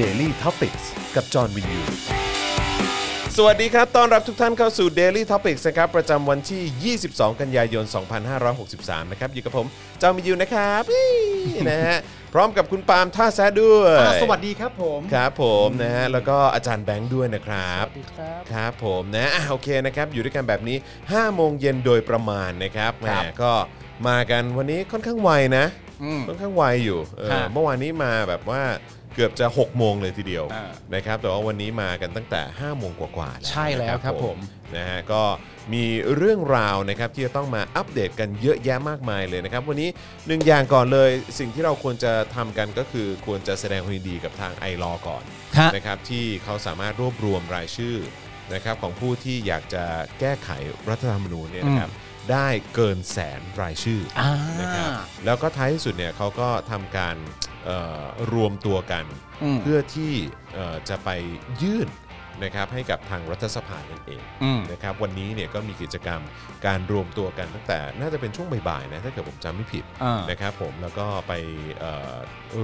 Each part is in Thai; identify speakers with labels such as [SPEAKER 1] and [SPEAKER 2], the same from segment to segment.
[SPEAKER 1] Daily t o p i c กกับจอห์นวินยู
[SPEAKER 2] สวัสดีครับ ต้อนรับทุกท่านเข้าสู่ Daily Topics นะครับ ประจำวันที่ 22 กันยายน 2563 นะครับ อยู่กับผมจอมยูนะครับ นี่นะฮะ พร้อมกับคุณปาล์มท่าแซะด้วย
[SPEAKER 3] อ่าสวัสดีครับผม
[SPEAKER 2] ครับผมนะฮะ แล้วก็อาจารย์แบงค์ด้วยนะครับ
[SPEAKER 3] สวัสดีครับ
[SPEAKER 2] ครับผมนะอ่ะโอเคนะครับ อยู่ด้วยกันแบบนี้ 5 โมงเย็นโดยประมาณนะครับแหม
[SPEAKER 3] ครับ
[SPEAKER 2] ก็มากันวันนี้ค่อนข้างไวนะ
[SPEAKER 3] อืม
[SPEAKER 2] ค่อนข้างไวอยู่เออ
[SPEAKER 3] ครับ
[SPEAKER 2] เมื่อวานนี้มาแบบว่าเกือบจะ 6 โมงเลยทีเดียว
[SPEAKER 3] อ่า
[SPEAKER 2] นะครับ แต่ว่าวันนี้มากันตั้งแต่ 5 โมงกว่าๆ
[SPEAKER 3] ใช่แล้ว
[SPEAKER 2] นะครับ
[SPEAKER 3] ผม
[SPEAKER 2] นะฮะก็มีเรื่องราวนะครับที่จะต้องมาอัปเดตกันเยอะแยะมากมายเลยนะครับ วันนี้หนึ่งอย่างก่อนเลย สิ่งที่เราควรจะทำกันก็คือควรจะแสดงความยินดีกับทางไอรอก่อน
[SPEAKER 3] ฮะ
[SPEAKER 2] นะครับที่เขาสามารถรวบรวมรายชื่อนะครับของผู้ที่อยากจะแก้ไขรัฐธรรมนูญเนี่ยนะครับได้เกินแสนรายชื่ออา นะครับแล้วก็ท้ายที่สุดเนี่ยเขาก็ทำการเอ่อรวมตัวกัน
[SPEAKER 3] อืม
[SPEAKER 2] เพื่อที่เอ่อจะไปยื่นนะครับให้กับทางรัฐสภานั่นเอง
[SPEAKER 3] อืม
[SPEAKER 2] นะครับวันนี้เนี่ยก็มีกิจกรรมการรวมตัวกันตั้งแต่น่าจะเป็นช่วงบ่ายๆนะถ้าเกิดผมจำไม่ผิด
[SPEAKER 3] อ่าน
[SPEAKER 2] นะครับผมแล้วก็ไปเอ่อ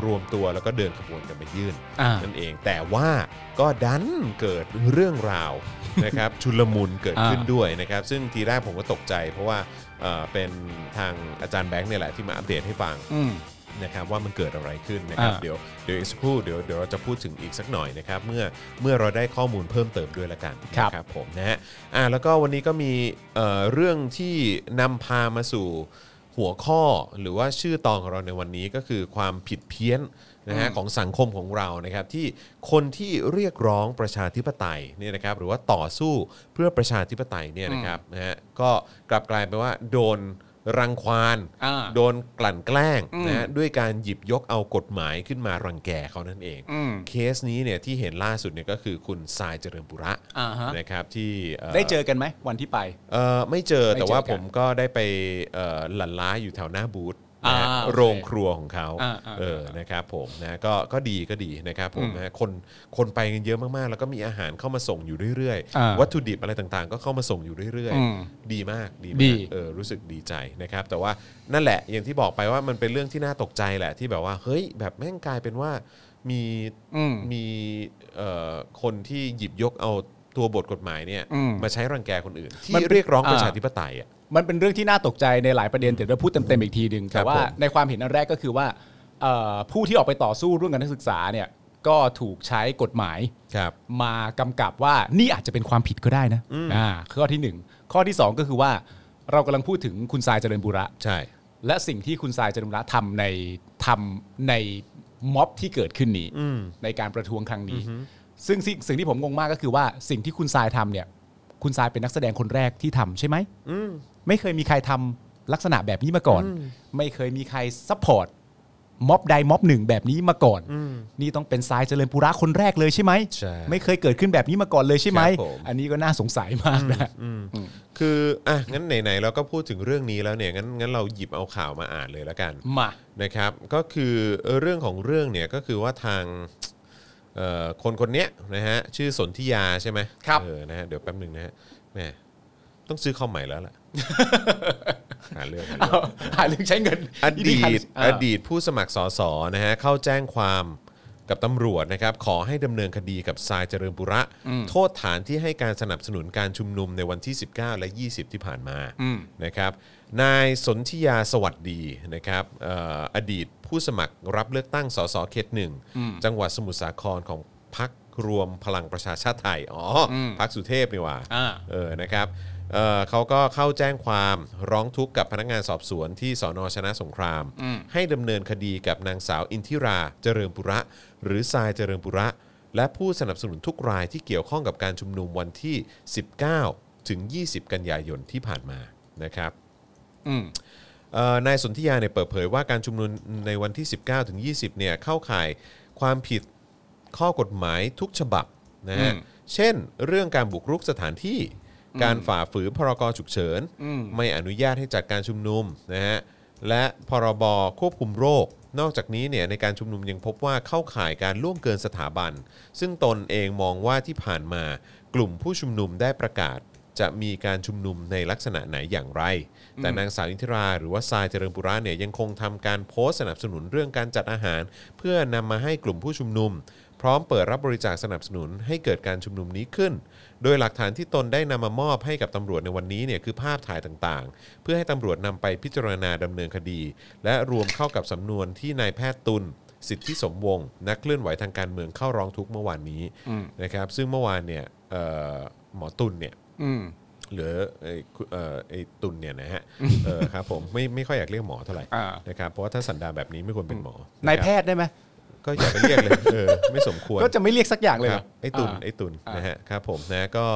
[SPEAKER 2] รวมตัวแล้วก็เดินขบวนกันไปยื่น
[SPEAKER 3] อ่านั่
[SPEAKER 2] นั่นเอง แต่ว่าก็ดันเกิดเรื่องราว นะครับชุลมุนเกิดขึ้น
[SPEAKER 3] อ่า
[SPEAKER 2] ด้วยนะครับซึ่งทีแรกผมก็ตกใจ เพราะว่าเอ่อเป็นทางอาจารย์แบงค์เนี่ยแหละที่มาอัปเดตให้ฟัง
[SPEAKER 3] อืม
[SPEAKER 2] นะครับว่ามันเกิดอะไรขึ้นนะครับ
[SPEAKER 3] อ่า
[SPEAKER 2] เดี๋ยวเดี๋ยวอีกสักครู่เดี๋ยวเดี๋ยวเราจะพูดถึงอีกสักหน่อยนะครับเมื่อเมื่อเราได้ข้อมูลเพิ่มเติมด้วยละกัน
[SPEAKER 3] ครับ
[SPEAKER 2] นะผมนะฮะอ่าแล้วก็วันนี้ก็มีเอ่อเรื่องที่นำพามาสู่หัวข้อหรือว่าชื่อตอนของเราในวันนี้ก็คือความผิดเพี้ยนนะฮะของสังคมของเรานะครับที่คนที่เรียกร้องประชาธิปไตยเนี่ยนะครับหรือว่าต่อสู้เพื่อประชาธิปไตยเนี่ยนะครับนะฮะก็กลับกลายเป็นว่าโดนรังควาน
[SPEAKER 3] อ่า
[SPEAKER 2] โดนกลั่นแกล้งนะฮะด้วยการหยิบยกเอากฎหมายขึ้นมารังแกเขานั่นเอง
[SPEAKER 3] อืม
[SPEAKER 2] เคสนี้เนี่ยที่เห็นล่าสุดเนี่ยก็คือคุณทรายเจริญปุระ
[SPEAKER 3] อ่าฮะ
[SPEAKER 2] นะครับที่เอ่อ
[SPEAKER 3] ได้เจอกันไหมวันที่ไป
[SPEAKER 2] เอ่อไม่เจอ
[SPEAKER 3] ไม่เจอ
[SPEAKER 2] แต่ว่า
[SPEAKER 3] กัน
[SPEAKER 2] ผมก็ได้ไปเอ่อหลั่นล้าอยู่แถวหน้าบูธ
[SPEAKER 3] อ่า
[SPEAKER 2] นะฮะ
[SPEAKER 3] โอเค
[SPEAKER 2] โรงครัวของเขา
[SPEAKER 3] อ่าอ่า
[SPEAKER 2] เออนะครับผมนะก็ก็ดีก็ดีนะครับผม
[SPEAKER 3] อืม
[SPEAKER 2] นะฮะคนคนไปกันเยอะมากๆ แล้วก็มีอาหารเข้ามาส่งอยู่เรื่อย
[SPEAKER 3] อ่า
[SPEAKER 2] วัตถุดิบอะไรต่างๆ ก็เข้ามาส่งอยู่เรื่อย
[SPEAKER 3] อืม
[SPEAKER 2] ๆ ดีมากดี
[SPEAKER 3] ดี
[SPEAKER 2] มากเออรู้สึกดีใจนะครับ แต่ว่านั่นแหละอย่างที่บอกไปว่ามันเป็นเรื่องที่น่าตกใจแหละที่แบบว่าเฮ้ยแบบแม่งกลายเป็นว่ามี
[SPEAKER 3] อืม
[SPEAKER 2] มีเอ่อคนที่หยิบยกเอาตัวบทกฎหมายเนี่ย
[SPEAKER 3] อืม
[SPEAKER 2] มาใช้รังแกคนอื่น ที่
[SPEAKER 3] มันเป็น
[SPEAKER 2] เรียกร้องประ
[SPEAKER 3] อ่า
[SPEAKER 2] ชาธิปไตยอ่ะ
[SPEAKER 3] มันเป็นเรื่องที่น่าตกใจในหลายประเด็นเดี๋ยวเราพูดเต็มๆอีกทีหนึ่ง
[SPEAKER 2] ครั
[SPEAKER 3] แต่
[SPEAKER 2] บ
[SPEAKER 3] ว่า
[SPEAKER 2] ผม
[SPEAKER 3] ในความเห็นอันแรกก็คือว่าเอ่อผู้ที่ออกไปต่อสู้ร่วมกับนักศึกษาเนี่ยก็ถูกใช้กฎหมาย
[SPEAKER 2] ครับ
[SPEAKER 3] มากำกับว่านี่อาจจะเป็นความผิดก็ได้นะอ่าข้อที่หนึ่งข้อที่สองก็คือว่าเรากำลังพูดถึงคุณทรายเจริญบุระ
[SPEAKER 2] ใช่
[SPEAKER 3] และสิ่งที่คุณทรายจรุมรัตน์ทำในทำในม็อบที่เกิดขึ้นนี้ในการประท้วงครั้งนี้ ซึ่งสิ่งสิ่งที่ผมงงมากก็คือว่าสิ่งที่คุณทรายทำเนี่ย คุณทรายเป็นนักแสดงคนแรกที่ทำใช่ไหมไม่เคยมีใครทำลักษณะแบบนี้มาก่อน ไม่เคยมีใครซัพพอร์ตม็อบใดม็อบหนึ่งแบบนี้มาก่อน นี่ต้องเป็นทรายเจริญปุระคนแรกเลยใช่ไหม
[SPEAKER 2] ใช่
[SPEAKER 3] ไม่เคยเกิดขึ้นแบบนี้มาก่อนเลยใช่ไหม
[SPEAKER 2] ครับผม
[SPEAKER 3] อันนี้ก็น่าสงสัยมากนะ
[SPEAKER 2] คืออ่ะงั้นไหนๆเราก็พูดถึงเรื่องนี้แล้วเนี่ยงั้นงั้นเราหยิบเอาข่าวมาอ่านเลยแล้วกัน
[SPEAKER 3] มา
[SPEAKER 2] นะครับ ก็คือเรื่องของเรื่องเนี่ยก็คือว่าทางเอ่อคนคนเนี้ยนะฮะชื่อสนธิยาใช่ไหม
[SPEAKER 3] ครับ
[SPEAKER 2] เออนะฮะเดี๋ยวแป๊บหนึ่งนะฮะแหมต้องซื้อคอมใหม่แล้วล่ะ หาเรื่องหาเรื่อง
[SPEAKER 3] เอาหาเรื่องใช้เงิน
[SPEAKER 2] อดีต
[SPEAKER 3] อ่า
[SPEAKER 2] อดีตผู้สมัครสสนะฮะเข้าแจ้งความกับตำรวจนะครับ ขอให้ดำเนินคดีกับทรายเจริญบุระ โทษฐานที่ให้การสนับสนุนการชุมนุมในวันที่ 19 และ 20 ที่ผ่านมานะครับนายสนธิยาสวัสดีนะครับเอ่ออดีตผู้สมัครรับเลือกตั้งสสเขตหนึ่งจังหวัดสมุทรสาครของพักรวมพลังประชาชาติไทยอ๋ออพักสุเทพนี่หว่า
[SPEAKER 3] อ่า
[SPEAKER 2] เออ นะครับเอ่อเขาก็เข้าแจ้งความร้องทุกข์กับพนักงานสอบสวนที่สอนอชนะสงคราม ให้ดำเนินคดีกับนางสาวอินทิราเจริญปุระ หรือทรายเจริญปุระ และผู้สนับสนุนทุกรายที่เกี่ยวข้องกับการชุมนุมวันที่ 19 ถึง 20 กันยายนที่ผ่านมานะครับ
[SPEAKER 3] อืม
[SPEAKER 2] เอ่อนายสนธิยาเนี่ยเปิดเผยว่าการชุมนุมในวันที่ 19 ถึง 20 เนี่ยเข้าข่ายความผิดข้อกฎหมายทุกฉบับนะฮะ
[SPEAKER 3] อืม
[SPEAKER 2] เช่น เรื่องการบุกรุกสถานที่ การฝ่าฝืนพรกฉุกเฉิน
[SPEAKER 3] อืม
[SPEAKER 2] ไม่อนุญาตให้จัดการชุมนุมนะฮะ และพรบควบคุมโรค นอกจากนี้เนี่ยในการชุมนุมยังพบว่าเข้าข่ายการล่วงเกินสถาบัน ซึ่งตนเองมองว่าที่ผ่านมากลุ่มผู้ชุมนุมได้ประกาศ จะมีการชุมนุมในลักษณะไหนอย่างไร แต่นางสาวอินทิราหรือว่าทรายเจริญปุระเนี่ยยังคงทำการโพสต์สนับสนุนเรื่องการจัดอาหาร เพื่อนำมาให้กลุ่มผู้ชุมนุม พ ร้อมเปิดรับบริจาคสนับสนุนให้เกิดการชุมนุมนี้ขึ้น โดยหลักฐานที่ตนได้นำมามอบให้กับตำรวจในวันนี้เนี่ยคือภาพถ่ายต่างๆ เพื่อให้ตำรวจนำไปพิจารณาดำเนินคดี และรวมเข้ากับสำนวนที่นายแพทย์ตุล สิทธิสมวงศ์นักเคลื่อนไหวทางการเมืองเข้าร้องทุกข์เมื่อวานนี้นะครับซึ่งเมื่อวานเนี่ยเอ่อหมอตุลเนี่ย
[SPEAKER 3] อืม
[SPEAKER 2] หรือไอ้คุเอ่อไอ้ตุนเนี่ยนะฮะ เออครับผมไม่ไม่ค่อยอยากเรียกหมอเท่าไหร่
[SPEAKER 3] อ่า
[SPEAKER 2] นะครับเพราะว่าถ้าสันดานแบบนี้ไม่ควรเป็นหมอ
[SPEAKER 3] นา
[SPEAKER 2] าย
[SPEAKER 3] แพทย์ได้ไหม
[SPEAKER 2] ก็อย่าไปเรียกเลยเออไม่สมควร
[SPEAKER 3] ก็จะไม่เรียกสักอย่างเลย
[SPEAKER 2] ค
[SPEAKER 3] เหร
[SPEAKER 2] รั
[SPEAKER 3] อบ
[SPEAKER 2] ไอ้ตุน
[SPEAKER 3] อ่า
[SPEAKER 2] ไอ้ตุน
[SPEAKER 3] อ่าน
[SPEAKER 2] นะฮะครับผมนะก็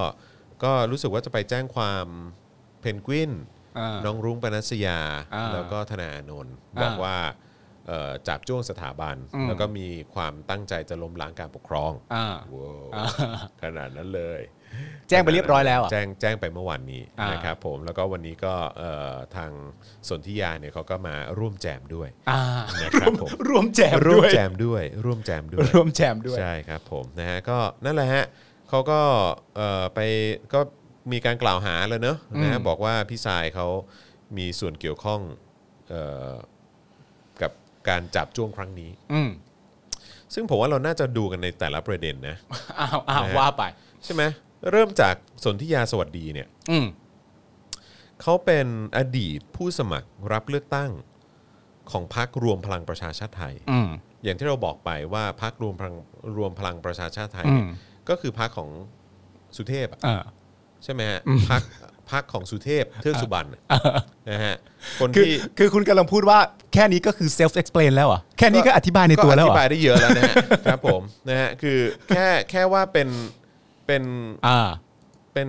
[SPEAKER 2] ก็รู้สึกว่าจะไปแจ้งความเพนกวิน
[SPEAKER 3] อ่า
[SPEAKER 2] น้องรุ้งปนัสยา
[SPEAKER 3] อ่า
[SPEAKER 2] แล้วก็ธนาอานนท์
[SPEAKER 3] อ่า
[SPEAKER 2] บอกว่าเอ่อจับจ้วงสถาบัน
[SPEAKER 3] อืม
[SPEAKER 2] แล้วก็มีความตั้งใจจะล้มล้างการปกครอง
[SPEAKER 3] อ่า
[SPEAKER 2] โว้ว
[SPEAKER 3] อ่า
[SPEAKER 2] ขนาดนั้นเลย
[SPEAKER 3] แจ้งไปเรียบร้อยแล้วอ่ะ
[SPEAKER 2] แจ้งแจ้งไปเมื่อวานนี้
[SPEAKER 3] อ่าน
[SPEAKER 2] นะครับผมแล้วก็วันนี้ก็เอ่อทางสนธิยาเนี่ยเขาก็มาร่วมแจมด้วย
[SPEAKER 3] ่า
[SPEAKER 2] นะครับผม
[SPEAKER 3] ร่วมแจม
[SPEAKER 2] ร่ว
[SPEAKER 3] ด้
[SPEAKER 2] ม
[SPEAKER 3] วย
[SPEAKER 2] แจมด้วยร่วมแจมด้วย
[SPEAKER 3] ร่วมแจมด้วย
[SPEAKER 2] ใช่ครับผมนะฮะก็นั่นแหละฮะเขาก็เอ่อไปก็มีการกล่าวหาแล้วเนอะนะฮะ
[SPEAKER 3] อืม
[SPEAKER 2] บอกว่าพี่สายเขามีส่วนเกี่ยวข้องเอ่อกับการจับจ้วงครั้งนี้
[SPEAKER 3] อืม
[SPEAKER 2] ซึ่งผมว่าเราน่าจะดูกันในแต่ละประเด็นนะ
[SPEAKER 3] อ้าวอ้าวว่าไป
[SPEAKER 2] ใช่ไหมเริ่มจากสนธิยาสวัสดีเนี่ย
[SPEAKER 3] อืม
[SPEAKER 2] เขาเป็นอดีตผู้สมัครรับเลือกตั้งของพักรวมพลังประชาชาติไทย
[SPEAKER 3] อืม
[SPEAKER 2] อย่างที่เราบอกไปว่าพักรวมพลังรวมพลังประชาชาติไทย
[SPEAKER 3] อืม
[SPEAKER 2] เนี่ยก็คือพักของสุเทพอะ
[SPEAKER 3] อ่า
[SPEAKER 2] ใช่ไหมฮะพักพักของสุเทพเทือกสุบรรณอะนะฮะคน
[SPEAKER 3] คือ
[SPEAKER 2] ที่
[SPEAKER 3] คือคุณกำลังพูดว่าแค่นี้ก็คือ self explain แล้วเหรอ่ะแค่นี้ก็อธิบายในตัวแล้ว
[SPEAKER 2] ก็
[SPEAKER 3] เหร
[SPEAKER 2] อธิบาย
[SPEAKER 3] อ่ะ
[SPEAKER 2] ได้เยอะแล้วนะฮะ ครับผม นะฮะคือแค่แค่ว่าเป็นเป็น
[SPEAKER 3] อ่า
[SPEAKER 2] เป็น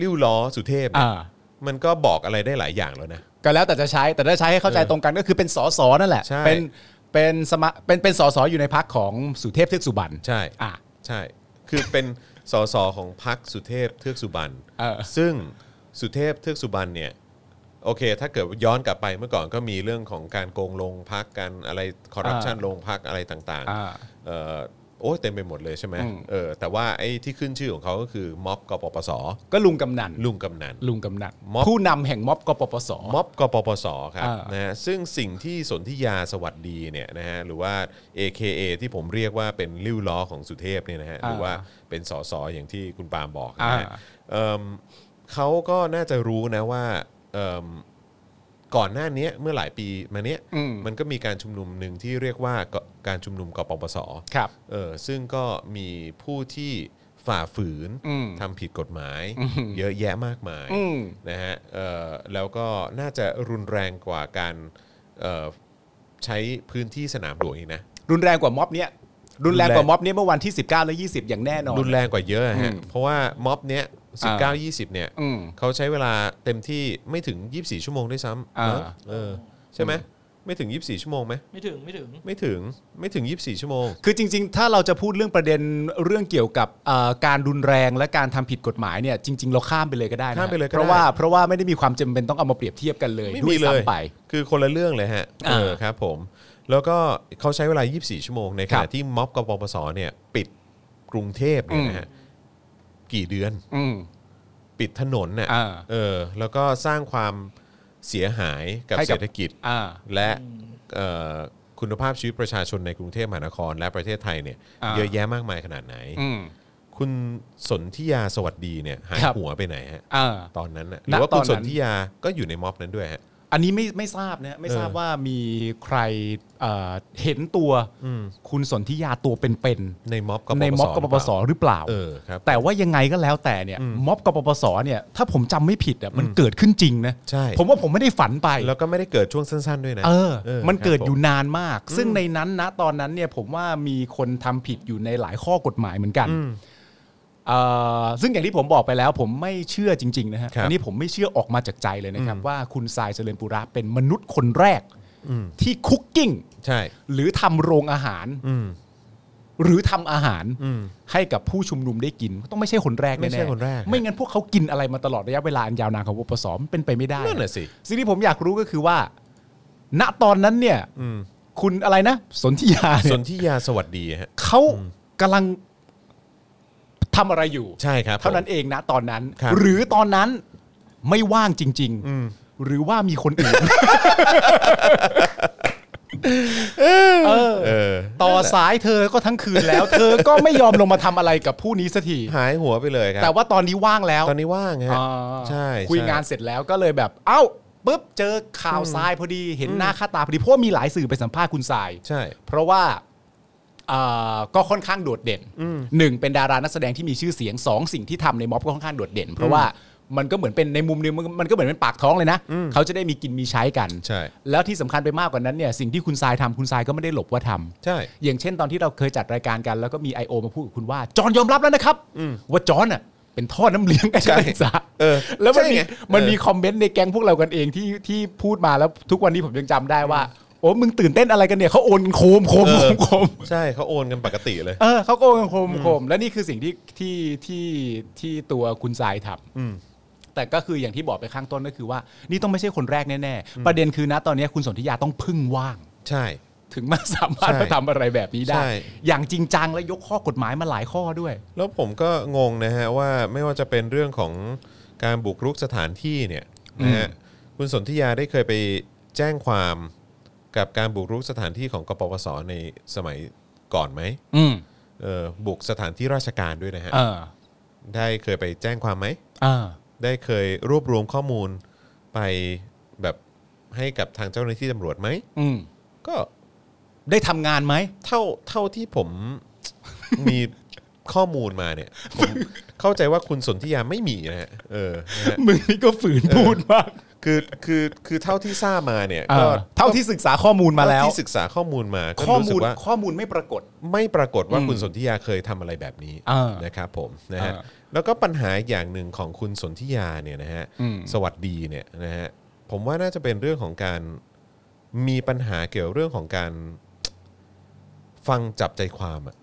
[SPEAKER 2] ริ้วล้อสุเทพเนี่ย
[SPEAKER 3] อ่า
[SPEAKER 2] มันก็บอกอะไรได้หลายอย่างแล้วนะ
[SPEAKER 3] ก็แล้วแต่จะใช้แต่ถ้าใช้ให้เข้าใจตรงกันก็คือเป็นสสนั่นแหละ
[SPEAKER 2] ใช่
[SPEAKER 3] เป็นเป็นสมาเป็นเป็นสสอยู่ในพักของสุเทพเทือกสุบรรณ
[SPEAKER 2] ใช่
[SPEAKER 3] อ่า
[SPEAKER 2] ใช่ คือเป็นสสของพักสุเทพเทือกสุบรรณ
[SPEAKER 3] เออ
[SPEAKER 2] ซึ่งสุเทพเทือกสุบรรณเนี่ย โอเค ถ้าเกิดย้อนกลับไปเมื่อก่อนก็มีเรื่องของการโกงลงพักการอะไรคอร์รัปชันลงพักอะไรต่าง
[SPEAKER 3] อ่า
[SPEAKER 2] ๆเออโอ้ยเต็มไปหมดเลยใช่ไหม
[SPEAKER 3] อืม
[SPEAKER 2] เออ แต่ว่าไอ้ที่ขึ้นชื่อของเขาก็คือม็อบกปปส
[SPEAKER 3] ก็ลุงกำนัน
[SPEAKER 2] ลุงกำนัน
[SPEAKER 3] ลุงกำนัน
[SPEAKER 2] ม็อบ
[SPEAKER 3] ผู้นำแห่งม็อบกปปส
[SPEAKER 2] ม็อบกปปสครับ
[SPEAKER 3] อ่าน
[SPEAKER 2] นะฮะซึ่งสิ่งที่สนธิยาสวัสดีเนี่ยนะฮะหรือว่า AKA ที่ผมเรียกว่าเป็นริ้วล้อของสุเทพเนี่ยนะฮะหรือว่าเป็นสสอย่างที่คุณปาล์มบอกนะฮะ
[SPEAKER 3] อ่า
[SPEAKER 2] เอิ่มเขาก็น่าจะรู้นะว่าเอิ่มก่อนหน้าเนี้ยเมื่อหลายปีมาเนี้ยมันก็มีการชุมนุมหนึ่งที่เรียกว่าก็การชุมนุมกปปส
[SPEAKER 3] ครับ
[SPEAKER 2] เออซึ่งก็มีผู้ที่ฝ่าฝืน
[SPEAKER 3] อืม
[SPEAKER 2] ทำผิดกฎหมาย เยอะแยะมากมาย
[SPEAKER 3] อืม
[SPEAKER 2] นะฮะเออแล้วก็น่าจะรุนแรงกว่าการเอ่อใช้พื้นที่สนามหลวงอีกนะ
[SPEAKER 3] รุนแรงกว่าม็อบเนี้ยรุนแรง
[SPEAKER 2] รุนแรง
[SPEAKER 3] กว่าม็อบเนี้ยเมื่อวันที่ 19 และ 20 อย่างแน่นอน
[SPEAKER 2] รุนแรงกว่าเยอะฮะ
[SPEAKER 3] อืม
[SPEAKER 2] เพราะว่าม็อบเนี้ย
[SPEAKER 3] อ่า
[SPEAKER 2] 19 20 เนี่ย
[SPEAKER 3] อืม
[SPEAKER 2] เขาใช้เวลาเต็มที่ไม่ถึง 24 ชั่วโมงด้วยซ้ำ
[SPEAKER 3] อ่า
[SPEAKER 2] เนอะเออใช่ไหมไม่ถึง 24 ชั่วโมงไหม
[SPEAKER 4] ไม่ถึงไม่ถึง
[SPEAKER 2] ไม่ถึงไม่ถึง 24 ชั่วโมง
[SPEAKER 3] คือจริง ๆ ถ้าเราจะพูดเรื่องประเด็นเรื่องเกี่ยวกับเอ่อการรุนแรงและการทำผิดกฎหมายเนี่ยจริง ๆ เราข้ามไปเลยก็ได้นะ
[SPEAKER 2] ข้ามไปเลยก็ได้
[SPEAKER 3] เพราะว่าเพราะว่าไม่ได้มีความจำเป็นต้องเอามาเปรียบเทียบกันเลย
[SPEAKER 2] ไม่
[SPEAKER 3] ด้ว
[SPEAKER 2] มี
[SPEAKER 3] ย
[SPEAKER 2] เลย
[SPEAKER 3] ซ้ำไป
[SPEAKER 2] คือคนละเรื่องเลยฮะ
[SPEAKER 3] อ่า
[SPEAKER 2] เออครับผม แล้วก็เขาใช้เวลา 24 ชั่วโมงในข
[SPEAKER 3] ครั
[SPEAKER 2] ณะ
[SPEAKER 3] บ
[SPEAKER 2] ที่ม็อบกปปสเนี่ยปิดกรุงเทพเนี่ยนะฮะกี่เดือน
[SPEAKER 3] อืม
[SPEAKER 2] ปิดถนนเนี่ย
[SPEAKER 3] อ่า
[SPEAKER 2] เออแล้วก็สร้างความเสียหายกับ
[SPEAKER 3] ให้กั
[SPEAKER 2] เศ
[SPEAKER 3] บ
[SPEAKER 2] รษฐกิจ
[SPEAKER 3] อ่า
[SPEAKER 2] และเอ่อคุณภาพชีวิตประชาชนในกรุงเทพมหานคร และประเทศไทยเนี่ย
[SPEAKER 3] อ่า
[SPEAKER 2] เยอะแยะมากมายขนาดไหน
[SPEAKER 3] อืม
[SPEAKER 2] คุณสนธิยาสวัสดีเนี่ยหาย
[SPEAKER 3] ครับ
[SPEAKER 2] หัวไปไหนฮะ
[SPEAKER 3] อ่า
[SPEAKER 2] ตอนนั้นน่ะห
[SPEAKER 3] ณ
[SPEAKER 2] รือว่า
[SPEAKER 3] ต
[SPEAKER 2] คุ
[SPEAKER 3] อ
[SPEAKER 2] ณ
[SPEAKER 3] น
[SPEAKER 2] ส
[SPEAKER 3] นั้น น
[SPEAKER 2] ธิยาก็อยู่ในม็อบนั้นด้วยฮะ
[SPEAKER 3] อันนี้ไม่ไม่ทราบนะฮะไม่ทราบ
[SPEAKER 2] เออ
[SPEAKER 3] ว่ามีใครเอ่อเห็นตัวคุณสนธิยาตัวเป็น
[SPEAKER 2] ในม็อบกปปส
[SPEAKER 3] ๆในม็อบกปปสหรือเปล่า
[SPEAKER 2] เออครับ
[SPEAKER 3] แต่ว่ายังไงก็แล้วแต่เนี่ยม็อบกปปสเนี่ยถ้าผมจำไม่ผิดอ่ะมันเกิดขึ้นจริงนะ
[SPEAKER 2] ใช่
[SPEAKER 3] ผมว่าผมไม่ได้ฝันไป
[SPEAKER 2] แล้วก็ไม่ได้เกิดช่วงสั้น ๆ ด้วยนะ
[SPEAKER 3] เออ มันเกิด
[SPEAKER 2] ครับ
[SPEAKER 3] อยู่
[SPEAKER 2] ผ
[SPEAKER 3] นานมาก ซึ่งในนั้นนะตอนนั้นเนี่ยผมว่ามีคนทำผิดอยู่ในหลายข้อกฎหมายเหมือนกันเอ่อซึ่งอย่างที่ผมบอกไปแล้ว ผมไม่เชื่อจริง ๆ นะฮะ
[SPEAKER 2] ครับ
[SPEAKER 3] อันนี้ผมไม่เชื่อออกมาจากใจเลยนะครับ ว่าคุณทรายเจริญปุระเป็นมนุษย์คนแรกที่คุกกิ้ง
[SPEAKER 2] ใช่
[SPEAKER 3] หรือทำโรงอาหาร
[SPEAKER 2] อืม
[SPEAKER 3] หรือทำอาหาร
[SPEAKER 2] อืม
[SPEAKER 3] ให้กับผู้ชุมนุมได้กิน ต้องไม่ใช่คนแรกแน่ๆ
[SPEAKER 2] ไม่ใช่คนแรก
[SPEAKER 3] ไม่งั้นพวกเขากินอะไรมาตลอดระยะเวลาอันยาวนานของปปสมันเป็นไปไม่ได้
[SPEAKER 2] นั่นน่ะสิ
[SPEAKER 3] สิ่งที่ผมอยากรู้ก็คือว่า ณตอนนั้นเนี่ย
[SPEAKER 2] อืม
[SPEAKER 3] คุณอะไรนะ สนธิยา
[SPEAKER 2] ส
[SPEAKER 3] เนี่ย
[SPEAKER 2] นธิยาสวัสดีฮะ
[SPEAKER 3] เขากำลังทำอะไรอยู่
[SPEAKER 2] ใช่ครับ
[SPEAKER 3] เท่านั้น
[SPEAKER 2] ผม
[SPEAKER 3] เองนะตอนนั้น
[SPEAKER 2] ครับ
[SPEAKER 3] หรือตอนนั้นไม่ว่างจริง ๆ หรือว่ามีคนอื่น
[SPEAKER 2] เออ
[SPEAKER 3] ต่อสายเธอก็ทั้งคืนแล้ว เธอก็ไม่ยอมลงมาทำอะไรกับผู้นี้สักที
[SPEAKER 2] หายหัวไปเลยครั
[SPEAKER 3] แต่ว่าตอนนี้ว่างแล้ว
[SPEAKER 2] ตอนนี้ว่างฮะ
[SPEAKER 3] อ่า
[SPEAKER 2] ใช่ใช่
[SPEAKER 3] คุยงานเสร็จแล้วก็เลยแบบ เอ้าปุ๊บเจอข่าวทรายพอดีเห็นหน้าค่าตาพอดีเพราะว่ามีหลายสื่อไปสัมภาษณ์คุณทราย
[SPEAKER 2] ใช่
[SPEAKER 3] เพราะว่าเอ่อก็ค่อนข้างโดดเด่นหนึ่งเป็นดารานักแสดงที่มีชื่อเสียงสองสิ่งที่ทำในม็อบก็ค่อนข้างโดดเด่น เพราะว่ามันก็เหมือนเป็นในมุมหนึงมันก็มันก็เหมือนเป็นปากท้องเลยนะ เขาจะได้มีกินมีใช้กัน
[SPEAKER 2] ใช่
[SPEAKER 3] แล้วที่สำคัญไปมากกว่านั้นเนี่ยสิ่งที่คุณทรายทำคุณทรายก็ไม่ได้หลบว่าทำ
[SPEAKER 2] ใช่
[SPEAKER 3] อย่างเช่นตอนที่เราเคยจัดรายการกัน แล้วก็มี I.O. มาพูดกับคุณว่า จอนยอมรับแล้วนะครับ ว่าจอนอ่ะเป็นท่อน้ำเลี้ยงไอ้
[SPEAKER 2] ใช่
[SPEAKER 3] เจ้าไอ้สา
[SPEAKER 2] เออ
[SPEAKER 3] แล้วมัน
[SPEAKER 2] ใช่
[SPEAKER 3] มี
[SPEAKER 2] ไง
[SPEAKER 3] มันมี
[SPEAKER 2] เออ
[SPEAKER 3] คอมเมนต์ในแก๊งพวกเรากันเองที่ที่พูดมาแล้วทุกวันนี้ผมยังจำได้ว่า โอ้มึงตื่นเต้นอะไรกันเนี่ยเขาโอนกันโคมโคมโคมโคม
[SPEAKER 2] ใช่เขาโอนกันปกติเลย
[SPEAKER 3] เออเขาโกงกันโคมโคมและนี่คือสิ่งที่ที่ที่ที่ตัวคุณทรายท
[SPEAKER 2] อืม
[SPEAKER 3] ำแต่ก็คืออย่างที่บอกไปข้างต้นก็คือว่า นี่ต้องไม่ใช่คนแรกแน่ๆ ประเด็นคือนะตอนนี้คุณสนธิยาต้องพึ่งว่าง
[SPEAKER 2] ใช่
[SPEAKER 3] ถึงมาสามารถ
[SPEAKER 2] ใช่
[SPEAKER 3] มาทำอะไรแบบนี้ได้
[SPEAKER 2] ใช่
[SPEAKER 3] อย่างจริงจังและยกข้อกฎหมายมาหลายข้อด้วย
[SPEAKER 2] แล้วผมก็งงนะฮะว่าไม่ว่าจะเป็นเรื่องของการบุกรุกสถานที่เนี่ยนะฮะคุณสนธิยาได้เคยไปแจ้งความกับการบุกรุกสถานที่ของกปปสในสมัยก่อนไหม
[SPEAKER 3] อืม
[SPEAKER 2] เออบุกสถานที่ราชการด้วยนะฮะ
[SPEAKER 3] เออ
[SPEAKER 2] ได้เคยไปแจ้งความไหม
[SPEAKER 3] เออ
[SPEAKER 2] ได้เคยรวบรวมข้อมูลไปแบบให้กับทางเจ้าหน้าที่ตำรวจไหม
[SPEAKER 3] อืม
[SPEAKER 2] ก็
[SPEAKER 3] ได้ทำงานไหม
[SPEAKER 2] เท่าเท่าที่ผม มีข้อมูลมาเนี่ยผมเข้าใจว่าคุณสนธิยาไม่มีนะฮะเออนะฮะ
[SPEAKER 3] มึงนี่ก็ฝืนพูดมาก
[SPEAKER 2] คือคือคือเท่าที่ทราบมาเนี่ย
[SPEAKER 3] เอ
[SPEAKER 2] ก็
[SPEAKER 3] อเท่าที่ศึกษาข้อมูลมาแล้ว
[SPEAKER 2] เท่ที่ศึกษาข้อมูลมาก็
[SPEAKER 3] ข้อ
[SPEAKER 2] รู้สึ
[SPEAKER 3] มู
[SPEAKER 2] ก
[SPEAKER 3] ล
[SPEAKER 2] ว่า
[SPEAKER 3] ข้อมูลไม่ปรากฏ
[SPEAKER 2] ไม่ปรากฏว่า
[SPEAKER 3] อืม
[SPEAKER 2] คุณสนธิยาเคยทำอะไรแบบนี้
[SPEAKER 3] อ่าน
[SPEAKER 2] นะครับผมนะฮะ
[SPEAKER 3] อ่า
[SPEAKER 2] แล้วก็ปัญหาอย่างหนึ่งของคุณสนธิยาเนี่ยนะฮะ
[SPEAKER 3] อืม
[SPEAKER 2] สวัสดีเนี่ยนะฮะผมว่าน่าจะเป็นเรื่องของการมีปัญหาเกี่ยวเรื่องของการฟังจับใจความอะ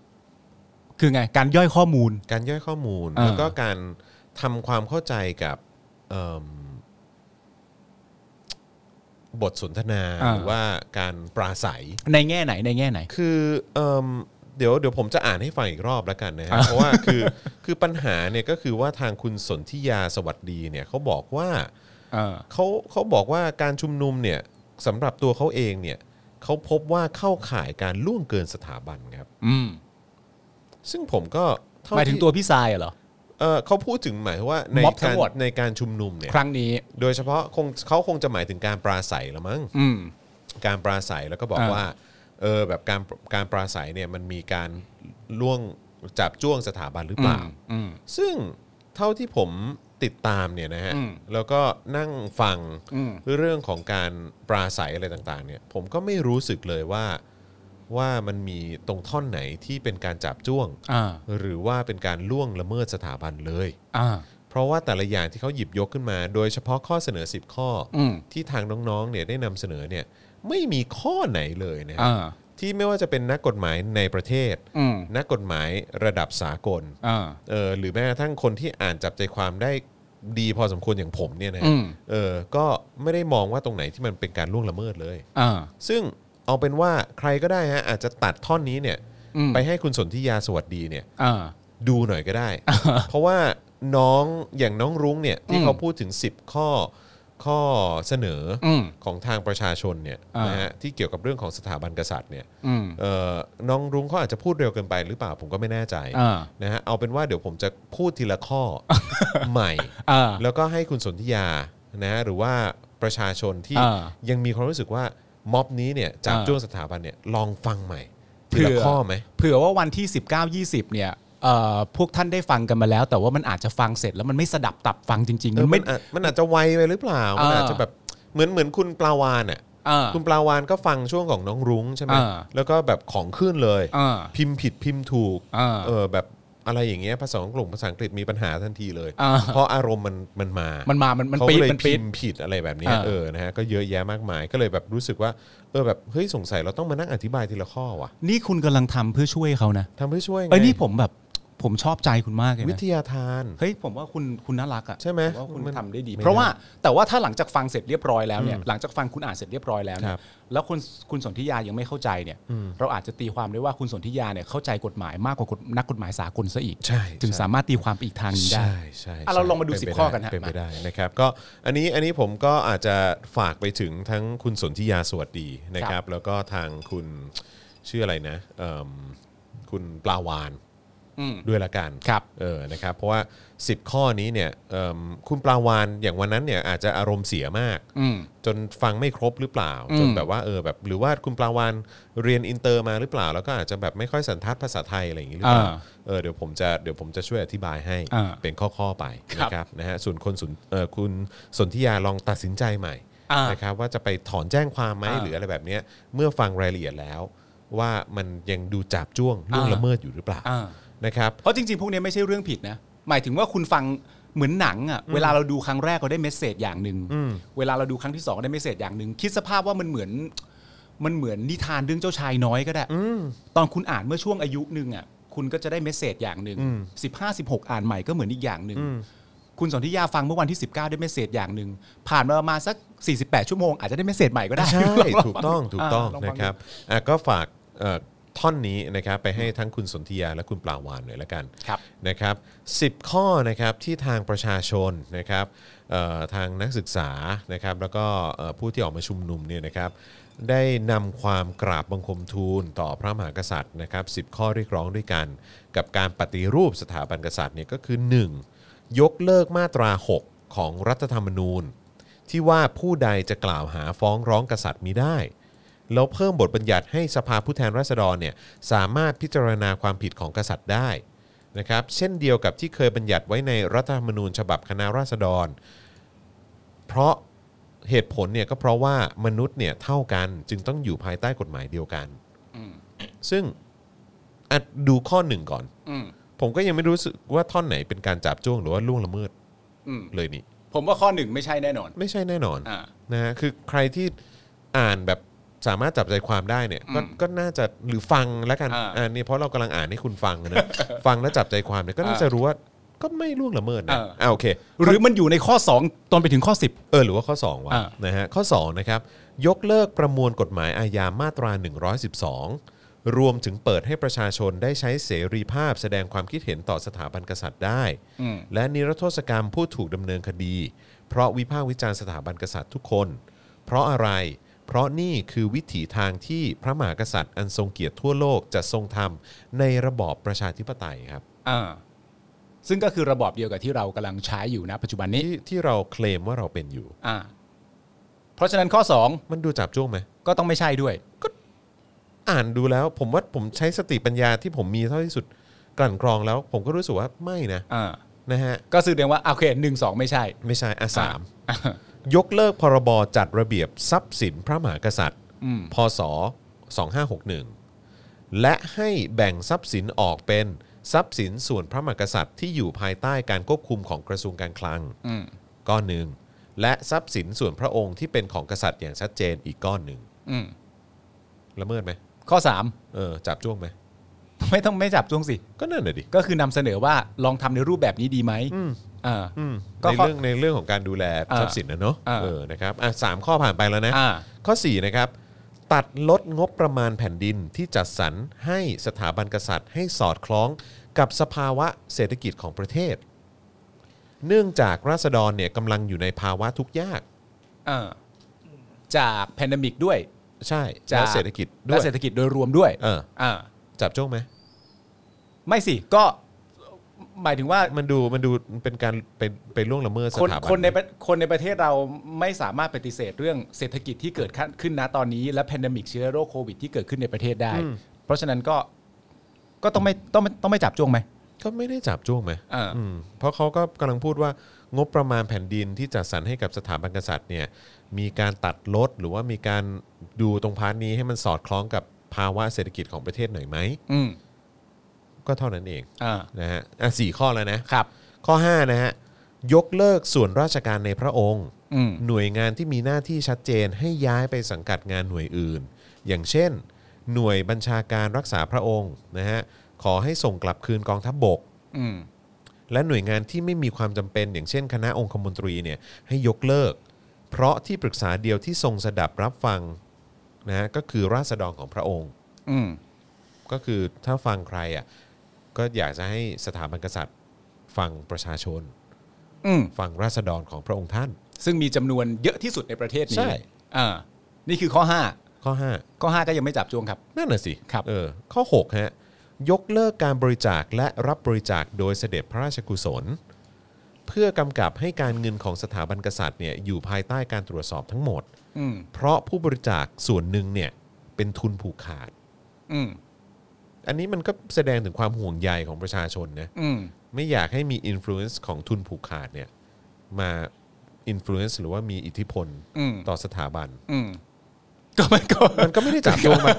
[SPEAKER 3] คือไงการย่อยข้อมูล
[SPEAKER 2] การย่อยข้อมูล
[SPEAKER 3] อ่า
[SPEAKER 2] แล้วก็การทำความเข้าใจกับเอิ่มบทสนทนาหรือว่าการปราศัย
[SPEAKER 3] ในแง่ไหนในแง่ไหน
[SPEAKER 2] คือเอิ่มเดี๋ยวเดี๋ยวผมจะอ่านให้ฟังอีกรอบแล้วกันนะฮะเพราะว่าคือคือปัญหาเนี่ยก็คือว่าทางคุณสนธิยาสวัสดีเนี่ยเขาบอกว่า
[SPEAKER 3] เออ
[SPEAKER 2] เขาเขาบอกว่าการชุมนุมเนี่ยสำหรับตัวเขาเองเนี่ยเขาพบว่าเข้าข่ายการล่วงเกินสถาบันครับ
[SPEAKER 3] อืม
[SPEAKER 2] ซึ่งผมก็เท่
[SPEAKER 3] หมายถึง
[SPEAKER 2] ที่
[SPEAKER 3] ตัวพี่ทรายเหรอ
[SPEAKER 2] เอ่อเขาพูดถึงหมายว่าใน
[SPEAKER 3] ม็อบทั้
[SPEAKER 2] การ
[SPEAKER 3] งหมด
[SPEAKER 2] ในการชุมนุมเนี่ย
[SPEAKER 3] ครั้งนี้
[SPEAKER 2] โดยเฉพาะคงเขาคงจะหมายถึงการปราศัยละมั้ง
[SPEAKER 3] อืม
[SPEAKER 2] การปราศัยแล้วก็บอก
[SPEAKER 3] อ่า
[SPEAKER 2] ว่าเออแบบการการปราศัยเนี่ยมันมีการล่วงจับจ้วงสถาบันหรือเปล่า
[SPEAKER 3] อืม
[SPEAKER 2] ซึ่งเท่าที่ผมติดตามเนี่ยนะฮะ
[SPEAKER 3] อืม
[SPEAKER 2] แล้วก็นั่งฟัง
[SPEAKER 3] อืม
[SPEAKER 2] เรื่องของการปราศัยอะไรต่างๆเนี่ยผมก็ไม่รู้สึกเลยว่าว่ามันมีตรงท่อนไหนที่เป็นการจับจ้วง
[SPEAKER 3] อ่า
[SPEAKER 2] หรือว่าเป็นการล่วงละเมิดสถาบันเลย
[SPEAKER 3] อ่า
[SPEAKER 2] เพราะว่าแต่ละอย่างที่เขาหยิบยกขึ้นมา โดยเฉพาะข้อเสนอ 10 ข้ออ
[SPEAKER 3] ม
[SPEAKER 2] ที่ทางน้องๆเนี่ยได้นำเสนอเนี่ยไม่มีข้อไหนเลยนะฮะ
[SPEAKER 3] อ่า
[SPEAKER 2] ที่ไม่ว่าจะเป็นนักกฎหมายในประเทศ
[SPEAKER 3] อืม
[SPEAKER 2] นักกฎหมายระดับสากล
[SPEAKER 3] อ่า
[SPEAKER 2] เออหรือแม้กระทั่งคนที่อ่านจับใจความได้ดีพอสมควรอย่างผมเนี่ยนะ
[SPEAKER 3] อื
[SPEAKER 2] ฮะ
[SPEAKER 3] ม
[SPEAKER 2] เออก็ไม่ได้มองว่าตรงไหนที่มันเป็นการล่วงละเมิดเลย
[SPEAKER 3] อ่า
[SPEAKER 2] ซึ่งเอาเป็นว่าใครก็ได้ฮะอาจจะตัดท่อนนี้เนี่ย
[SPEAKER 3] อืม
[SPEAKER 2] ไปให้คุณสนธิยาสวัสดีเนี่ย
[SPEAKER 3] อ่า
[SPEAKER 2] ดูหน่อยก็ได้ เพราะว่าน้องอย่างน้องรุ้งเนี่ยที่
[SPEAKER 3] อืม
[SPEAKER 2] เขาพูดถึง 10 ข้อข้อเสนออ
[SPEAKER 3] ม
[SPEAKER 2] ของทางประชาชนเนี่ย
[SPEAKER 3] อ่าน
[SPEAKER 2] นะฮะที่เกี่ยวกับเรื่องของสถาบันกษัตริย์เนี่ย
[SPEAKER 3] อืม
[SPEAKER 2] เอ่อน้องรุ้งเขาอาจจะพูดเร็วเกินไปหรือเปล่าผมก็ไม่แน่ใจ
[SPEAKER 3] อ่าน
[SPEAKER 2] นะฮะเอาเป็นว่าเดี๋ยวผมจะพูดทีละ ข้อ ใหม่
[SPEAKER 3] อ่า
[SPEAKER 2] แล้วก็ให้คุณสนธิยานะฮะหรือว่าประชาชนที่
[SPEAKER 3] อ่า
[SPEAKER 2] ยังมีความรู้สึกว่าม็อบนี้เนี่ยจับ
[SPEAKER 3] อ่า
[SPEAKER 2] จ้วงสถาบันเนี่ยลองฟังใหม่ที
[SPEAKER 3] เผื่
[SPEAKER 2] ละ
[SPEAKER 3] อ
[SPEAKER 2] ข้อไหม
[SPEAKER 3] เผื่อว่าวันที่ 19 20 เนี่ยเอ่อพวกท่านได้ฟังกันมาแล้ว แต่ว่ามันอาจจะฟังเสร็จแล้วมันไม่สดับตับฟังจริงๆ
[SPEAKER 2] เอ
[SPEAKER 3] มั
[SPEAKER 2] อนมั
[SPEAKER 3] ไม่
[SPEAKER 2] นอาจมันอาจจะไวไปหรือเปล่า
[SPEAKER 3] เออ
[SPEAKER 2] มันอาจจะแบบเหมือนเหมือนคุณปลาวานอ่ะ
[SPEAKER 3] อ่า
[SPEAKER 2] คุณปลาวานก็ฟังช่วงของน้องรุ้งใช่ไหม
[SPEAKER 3] เออ
[SPEAKER 2] แล้วก็แบบของขึ้นเลย
[SPEAKER 3] อ่า
[SPEAKER 2] พิมพ์ผิดพิมพ์ถูก
[SPEAKER 3] เออ
[SPEAKER 2] เออแบบอะไรอย่างเงี้ยภาษาของกลุ่มภาษาอังกฤษมีปัญหาทันทีเลย
[SPEAKER 3] เออ
[SPEAKER 2] เพราะอารมณ์มันมันมามั
[SPEAKER 3] มันมา มันมัน
[SPEAKER 2] เขา
[SPEAKER 3] ปีด
[SPEAKER 2] ก็เลย
[SPEAKER 3] มัน
[SPEAKER 2] พิ
[SPEAKER 3] ปีด
[SPEAKER 2] มพ์ผิดอะไรแบบเนี้ย
[SPEAKER 3] เออ
[SPEAKER 2] เออนะฮะก็เยอะแยะมากมายก็เลยแบบรู้สึกว่าเออแบบเฮ้ยสงสัยเราต้องมานั่งอธิบายทีละข้อว่ะ
[SPEAKER 3] นี่คุณกำลังทำเพื่อช่วยเขานะ
[SPEAKER 2] ทำเพื่อช่วยไง
[SPEAKER 3] เอ้ย นี่ผมแบบ ผมชอบใจคุณมากเลย
[SPEAKER 2] วิ
[SPEAKER 3] นะ
[SPEAKER 2] ทยาทาน
[SPEAKER 3] เฮ้ย ผมว่าคุณคุณน่ารักอะ
[SPEAKER 2] ใช่ไหม
[SPEAKER 3] ผว่าคุณ
[SPEAKER 2] มัน
[SPEAKER 3] ทำได้ดี
[SPEAKER 2] ไม่
[SPEAKER 3] เพราะว่าแต่ว่าถ้าหลังจากฟังเสร็จเรียบร้อยแล้วเนี่ยหลังจากฟังคุณอ่านเสร็จเรียบร้อยแล้วเนี่
[SPEAKER 2] ครั
[SPEAKER 3] ย
[SPEAKER 2] บ
[SPEAKER 3] แล้วคุณคุณสนธิยายังไม่เข้าใจเนี่ยเราอาจจะตีความได้ว่าคุณสนธิยาเนี่ยเข้าใจกฎหมายมากกว่ากฎนักกฎหมายสากลซะอีก
[SPEAKER 2] ใช่
[SPEAKER 3] ถึง
[SPEAKER 2] ใช่
[SPEAKER 3] สามารถตีความไปอีกทางหนึงได้
[SPEAKER 2] ใช่ใช่
[SPEAKER 3] อ่ะเราลองมาดู
[SPEAKER 2] ป็ไป
[SPEAKER 3] 10ข้อกันฮะ
[SPEAKER 2] เป็นไป
[SPEAKER 3] มา
[SPEAKER 2] ได้นะครับก็อันนี้อันนี้ผมก็อาจจะฝากไปถึงทั้งคุณสนธิยาสวัสดีนะครับ แล้วก็ทางคุณ ชื่ออะไรนะเอิ่มคุณปลาวาน
[SPEAKER 3] อืม
[SPEAKER 2] ด้วยละกัน
[SPEAKER 3] ครับ
[SPEAKER 2] เออนะครับ เพราะว่า 10 ข้อนี้เนี่ยเอิ่มคุณปลาวานอย่างวันนั้นเนี่ยอาจจะอารมณ์เสียมาก
[SPEAKER 3] อืม
[SPEAKER 2] จนฟังไม่ครบหรือเปล่า
[SPEAKER 3] อืม
[SPEAKER 2] จนแบบว่าเออแบบหรือว่าคุณปลาวานเรียนอินเตอร์มาหรือเปล่า แล้วก็อาจจะแบบไม่ค่อยสันทัดภาษาไทยอะไรอย่างนี้หรือเปล่า
[SPEAKER 3] อ่า
[SPEAKER 2] เออเดี๋ยวผมจะเดี๋ยวผมจะช่วยอธิบายให้
[SPEAKER 3] อ่า
[SPEAKER 2] เป็นข้อๆไป
[SPEAKER 3] ครับ
[SPEAKER 2] นะครับนะฮะส่วนคนสนเออคุณสนธิยาลองตัดสินใจใหม่
[SPEAKER 3] อ่าน
[SPEAKER 2] นะครับว่าจะไปถอนแจ้งความไหม
[SPEAKER 3] อ่า
[SPEAKER 2] หรืออะไรแบบเนี้ยเมื่อฟังรายละเอียดแล้ว ว่ามันยังดูจับจ้วงล่วง
[SPEAKER 3] อ่า
[SPEAKER 2] ละเมิดอยู่หรือเปล่า
[SPEAKER 3] อ่า
[SPEAKER 2] นะครับ
[SPEAKER 3] เพราะจริงๆ พวกนี้ไม่ใช่เรื่องผิดนะ หมายถึงว่าคุณฟังเหมือนหนังอะ่ะ เวลาเราดูครั้งแรกเราได้เมสเซจอย่างหนึ่ง เวลาเราดูครั้งที่สองได้เมสเซจอย่างหนึ่ง คิดสภาพว่ามันเหมือน มันเหมือนนิทานเรื่องเจ้าชายน้อยก็ได้ ตอนคุณอ่านเมื่อช่วงอายุหนึ่งอะ่ะ คุณก็จะได้เมสเซจอย่างหนึ่งสิบห้าสิบหกอ่านใหม่ก็เหมือนอีกอย่างหนึ่ง คุณสนธิยาฟังเมื่อวันที่ 19 ได้เมสเซจอย่างหนึ่ง ผ่านมาประมาณสัก 48 ชั่วโมงอาจจะได้เม สเซจใหม่ก็ได้
[SPEAKER 2] ใช่
[SPEAKER 3] ลฟั
[SPEAKER 2] ถูกต้องถูกต้อง
[SPEAKER 3] าลฟั
[SPEAKER 2] นะครับอ่ะก็ฝากเอ่อท่อนนี้นะครับไปให้ทั้งคุณสนธิยาและคุณปลาวานหน่อยละกัน
[SPEAKER 3] ครับ
[SPEAKER 2] นะครับ10 ข้อนะครับที่ทางประชาชนนะครับเอ่อทางนักศึกษานะครับแล้วก็เอ่อผู้ที่ออกมาชุมนุมเนี่ยนะครับได้นำความกราบบังคมทูลต่อพระมหากษัตริย์นะครับ10 ข้อเรียกร้องด้วยกัน กับการปฏิรูปสถาบันกษัตริย์เนี่ยก็คือ 1. ยกเลิกมาตรา 6 ของรัฐธรรมนูญ ที่ว่าผู้ใดจะกล่าวหาฟ้องร้องกษัตริย์มิได้ แล้วเพิ่มบทบัญญัติให้สภาผู้แทนราษฎรเนี่ยสามารถพิจารณาความผิดของกษัตริย์ได้นะครับเช่นเดียวกับที่เคยบัญญัติไว้ในรัฐธรรมนูญฉบับคณะราษฎร เพราะเหตุผลเนี่ยก็เพราะว่ามนุษย์เนี่ยเท่ากันจึงต้องอยู่ภายใต้กฎหมายเดียวกันซึ่งอ่ะดูข้อหนึ่งก่อน
[SPEAKER 3] อืม
[SPEAKER 2] ผมก็ยังไม่รู้สึกว่าท่อนไหนเป็นการจับจ้วงหรือว่าล่วงละเมิด
[SPEAKER 3] อืม
[SPEAKER 2] เลยนี่
[SPEAKER 3] ผมว่าข้อหนึ่งไม่ใช่แน่นอน
[SPEAKER 2] ไม่ใช่แน่นอน
[SPEAKER 3] อ่า
[SPEAKER 2] นะฮะคือใครที่อ่านแบบสามารถจับใจความได้เนี่ยก็
[SPEAKER 3] อืม
[SPEAKER 2] ก็น่าจะหรือฟังแล้วกัน
[SPEAKER 3] อ่า
[SPEAKER 2] อ่านี่เพราะเรากำลังอ่านให้คุณฟังนะ ฟังแล้วจับใจความเนี่ยก็น่าจะรู้ว่าก็ไม่ล่วงละเมิดนะ
[SPEAKER 3] เอออ่
[SPEAKER 2] อ่าโอเค
[SPEAKER 3] หรือมันอยู่ในข้อ 2 ตอนไปถึงข้อ 10
[SPEAKER 2] เออหรือว่าข้อ2ว่ะ
[SPEAKER 3] อ่า
[SPEAKER 2] นะฮะข้อ2นะครับยกเลิกประมวลกฎหมายอาญามาตรา 112 รวมถึงเปิดให้ประชาชนได้ใช้เสรีภาพแสดงความคิดเห็นต่อสถาบันกษัตริย์ได้ และนิรโทษกรรมผู้ถูกดำเนินคดี เพราะวิพากษ์วิจารณ์สถาบันกษัตริย์ทุกคน เพราะอะไร เพราะนี่คือวิถีทางที่พระมหากษัตริย์อันทรงเกียรติทั่วโลกจะทรงทำในระบอบประชาธิปไตยครับ
[SPEAKER 3] อ่าซึ่งก็คือระบอบเดียวกับที่เรากำลังใช้อยู่นะปัจจุบันนี้
[SPEAKER 2] ที่ที่เราเคลมว่าเราเป็นอยู่
[SPEAKER 3] อ่าเพราะฉะนั้นข้อ
[SPEAKER 2] มันดูจับจ้วงไหม
[SPEAKER 3] 2 ก็ต้องไม่ใช่ด้วย
[SPEAKER 2] อ่านดูแล้วผมว่าผมใช้สติปัญญาที่ผมมีเท่าที่สุดกลั่นกรองแล้ว ผมก็รู้สึกว่าไม่นะ
[SPEAKER 3] อ่า
[SPEAKER 2] นะฮะ
[SPEAKER 3] ก็สื่อเดียว่าโอเคหนึ่งสองไม่ใช่
[SPEAKER 2] ไม่ใช่อ่ะสาม
[SPEAKER 3] อ่ะ
[SPEAKER 2] ยกเลิกพรบจัดระเบียบทรัพย์สินพระมหากษัตริย์
[SPEAKER 3] อืม
[SPEAKER 2] พศ 2561 และให้แบ่งทรัพย์สินออกเป็นทรัพย์สินส่วนพระมหากษัตริย์ที่อยู่ภายใต้การควบคุมของกระทรวงการคลัง
[SPEAKER 3] อืม
[SPEAKER 2] ก้อนหนึ่งและทรัพย์สินส่วนพระองค์ที่เป็นของกษัตริย์อย่างชัดเจนอีกก้อนหนึ่ง
[SPEAKER 3] อืม
[SPEAKER 2] ละเมิดไหม
[SPEAKER 3] ข้อ 3
[SPEAKER 2] เออจับจ้วงไหม
[SPEAKER 3] ไม่ต้องไม่จับจ้วงสิ
[SPEAKER 2] ก็นั่นแหละดิ
[SPEAKER 3] ก็คือนำเสนอว่าลองทำในรูปแบบนี้ดีไหม
[SPEAKER 2] อืม
[SPEAKER 3] อ่า ก็
[SPEAKER 2] ใน
[SPEAKER 3] ข้อ
[SPEAKER 2] เรื่องในเรื่องของการดูแล
[SPEAKER 3] อ่า
[SPEAKER 2] ทรัพย์สินนะเนาะ
[SPEAKER 3] อ่า
[SPEAKER 2] เออนะครับอ่ะสามข้อผ่านไปแล้วนะ
[SPEAKER 3] อ่า
[SPEAKER 2] ข้อ 4 นะครับ ตัดลดงบประมาณแผ่นดินที่จัดสรรให้สถาบันกษัตริย์ ให้สอดคล้องกับสภาวะเศรษฐกิจของประเทศ เนื่องจากราษฎรเนี่ยกำลังอยู่ในภาวะทุกข์ยาก
[SPEAKER 3] อ่า จากแพนดมิกด้วย
[SPEAKER 2] ใช่
[SPEAKER 3] จาก
[SPEAKER 2] และเศรษฐกิจด้ว
[SPEAKER 3] และ
[SPEAKER 2] ย
[SPEAKER 3] เศรษฐกิจโดยรวมด้วย
[SPEAKER 2] เออ
[SPEAKER 3] อ่า
[SPEAKER 2] จับจ้องไหม
[SPEAKER 3] ไม่สิก็หมายถึงว่า
[SPEAKER 2] มันดูมันดูเป็นการเป็นเป็นล่วงละเมิดส
[SPEAKER 3] คน
[SPEAKER 2] ถาบัน
[SPEAKER 3] คนในประคนในประเทศเราไม่สามารถปฏิเสธเรื่องเศรษฐกิจที่เกิดขึ้นนะตอนนี้ และแพนดมิกเชื้อโรคโควิดที่เกิดขึ้นในประเทศได้ เพราะฉะนั้นก็ก็ต้องไม่ต้องไม่ต้องไม่จับจ้วงไหม
[SPEAKER 2] ก็ไม่ได้จับจ้วงไหม
[SPEAKER 3] อ่า
[SPEAKER 2] อืมเพราะเขาก็กำลังพูดว่างบประมาณแผ่นดินที่จัดสรรให้กับสถาบันกษัตริย์เนี่ยมีการตัดลดหรือว่ามีการดูตรงพาร์ทนี้ให้มันสอดคล้องกับภาวะเศรษฐกิจของประเทศหน่อยไหม
[SPEAKER 3] อืม
[SPEAKER 2] ก็เท่านั้นเอง
[SPEAKER 3] อ่า
[SPEAKER 2] นะฮะอ่ะสี่ข้อแล้วนะครับ ข้อ 5 นะฮะ ยกเลิกส่วนราชการในพระองค์
[SPEAKER 3] อืม
[SPEAKER 2] หน่วยงานที่มีหน้าที่ชัดเจนให้ย้ายไปสังกัดงานหน่วยอื่น อย่างเช่น หน่วยบัญชาการรักษาพระองค์นะฮะขอให้ส่งกลับคืนกองทัพบบก
[SPEAKER 3] อืม
[SPEAKER 2] และหน่วยงานที่ไม่มีความจำเป็น อย่างเช่น คณะองคมนตรีเนี่ยให้ยกเลิก เพราะที่ปรึกษาเดียวที่ทรงสดับรับฟังนะฮะก็คือราษฎรของพระองค์
[SPEAKER 3] อืม
[SPEAKER 2] ก็คือถ้าฟังใครอ่ะก็อยากจะให้สถาบันกษัตริย์ ฟังประชาชน
[SPEAKER 3] อืม
[SPEAKER 2] ฟังราษฎรของพระองค์ท่าน
[SPEAKER 3] ซึ่งมีจำนวนเยอะที่สุดในประเทศนี้
[SPEAKER 2] ใช่
[SPEAKER 3] อ่านี่คือข้อห้า
[SPEAKER 2] ข้อ
[SPEAKER 3] ก็ห้าก็ยังไม่จับจ้วงครับ
[SPEAKER 2] 5 นั่นน่ะสิ
[SPEAKER 3] ครับ
[SPEAKER 2] เออข้อ 6 ฮะ ยกเลิกการบริจาคและรับบริจาคโดยเสด็จพระราชกุศล เพื่อกำกับให้การเงินของสถาบันกษัตริย์เนี่ยอยู่ภายใต้การตรวจสอบทั้งหมด
[SPEAKER 3] อืม
[SPEAKER 2] เพราะผู้บริจาคส่วนหนึ่งเนี่ยเป็นทุนผูกขาด
[SPEAKER 3] อืม
[SPEAKER 2] อันนี้มันก็แสดงถึงความห่วงใยของประชาชนนะ
[SPEAKER 3] อืม
[SPEAKER 2] ไม่อยากให้มีอิ f ฟ u e n c e ของทุนผูกขาดเนี่ยมาอิ f ฟ u e n c e หรือว่ามีอิทธิพล
[SPEAKER 3] อืม
[SPEAKER 2] ต่อสถาบัน
[SPEAKER 3] อืมก็ มันก็
[SPEAKER 2] มันก็ไม่ได้จับจ้วงมัน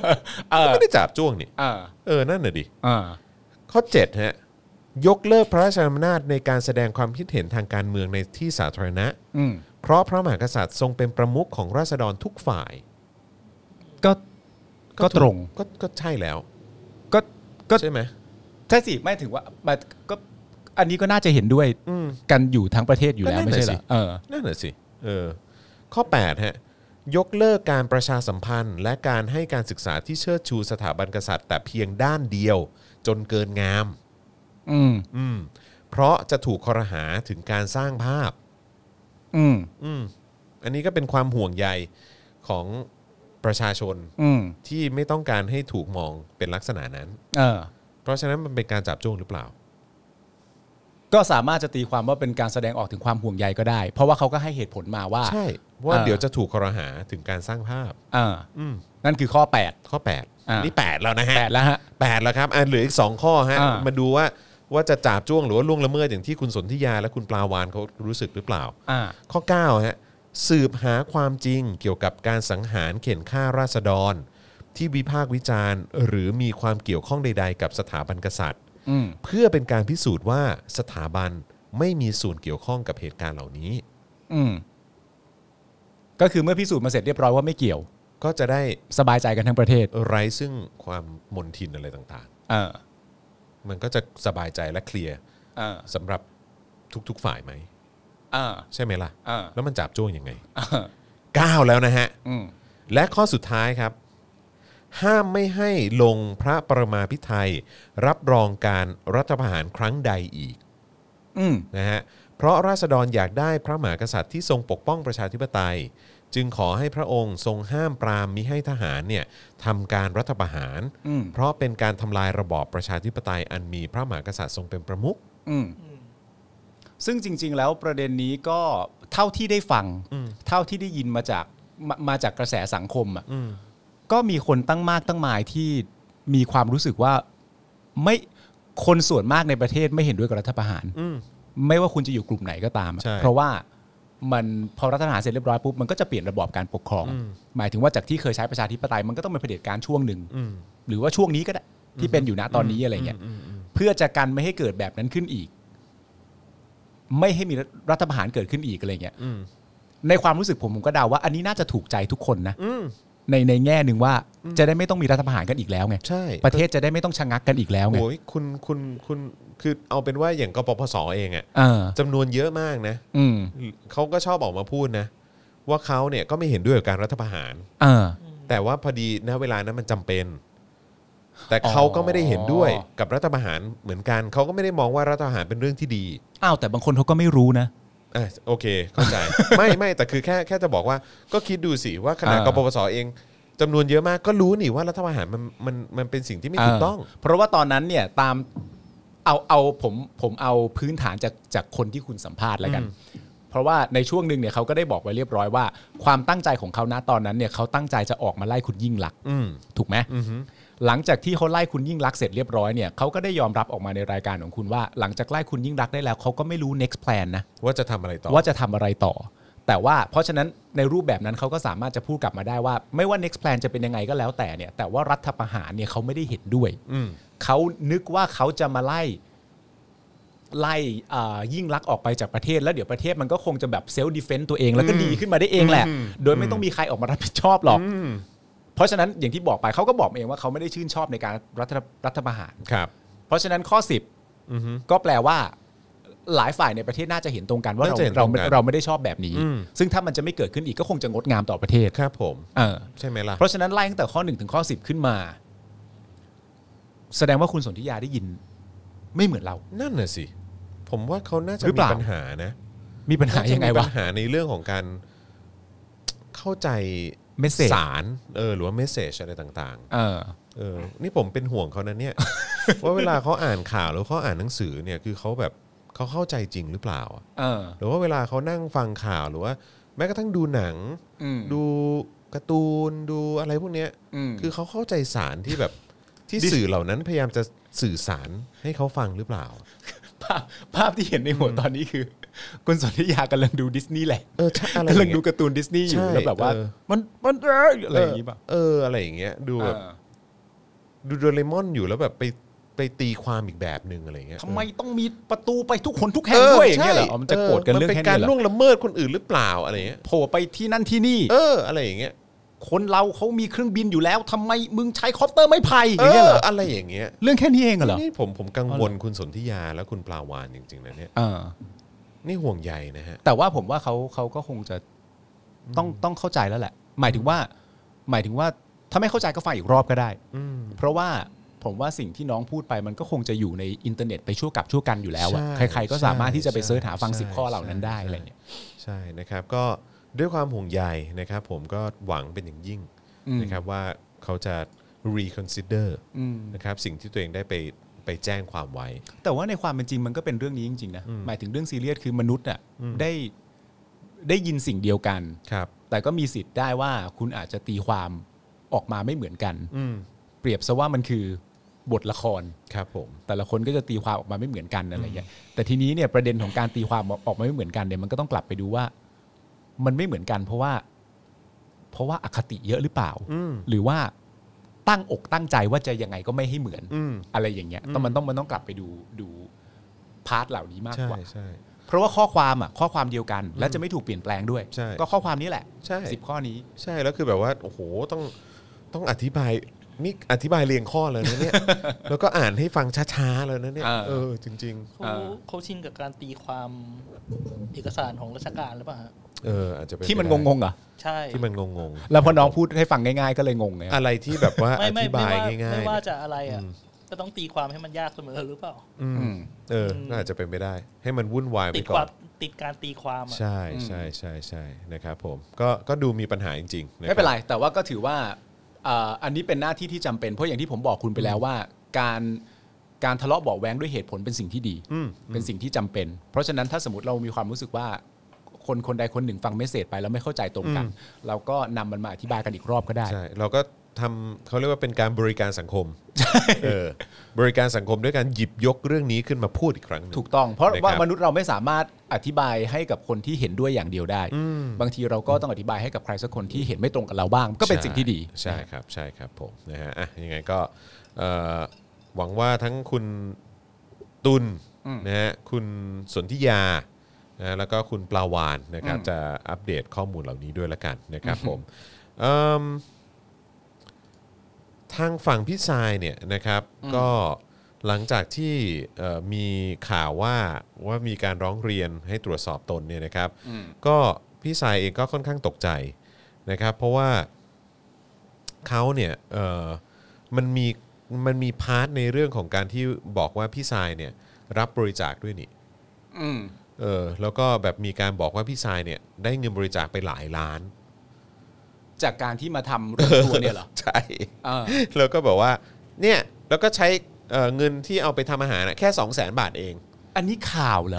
[SPEAKER 3] เอ
[SPEAKER 2] ก็
[SPEAKER 3] อ
[SPEAKER 2] ไม่ได้จับจ้วงนี่
[SPEAKER 3] เออ
[SPEAKER 2] เออ นั่นน่ะดิ
[SPEAKER 3] เออ
[SPEAKER 2] ข้อ 7 ฮะ ยกเลิกพระราชอำนาจในการแสดงความคิดเห็นทางการเมืองในที่สาธารณะ
[SPEAKER 3] อืม
[SPEAKER 2] เพราะพระมหากษัตริย์ทรงเป็นประมุขของราษฎรทุกฝ่าย
[SPEAKER 3] ก็ก็ตรง
[SPEAKER 2] ก็ก็ใช่แล้ว
[SPEAKER 3] ก็ก็
[SPEAKER 2] ใช่ไหม
[SPEAKER 3] ใช่สิไม่ถึงว่ามันก็อันนี้ก็น่าจะเห็นด้วย
[SPEAKER 2] อืม
[SPEAKER 3] กันอยู่ทั้งประเทศอยู่แล้ว
[SPEAKER 2] ก็นั่
[SPEAKER 3] ไม่
[SPEAKER 2] นน่ะ
[SPEAKER 3] ใช่เหร
[SPEAKER 2] สิ
[SPEAKER 3] อเออ
[SPEAKER 2] นั่นแหะสิเออข้อ 8 ฮะ ยกเลิกการประชาสัมพันธ์ และการให้การศึกษาที่เชิดชูสถาบันกษัตริย์ แต่เพียงด้านเดียว จนเกินงาม
[SPEAKER 3] อืม
[SPEAKER 2] อืม เพราะจะถูกคอรหาถึงการสร้างภาพ
[SPEAKER 3] อืม
[SPEAKER 2] อืม อันนี้ก็เป็นความห่วงใยของประชาชน
[SPEAKER 3] อืม
[SPEAKER 2] ที่ไม่ต้องการให้ถูกมองเป็นลักษณะนั้น
[SPEAKER 3] เออ
[SPEAKER 2] เพราะฉะนั้นมันเป็นการจับจ้วงหรือเปล่า
[SPEAKER 3] ก็สามารถจะตีความว่าเป็นการแสดงออกถึงความห่วงใยก็ได้ เพราะว่าเขาก็ให้เหตุผลมาว่า
[SPEAKER 2] ใช่ ว่า
[SPEAKER 3] อ่า
[SPEAKER 2] เดี๋ยวจะถูกคอรหาถึงการสร้างภาพ
[SPEAKER 3] เออ
[SPEAKER 2] อืม
[SPEAKER 3] นั่นคือข้อ 8
[SPEAKER 2] ข้อ
[SPEAKER 3] อ่า
[SPEAKER 2] 8
[SPEAKER 3] นี่
[SPEAKER 2] นี่ 8 แล้วนะฮะ
[SPEAKER 3] แปดแล้วฮะ
[SPEAKER 2] แปดแล้วครับอันเหลืออีกสองข้อฮะ
[SPEAKER 3] อ่าม
[SPEAKER 2] มาดูว่าว่าจะจาบจ้วงหรือว่าล่วงละเมิดอย่างที่คุณสนธิยาและคุณปลาวานเขารู้สึกหรือเปล่า
[SPEAKER 3] อ่า
[SPEAKER 2] ข้อ9ฮะสืบหาความจริงเกี่ยวกับการสังหารเข็นฆ่าราษฎร ที่วิพากษ์วิจารณ์ หรือมีความเกี่ยวข้องใด ๆ กับสถาบันกษัตริย์
[SPEAKER 3] อืม
[SPEAKER 2] เพื่อเป็นการพิสูจน์ว่าสถาบันไม่มีส่วนเกี่ยวข้องกับเหตุการณ์เหล่านี้
[SPEAKER 3] อืม ก็คือเมื่อพิสูจน์มาเสร็จเรียบร้อยว่าไม่เกี่ยว
[SPEAKER 2] ก็จะได้
[SPEAKER 3] สบายใจกันทั้งประเทศ
[SPEAKER 2] ไร้ซึ่งความมนทินอะไรต่าง
[SPEAKER 3] เออ
[SPEAKER 2] ๆ มันก็จะสบายใจและเคลียร์
[SPEAKER 3] เออ
[SPEAKER 2] สำหรับทุกๆฝ่ายไหม
[SPEAKER 3] เออ
[SPEAKER 2] ใช่ไหมล่ะ
[SPEAKER 3] เออ
[SPEAKER 2] แล้วมันจับจ้วงยังไง
[SPEAKER 3] เออ
[SPEAKER 2] 9แล้วนะฮะ
[SPEAKER 3] อืม
[SPEAKER 2] และข้อสุดท้ายครับ ห้ามไม่ให้ลงพระประมาพิไทยรับรองการรัฐประหารครั้งใดอีก
[SPEAKER 3] อืม
[SPEAKER 2] นะฮะ เพราะราษฎรอยากได้พระมหากษัตริย์ที่ทรงปกป้องประชาธิปไตย จึงขอให้พระองค์ทรงห้ามปรามมิให้ทหารเนี่ยทำการรัฐประหาร
[SPEAKER 3] อืม
[SPEAKER 2] เพราะเป็นการทำลายระบอบประชาธิปไตยอันมีพระมหากษัตริย์ทรงเป็นประมุข
[SPEAKER 3] อืม ซึ่งจริง ๆ แล้วประเด็นนี้ก็เท่าที่ได้ฟัง เท่าที่ได้ยินมาจากมามาจากกระแสสังคมอ่ะก็มีคนตั้งมากตั้งมายที่มีความรู้สึกว่าไม่คนส่วนมากในประเทศไม่เห็นด้วยกับรัฐประหาร ไม่ว่าคุณจะอยู่กลุ่มไหนก็ตามอะ
[SPEAKER 2] ใช่
[SPEAKER 3] เพราะว่ามันพอรัฐประหารเสร็จเรียบร้อยปุ๊บมันก็จะเปลี่ยนระบอบการปกครอง หมายถึงว่าจากที่เคยใช้ประชาธิปไตยมันก็ต้องเป็นเผด็จการช่วงหนึ่ง
[SPEAKER 2] อืม
[SPEAKER 3] หรือว่าช่วงนี้ก็ได้ที่เป็นอยู่นะตอนนี้อะไรเงี้ยเพื่อจะกันไม่ให้เกิดแบบนั้นขึ้นอีก ไม่ให้มีรัฐประหารเกิดขึ้นอีกอะไรเงี้ย
[SPEAKER 2] อืม
[SPEAKER 3] ในความรู้สึกผมผมก็เดาว่า อันนี้น่าจะถูกใจทุกคนนะ
[SPEAKER 2] อืม
[SPEAKER 3] ในในแง่หนึ่งว่าจะได้ไม่ต้องมีรัฐประหารกันอีกแล้วไง
[SPEAKER 2] ใช่
[SPEAKER 3] ประเทศจะได้ไม่ต้องชะงักกันอีกแล้วไง
[SPEAKER 2] โอ้ยคุณคุณคุณคือเอาเป็นว่าอย่างกปปสเองอะ
[SPEAKER 3] เออ
[SPEAKER 2] จำนวนเยอะมากนะ
[SPEAKER 3] อืม
[SPEAKER 2] เขาก็ชอบออกมาพูดนะ ว่าเขาเนี่ยก็ไม่เห็นด้วยกับการรัฐประหาร
[SPEAKER 3] เออ
[SPEAKER 2] แต่ว่าพอดีณเวลานั้นมันจำเป็น แต่เขาก็ไม่ได้เห็นด้วยกับรัฐประหารเหมือนกันเขาก็ไม่ได้มองว่ารัฐประหารเป็นเรื่องที่ดี
[SPEAKER 3] อ้าวแต่บางคนเขาก็ไม่รู้นะ
[SPEAKER 2] อ่ะโอเค เข้าใจ ไม่ไม่แต่คือแค่แค่จะบอกว่าก็คิดดูสิว่าขนาด
[SPEAKER 3] อ่า
[SPEAKER 2] กปปสเองจำนวนเยอะมากก็รู้นี่ว่ารัฐประหารมันมันมันเป็นสิ่งที่ไม่ถูกต้อง
[SPEAKER 3] เเพราะว่าตอนนั้นเนี่ยตามเอาเอาผมผมเอาพื้นฐานจากจากคนที่คุณสัมภาษณ์แล้วกัน เพราะว่าในช่วงหนึ่งเนี่ยเขาก็ได้บอกไว้เรียบร้อยว่า ความตั้งใจของเขาณตอนนั้นเนี่ยเขาตั้งใจจะออกมาไล่คุณยิ่งลักษณ์
[SPEAKER 2] อืม
[SPEAKER 3] ถูกไหม
[SPEAKER 2] อือฮึ
[SPEAKER 3] หลังจากที่เขาไล่คุณยิ่งลักษณ์เสร็จเรียบร้อยเนี่ยเขาก็ได้ยอมรับออกมาในรายการของคุณว่า หลังจากไล่คุณยิ่งลักษณ์ได้แล้วเขาก็ไม่รู้ next plan นะ
[SPEAKER 2] ว่าจะทำอะไรต่อ
[SPEAKER 3] ว่าจะทำอะไรต่อ แต่ว่าเพราะฉะนั้นในรูปแบบนั้นเขาก็สามารถจะพูดกลับมาได้ว่า ไม่ว่า next plan จะเป็นยังไงก็แล้วแต่เนี่ยแต่ว่ารัฐประหารเนี่ยเขาไม่ได้เห็นด้วย
[SPEAKER 2] อืม
[SPEAKER 3] เขานึกว่าเขาจะมาไล่ไล่อ่ายิ่งลักษณ์ออกไปจากประเทศ แล้วเดี๋ยวประเทศมันก็คงจะแบบเซลล์ดิเฟนต์ตัวเองแล้วก็ดีขึ้นมาได้เองแหละ
[SPEAKER 2] อืม
[SPEAKER 3] โดยไม่ต้องมีใครออกมารับผิดชอบหรอก
[SPEAKER 2] อืม
[SPEAKER 3] เพราะฉะนั้นอย่างที่บอกไปเขาก็บอกเองว่าเขาไม่ได้ชื่นชอบในการรัฐรัฐประหาร
[SPEAKER 2] ครับ
[SPEAKER 3] เพราะฉะนั้นข้อ
[SPEAKER 2] อือฮึ
[SPEAKER 3] 10 ก็แปลว่า หลายฝ่ายในประเทศน่าจะเห็นตรงกันว่าเรา
[SPEAKER 2] น่าจะเห็นต
[SPEAKER 3] เรา
[SPEAKER 2] รงกัน
[SPEAKER 3] เราไม่ได้ชอบแบบนี้
[SPEAKER 2] อืม
[SPEAKER 3] ซึ่งถ้ามันจะไม่เกิดขึ้นอีกก็คงจะงดงามต่อประเทศ
[SPEAKER 2] ครับผม
[SPEAKER 3] เออ
[SPEAKER 2] ใช่ไหมล่ะ
[SPEAKER 3] เพราะฉะนั้นไล่ตั้งแต่ข้อหนึ่งถึงข้อสิบขึ้นมา แสดงว่าคุณสนธิยาได้ยิน ไม่เหมือนเรา
[SPEAKER 2] นั่นน่ะสิ ผมว่าเขาน่าจะ
[SPEAKER 3] หรือ
[SPEAKER 2] มี
[SPEAKER 3] เปล่า
[SPEAKER 2] ปัญหานะ
[SPEAKER 3] มีปัญหา
[SPEAKER 2] น่าจะ
[SPEAKER 3] ยังไง
[SPEAKER 2] มีปั
[SPEAKER 3] วะ
[SPEAKER 2] ญหาในเรื่องของการเข้าใจ
[SPEAKER 3] เมสเซจ
[SPEAKER 2] สารเออหรือว่าเมสเซจอะไรต่าง
[SPEAKER 3] เออ
[SPEAKER 2] ๆเออนี่ผมเป็นห่วงเขานะเนี่ย ว่าเวลาเขาอ่านข่าวหรือเขาอ่านหนังสือเนี่ยคือเขาแบบเขาเข้าใจจริงหรือเปล่าอะ
[SPEAKER 3] เออ
[SPEAKER 2] หรือว่าเวลาเขานั่งฟังข่าวหรือว่า แม้กระทั่งดูหนัง
[SPEAKER 3] อืม
[SPEAKER 2] ดูการ์ตูนดูอะไรพวกเนี้ย
[SPEAKER 3] อืม
[SPEAKER 2] คือเขาเข้าใจสารที่แบบ ที่สื่อเหล่านั้นพยายามจะสื่อสารให้เขาฟังหรือเปล่า
[SPEAKER 3] ภาพภาพที่เห็นในหัวตอนนี้คือ คุณสนธิยากำลังดูดิสนีย์แหละ
[SPEAKER 2] เออใช่ อะไรอก
[SPEAKER 3] ำลั
[SPEAKER 2] ย่าง ง
[SPEAKER 3] ดู
[SPEAKER 2] เงี้ย
[SPEAKER 3] การ์ตูนดิสนีย์อยู่
[SPEAKER 2] ใช่
[SPEAKER 3] แล้วแบบว่า
[SPEAKER 2] เออ
[SPEAKER 3] มันมันเอ้ยอะไรอย่างงี้ป่ะ
[SPEAKER 2] เอออะไรอย่างเงี้ยดูแบบ
[SPEAKER 3] เออ
[SPEAKER 2] ดูโดเรมอนอยู่แล้วแบบไปไปตีความอีกแบบหนึ่งอะไรอย่างเงี้ย
[SPEAKER 3] ทำไมต้องมีประตูไปทุกคนทุกแห่งด้วยอย่างเงี้ยเหรอ
[SPEAKER 2] ใช่
[SPEAKER 3] อ๋อมันจะโกรธกันเรื่อง
[SPEAKER 2] มั
[SPEAKER 3] แค่
[SPEAKER 2] เป็นการ
[SPEAKER 3] นี้เหร
[SPEAKER 2] ล่ว
[SPEAKER 3] อง
[SPEAKER 2] ละเมิดคนอื่นหรือเปล่าอะไรอย่างเงี้ย
[SPEAKER 3] โผล่ไปที่นั่นที่นี่
[SPEAKER 2] เอออะไรอย่างเงี้ย
[SPEAKER 3] คนเราเขามีเครื่องบินอยู่แล้วทำไมมึงใช้คอปเตอร์ไม่ไผ่อ
[SPEAKER 2] เอย่าง
[SPEAKER 3] เงี้ยเหร
[SPEAKER 2] อ
[SPEAKER 3] อ
[SPEAKER 2] อะไรอย่างเงี้ย
[SPEAKER 3] เรื่องแค่นี้เองเหรอ
[SPEAKER 2] นี่ผมผมกังวลคุณสนธิยาและคุณปลาวานจริงๆนะเนี่ย
[SPEAKER 3] เออ
[SPEAKER 2] นี่ห่วงใยนะฮะ
[SPEAKER 3] แต่ว่าผมว่าเขาเขาก็คงจะต้องต้องเข้าใจแล้วแหละ หมายถึงว่า หมายถึงว่าถ้าไม่เข้าใจก็ฟังอีกรอบก็ได้
[SPEAKER 2] อืม
[SPEAKER 3] เพราะว่าผมว่าสิ่งที่น้องพูดไปมันก็คงจะอยู่ในอินเทอร์เน็ตไปชั่วกับชั่วกันอยู่แล้วอะ
[SPEAKER 2] ใช่
[SPEAKER 3] ใคร ๆ ก็สามารถที่จะไปเสิร์ชหาฟัง
[SPEAKER 2] ใช่
[SPEAKER 3] สิบข้อเหล่านั้นได้
[SPEAKER 2] ใช่
[SPEAKER 3] อะไรอย่างเงี้ย
[SPEAKER 2] ใช่นะครับก็ด้วยความห่วงใยนะครับ ผมก็หวังเป็นอย่างยิ่ง
[SPEAKER 3] อืม
[SPEAKER 2] นะครับว่าเขาจะ reconsider
[SPEAKER 3] อืม
[SPEAKER 2] นะครับสิ่งที่ตัวเองได้ไปไปแจ้งความไว้
[SPEAKER 3] แต่ว่าในความเป็นจริงมันก็เป็นเรื่องนี้จริง ๆ นะ
[SPEAKER 2] อืม
[SPEAKER 3] หมายถึงเรื่องซีเรียสคือมนุษย์อะ
[SPEAKER 2] อืม
[SPEAKER 3] ได้ได้ยินสิ่งเดียวกัน
[SPEAKER 2] ครับ
[SPEAKER 3] แต่ก็มีสิทธิ์ได้ว่าคุณอาจจะตีความออกมาไม่เหมือนกัน
[SPEAKER 2] อืม
[SPEAKER 3] เปรียบซะว่ามันคือบทละคร
[SPEAKER 2] ครับผม
[SPEAKER 3] แต่ละคนก็จะตีความออกมาไม่เหมือนกันอะไรเงี้ย แต่ทีนี้เนี่ยประเด็นของการตีความออกมาไม่เหมือนกันเนี่ยมันก็ต้องกลับไปดูว่า มันไม่เหมือนกันเพราะว่า เพราะว่าอคติเยอะหรือเปล่า
[SPEAKER 2] อืม
[SPEAKER 3] หรือว่าตั้งอกตั้งใจว่าจะยังไงก็ไม่ให้เหมือน
[SPEAKER 2] อืม
[SPEAKER 3] อะไรอย่างเงี้ย
[SPEAKER 2] อืม
[SPEAKER 3] ต้องมันต้องมันต้องกลับไปดูดูพาร์ทเหล่านี้มาก
[SPEAKER 2] ใช่
[SPEAKER 3] กว่า
[SPEAKER 2] ใช่
[SPEAKER 3] เพราะว่าข้อความอ่ะข้อความเดียวกัน และจะไม่ถูกเปลี่ยนแปลงด้วย
[SPEAKER 2] ใช่
[SPEAKER 3] ก็ข้อความนี้แหละ
[SPEAKER 2] ใช่
[SPEAKER 3] สิบข้อนี้
[SPEAKER 2] ใช่แล้วคือแบบว่าโอ้โหต้องต้องอธิบายนี่อธิบายเรียงข้อเลย นะเนี่ย แล้วก็อ่านให้ฟังช้าๆเลยนะเนี่ย
[SPEAKER 3] เออ
[SPEAKER 2] เออจริง
[SPEAKER 4] เขา
[SPEAKER 3] อ่า
[SPEAKER 4] เขาชินกับการตีความเอกสารของราชการหรือเปล่าฮะ
[SPEAKER 2] ๆ เอออาจจะเป็น
[SPEAKER 3] ที่มัน
[SPEAKER 2] ไปได้
[SPEAKER 3] งงๆเหรอ่ะ
[SPEAKER 4] ใช่
[SPEAKER 2] ที่มันงง
[SPEAKER 3] แล้วพอน้องพูดให้ฟังง่าย ๆ ก็เลยงงไง
[SPEAKER 2] ๆอะไรที่แบบว่าอ
[SPEAKER 4] ไม่ไม่
[SPEAKER 2] ธิ
[SPEAKER 4] ไม่
[SPEAKER 2] บาย
[SPEAKER 4] ว่า
[SPEAKER 2] ง่าย
[SPEAKER 4] ไม่
[SPEAKER 2] ๆ
[SPEAKER 4] ว่าจะอะไรอ่ะ
[SPEAKER 2] อืม
[SPEAKER 4] ก็ต้องตีความให้มันยากเสมอหรือเปล่า
[SPEAKER 2] อืม
[SPEAKER 3] อืม
[SPEAKER 2] เออ
[SPEAKER 4] อืม
[SPEAKER 2] น่าจะเป็นไปได้ ให้มันวุ่นวายไป
[SPEAKER 4] ติด
[SPEAKER 2] ก่
[SPEAKER 4] ควา
[SPEAKER 2] อ
[SPEAKER 4] ม
[SPEAKER 2] น
[SPEAKER 4] ติดการตีความอ่ะ
[SPEAKER 2] ใช่ใช่ใช่ใช่นะครับผม ก็ก็ดูมีปัญหาจริงๆะคบ
[SPEAKER 3] ไม่เป็นไร แต่ว่าก็ถือว่าเอ่ออันนี้เป็นหน้าที่ที่จำเป็น เพราะอย่างที่ผมบอกคุณไปแล้วว่า การการทะเลาะเบาะแว้งด้วยเหตุผลเป็นสิ่งที่ดี
[SPEAKER 2] อืม
[SPEAKER 3] เป็นสิ่งที่จำเป็น เพราะฉะนั้นถ้าสมมติเรามีความรู้สึกว่า คนคนใดคนหนึ่งฟังเมสเซจไปแล้วไม่เข้าใจตรงกัน เราก็นำมันมาอธิบายกันอีกรอบก็ได้
[SPEAKER 2] ใช่ เราก็ทำเขาเรียกว่าเป็นการบริการสังคมเออบริการสังคมด้วยการหยิบยกเรื่องนี้ขึ้นมาพูดอีกครั้งหนึ่ง
[SPEAKER 3] ถูกต้องเพราะ
[SPEAKER 2] นะครับ
[SPEAKER 3] ว่ามนุษย์เราไม่สามารถอธิบายให้กับคนที่เห็นด้วยอย่างเดียวได้
[SPEAKER 2] อืม
[SPEAKER 3] บางทีเราก็ต้องอธิบายให้กับใครสักคนที่เห็นไม่ตรงกับเราบ้าง ก็เป็นสิ่งที่ดี
[SPEAKER 2] ใช่ครับใช่ครับผมนะฮะอ่ะยังไงก็เอ่อหวังว่าทั้งคุณตุล
[SPEAKER 3] อืม
[SPEAKER 2] นะฮะคุณสนธิยานะแล้วก็คุณปลาวานนะครับ
[SPEAKER 3] อืม
[SPEAKER 2] จะอัปเดตข้อมูลเหล่านี้ด้วยละกันนะครับผมเอิ่มทางฝั่งพี่ทรายเนี่ยนะครับก็หลังจากที่เอ่อมีข่าวว่าว่ามีการร้องเรียนให้ตรวจสอบตนเนี่ยนะครับ ก็พี่สายเองก็ค่อนข้างตกใจนะครับ เพราะว่าเขาเนี่ยเออมันมีมันมีพาร์ทในเรื่องของการที่บอกว่าพี่สายเนี่ยรับบริจาคด้วยนี่
[SPEAKER 3] อืม
[SPEAKER 2] เออแล้วก็แบบมีการบอกว่าพี่สายเนี่ยได้เงินบริจาคไปหลายล้าน
[SPEAKER 3] จากการที่มาทำเรื่องตัวเนี่ ยเหรอ
[SPEAKER 2] ใช่
[SPEAKER 3] เออ
[SPEAKER 2] แล้วก็บอกว่าเนี่ยแล้วก็ใช้เอ่อเงินที่เอาไปทำอาหารน่ะแค่2 0 0 0 0 0 บาทเอง
[SPEAKER 3] อันนี้ข่าวเหรอ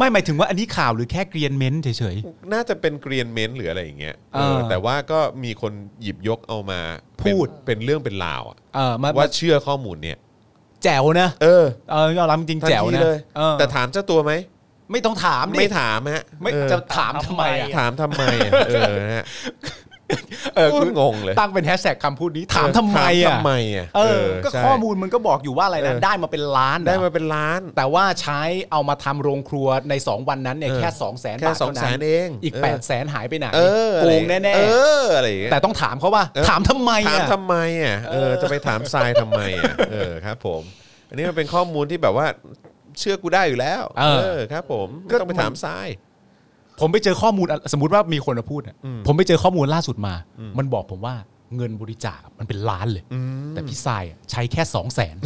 [SPEAKER 3] ไม่หมายถึงว่าอันนี้ข่าวหรือแค่เกรียนเม้นต์เฉย
[SPEAKER 2] น่าจะเป็นเกรียนเม้นท์หรืออะไรอย่างเงี้ยเออ
[SPEAKER 3] เออ
[SPEAKER 2] แต่ว่าก็มีคนหยิบยกเอามาเป็น
[SPEAKER 3] พูด
[SPEAKER 2] เป็นเรื่องเป็นราวอะ
[SPEAKER 3] ๆเออมา
[SPEAKER 2] ว่าเชื่อข้อมูลเนี่ย
[SPEAKER 3] แจ๋วนะ
[SPEAKER 2] เออ
[SPEAKER 3] เออยอมรับจริง
[SPEAKER 2] ทัน
[SPEAKER 3] แจ๋ว
[SPEAKER 2] ที
[SPEAKER 3] นะ
[SPEAKER 2] เลย
[SPEAKER 3] เออ
[SPEAKER 2] แต่ถามเจ้าตัวไหม
[SPEAKER 3] ไม่ต้องถามดิ
[SPEAKER 2] ไม่ถามฮะ
[SPEAKER 3] ไม่
[SPEAKER 2] เออ
[SPEAKER 3] จะถามทำไมอ่ะ
[SPEAKER 2] ถามทำไมอะเออนะฮะ
[SPEAKER 3] เออ
[SPEAKER 2] พู
[SPEAKER 3] คื
[SPEAKER 2] ด
[SPEAKER 3] อง
[SPEAKER 2] งเลย
[SPEAKER 3] ตั้งเป็นแฮชแท็กคำพูดนี้ถามทำไม
[SPEAKER 2] ถา
[SPEAKER 3] อ่ะ
[SPEAKER 2] ทำไมอ่ะ
[SPEAKER 3] เออ ก็
[SPEAKER 2] ใช่
[SPEAKER 3] ข้อมูลมันก็บอกอยู่ว่าอะไร
[SPEAKER 2] เอ
[SPEAKER 3] นะ
[SPEAKER 2] อ
[SPEAKER 3] ได้มาเป็นล้านนะ
[SPEAKER 2] ได้มาเป็นล้าน
[SPEAKER 3] แต่ว่าใช้เอามาทำโรงครัวใน 2 วันนั้นเนี่ย
[SPEAKER 2] เออ
[SPEAKER 3] แค่ 2 0 0แสน
[SPEAKER 2] แค่
[SPEAKER 3] บาท
[SPEAKER 2] สอง
[SPEAKER 3] เท่านั้
[SPEAKER 2] แสน
[SPEAKER 3] น
[SPEAKER 2] เอง
[SPEAKER 3] อีก
[SPEAKER 2] เออ
[SPEAKER 3] 8 0 0แสนหายไปไหน
[SPEAKER 2] เออ
[SPEAKER 3] โก
[SPEAKER 2] อะไร
[SPEAKER 3] งแน่
[SPEAKER 2] เอออะไรอย่างเงี้
[SPEAKER 3] ๆ
[SPEAKER 2] ย
[SPEAKER 3] แต่ต้องถามเขาว่า
[SPEAKER 2] เออ
[SPEAKER 3] ถามทำไม
[SPEAKER 2] ถาม
[SPEAKER 3] อ่ะ
[SPEAKER 2] ทำไมอ่ะเออจะไปถามทรายทำไมอ่ะเออครับผม อันนี้มันเป็นข้อมูลที่แบบว่าเชื่อกูได้อยู่แล้ว
[SPEAKER 3] เออ
[SPEAKER 2] ครับผม
[SPEAKER 3] ก็
[SPEAKER 2] ไม่ต้องไปถามทราย
[SPEAKER 3] ผมไปเจอข้อมูลสมมติว่ามีคนมาพูดอะผมไปเจอข้อมูลล่าสุดมา มันบอกผมว่า เงินบริจาคมันเป็นล้านเลย แต่พี่ทรายอะใช้แค่สองแส น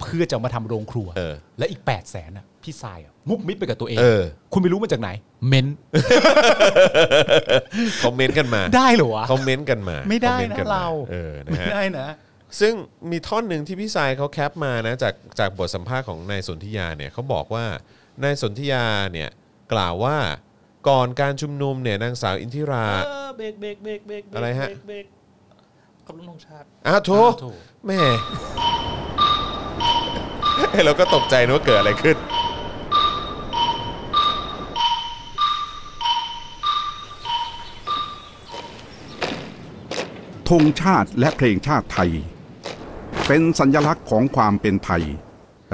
[SPEAKER 3] เพื่อจะเอามาทำโรงครัว
[SPEAKER 2] เออ
[SPEAKER 3] และอีก8ปดแสนอ่ะพี่ทรายอะมุบมิดไปกับตัวเอง
[SPEAKER 2] เออ
[SPEAKER 3] คุณไม่รู้มาจากไหน เม้น
[SPEAKER 2] คอมเมนต์กันมา
[SPEAKER 3] ได้เหรอวะ
[SPEAKER 2] คอมเมนต์กันมา
[SPEAKER 3] ไม่ได้
[SPEAKER 2] คอมม
[SPEAKER 3] นะ
[SPEAKER 2] ต์กัม
[SPEAKER 3] เรา
[SPEAKER 2] เออนะ
[SPEAKER 3] ไม่
[SPEAKER 2] ฮะ
[SPEAKER 3] ได้นะ
[SPEAKER 2] ซึ่งมีท่อนหนึ่งที่พี่สายเขาแคปมานะจากจากบทสัมภาษณ์ของนายสนธิยาเนี่ยเขาบอกว่านายสนธิยาเนี่ยกล่าวว่าก่อนการชุมนุมเนี่ยนางสาวอินทิรา
[SPEAKER 4] เออเบรกเบรกเบรกเบรกเบก
[SPEAKER 2] อะไรฮะ
[SPEAKER 4] เบกเบรกกับลุงธงชาติ
[SPEAKER 2] อ้าวโถ
[SPEAKER 3] อ้าวโถ
[SPEAKER 2] แม่ เอ้ยเราก็ตกใจนะว่าเกิดอะไรขึ้น
[SPEAKER 5] ธงชาติและเพลงชาติไทย เป็นสัญลักษณ์ของความเป็นไทย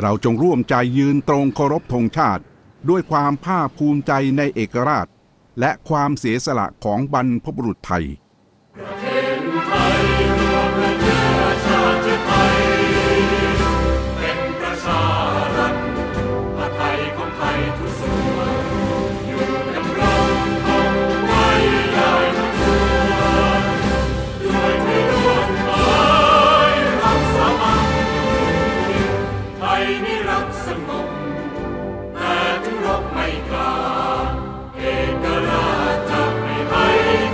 [SPEAKER 5] เราจงร่วมใจยืนตรงเคารพธงชาติ ด้วยความภาคภูมิใจในเอกราช และความเสียสละของบรรพบุรุษไทย
[SPEAKER 6] ประชารัฐปไทยของไทยทุกส่วนอยู่ดำรงคงไว้ได้ทุกตัวด้วยไม่ร่วงหมายรักสามัคคีไทยนิรักสงบแต่ถึงรบไม่กล้าเอกราชจะไม่ให้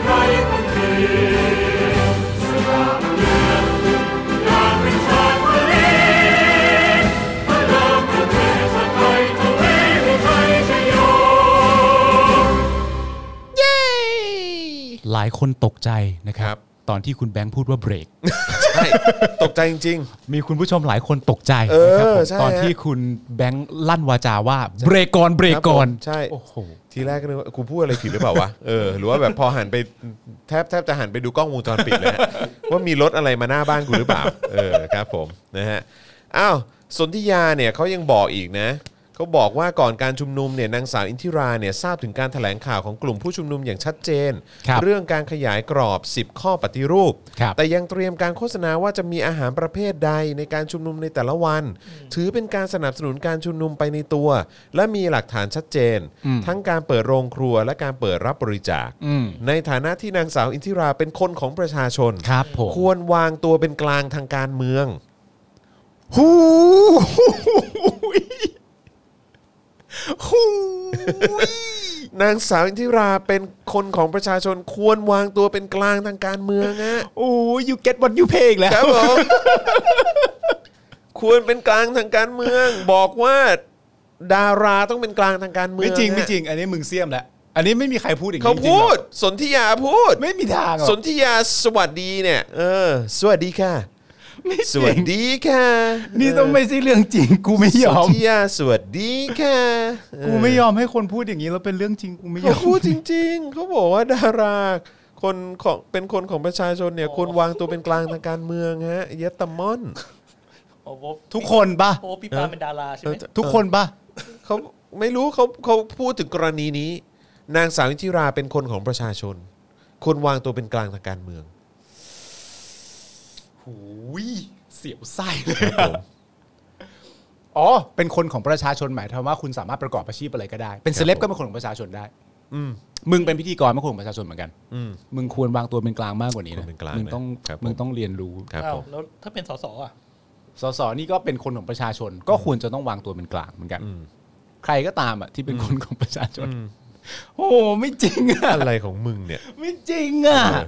[SPEAKER 6] ใครคนทีสละเลือดอยากเป็นชาติไทย
[SPEAKER 3] หลายคนตกใจนะค
[SPEAKER 2] ครั
[SPEAKER 3] รับ
[SPEAKER 2] บ
[SPEAKER 3] ตอนที่คุณแบงค์พูดว่าเบรก
[SPEAKER 2] ใช่ตกใจจริง
[SPEAKER 3] มีคุณผู้ชมหลายคนตกใจ
[SPEAKER 2] เออ
[SPEAKER 3] นะครับผม
[SPEAKER 2] ใช่
[SPEAKER 3] ตอนที่คุณแบงค์ลั่นวาจาว่าเบรกก่อนเบรกก่อน
[SPEAKER 2] ครับผมใช่
[SPEAKER 3] โอ้โห
[SPEAKER 2] ๆ ทีแรกก็นึกว่ากูพูดอะไรผิดหรือเปล่าวะเออหรือว่าแบบพอหันไปแทบแทบจะหันไปดูกล้องวงจรปิดเลยฮะว่ามีรถอะไรมาหน้าบ้านกูหรือเปล่า เออครับผมนะฮะอ้าวสนธิยาเนี่ยเขายังบอกอีกนะเขาบอกว่าก่อนการชุมนุมเนี่ยนางสาวอินทิราเนี่ยทราบถึงการแถลงข่าวของกลุ่มผู้ชุมนุมอย่างชัดเจน
[SPEAKER 3] ครับ
[SPEAKER 2] เรื่องการขยายกรอบ 10 ข้อปฏิรูป
[SPEAKER 3] ครับ
[SPEAKER 2] แต่ยังเตรียมการโฆษณาว่าจะมีอาหารประเภทใดในการชุมนุมในแต่ละวัน ถือเป็นการสนับสนุนการชุมนุมไปในตัว และมีหลักฐานชัดเจน ทั้งการเปิดโรงครัวและการเปิดรับบริจาค ในฐานะที่นางสาวอินทิราเป็นคนของประชาชน
[SPEAKER 3] ครับผม
[SPEAKER 2] ควรวางตัวเป็นกลางทางการเมือง
[SPEAKER 3] หูยหูย
[SPEAKER 2] นางสาวอินทิราเป็นคนของประชาชน ควรวางตัวเป็นกลางทางการเมืองอะ
[SPEAKER 3] โอ้ย you get what you pay อีกแล้ว
[SPEAKER 2] ครับผม ควรเป็นกลางทางการเมือง บอกว่าดาราต้องเป็นกลางทางการเมือง
[SPEAKER 3] ไม่จริง
[SPEAKER 2] นะ
[SPEAKER 3] ไม่จริง อันนี้มึงเสียมแหละอันนี้ไม่มีใครพูดอย่าง
[SPEAKER 2] เขา
[SPEAKER 3] นี้จริง
[SPEAKER 2] พู
[SPEAKER 3] หรอ
[SPEAKER 2] ด สนธิยาพูด
[SPEAKER 3] กไม่มีทางหรอก
[SPEAKER 2] สนธิยาสวัสดีเนี่ย เออ สวัสดีค่ะ
[SPEAKER 3] ไม่จ
[SPEAKER 2] สวั
[SPEAKER 3] ริ
[SPEAKER 2] ส
[SPEAKER 3] ง
[SPEAKER 2] ดีค่ะ
[SPEAKER 3] นี่ต้องไม่ใช่เรื่องจริง กูไม่ยอ
[SPEAKER 2] ส
[SPEAKER 3] ม
[SPEAKER 2] นธิยาสวัสดีค่ะเ
[SPEAKER 3] กูไม่ยอมให้คนพูดอย่างนี้แล้วเป็นเรื่องจริงกูไม่ย
[SPEAKER 2] เขา
[SPEAKER 3] อม
[SPEAKER 2] พูดจริง ๆ เขาบอกว่าดาราคนของเป็นคนของประชาชนเนี่ยควรวางตัวเป็นกลางทางการเมืองฮะเยตามอน
[SPEAKER 4] โอ้โห
[SPEAKER 3] ทุกคนปะ
[SPEAKER 4] โอ้พี่ปาเป็นดาราใช่ไหม
[SPEAKER 3] ทุกคนปะ
[SPEAKER 2] เขาไม่รู้เขาเขาพูดถึงกรณีนี้ นางสาวอินทิราเป็นคนของประชาชน ควรวางตัวเป็นกลางทางการเมือง
[SPEAKER 3] หูยเสียวไส้เลยอ๋อ เป็นคนของประชาชนหมายความว่าคุณสามารถประกอบอาชีพอะไรก็ได้ เป็นเซเลบก็เป็นคนของประชาชนได้
[SPEAKER 2] อืม
[SPEAKER 3] มึงเป็นพิธีกรเป็นคนของประชาชนเหมือนกัน
[SPEAKER 2] อืม
[SPEAKER 3] มึงควรวางตัวเป็นกลางมากกว่านี้นะ
[SPEAKER 2] ควรเป็นกลาง
[SPEAKER 3] มึงต้อง
[SPEAKER 2] นะครับผม
[SPEAKER 3] มึงต้องเรียนรู้
[SPEAKER 2] ครับ
[SPEAKER 4] อ้า
[SPEAKER 2] ผ
[SPEAKER 4] ว
[SPEAKER 2] ม
[SPEAKER 4] แล้วถ้าเป็นสสอ่ะ
[SPEAKER 3] สส นี่ก็เป็นคนของประชาชน ก็ควรจะต้องวางตัวเป็นกลางเหมือนกัน ใครก็ตามอ่ะที่เป็นคนของประชาชน โอ้ไม่จริงอ่ะ
[SPEAKER 2] อะไรของมึงเนี่ย
[SPEAKER 3] ไม่จริงอ่ะ
[SPEAKER 2] เออ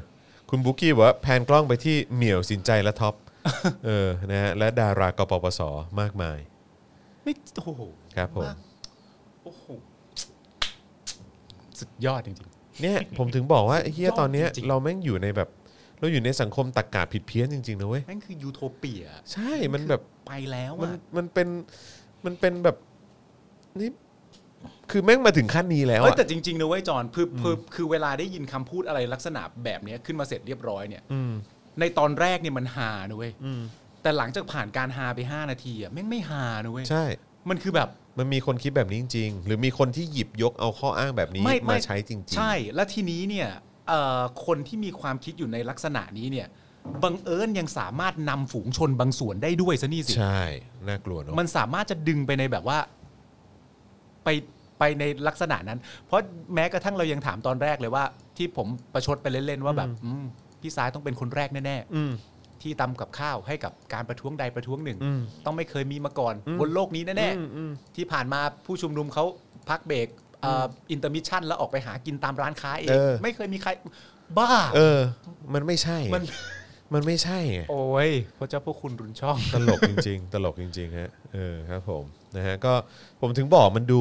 [SPEAKER 2] คุณบุ๊กกี้บอกว่าแพนกล้องไปที่เหมียวสินใจและท็อป เออนะฮะและดารากปปสมากมาย
[SPEAKER 3] ไม่โอ้โห
[SPEAKER 2] ครับผม
[SPEAKER 3] โอ้โหสุดยอดจริง
[SPEAKER 2] เนี่ยผมถึงบอกว่าไอ้เฮียตอนเนี้ย
[SPEAKER 3] จริงๆ
[SPEAKER 2] เราแม่งอยู่ในแบบ เราอยู่ในสังคมตรกกะผิดเพี้ยนจริงๆนะเว้ย
[SPEAKER 3] ๆนั่นคือยูโทเปีย
[SPEAKER 2] ใช่มันแบบ
[SPEAKER 3] ไปแล้ว
[SPEAKER 2] มั
[SPEAKER 3] อะ
[SPEAKER 2] นมันเป็นมันเป็นแบบนี่คือแม่งมาถึงขั้นนี้แล้ว
[SPEAKER 3] เอ้ย
[SPEAKER 2] อะ
[SPEAKER 3] แต่จริงๆนะเว้ยจอนคือคือคือเวลาได้ยินคำพูดอะไรลักษณะแบบเนี้ยขึ้นมาเสร็จเรียบร้อยเนี่ยในตอนแรกเนี่ยมันฮานะเว้ยแต่หลังจากผ่านการฮาไป 5 นาทีอ่ะแม่งไม่ฮานะเว้ย
[SPEAKER 2] ใช่
[SPEAKER 3] มันคือแบบ
[SPEAKER 2] มันมีคนคิดแบบนี้จริงๆ หรือมีคนที่หยิบยกเอาข้ออ้างแบบนี้
[SPEAKER 3] ไม่
[SPEAKER 2] มา
[SPEAKER 3] ไม่
[SPEAKER 2] ใช้จริงๆ
[SPEAKER 3] ใช่ และทีนี้เนี่ยเอ่อคนที่มีความคิดอยู่ในลักษณะนี้เนี่ยบังเอิญยังสามารถนำฝูงชนบางส่วนได้ด้วยซะนี่สิ
[SPEAKER 2] ใช่น่ากลัวเนอะ
[SPEAKER 3] มันสามารถจะดึงไปในแบบว่า ไปไปในลักษณะนั้น เพราะแม้กระทั่งเรายังถามตอนแรกเลยว่า ที่ผมประชดไปเล่นๆว่าแบบอืม พี่สายต้องเป็นคนแรกแน่
[SPEAKER 2] อืม
[SPEAKER 3] ๆ ที่ตำกับข้าวให้กับการประท้วงใดประท้วงหนึ่ง
[SPEAKER 2] อืม
[SPEAKER 3] ต้องไม่เคยมีมาก่อน
[SPEAKER 2] อืม
[SPEAKER 3] บนโลกนี้แน่
[SPEAKER 2] อืมอืม
[SPEAKER 3] ๆที่ผ่านมาผู้ชุมนุมเขาพักเบรกเอ่ออินเตอร์มิชชั่นแล้วออกไปหากินตามร้านค้าเอง
[SPEAKER 2] เออ
[SPEAKER 3] ไม่เคยมีใครบ้า
[SPEAKER 2] เออ มันไม่ใช่
[SPEAKER 3] มัน
[SPEAKER 2] มันไม่ใช่ไง
[SPEAKER 3] โอ้ยพระเจ้าพวกคุณรุนช่อง
[SPEAKER 2] ตลกจริงๆ ตลกจริงๆ ฮะ เออครับผมนะฮะก็ผมถึงบอกมันดู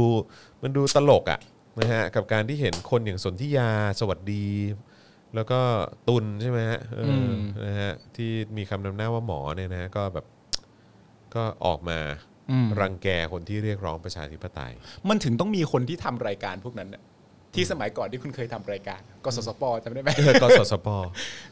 [SPEAKER 2] มันดูตลกอะ่ะนะฮะกับการที่เห็นคนอย่างสนธิยาสวัสดี แล้วก็ตุนใช่ไหมฮะเออ
[SPEAKER 3] ม
[SPEAKER 2] นะฮะที่มีคำนำหน้าว่าหมอเนี่ยนะฮะก็แบบก็ออกมารังแกคนที่เรียกร้องประชาธิปไตย
[SPEAKER 3] มันถึงต้องมีคนที่ทำรายการพวกนั้นน่ะที่สมัยก่อนที่คุณเคยทำรายการกสสปจำได้ไหม
[SPEAKER 2] เออ กสสป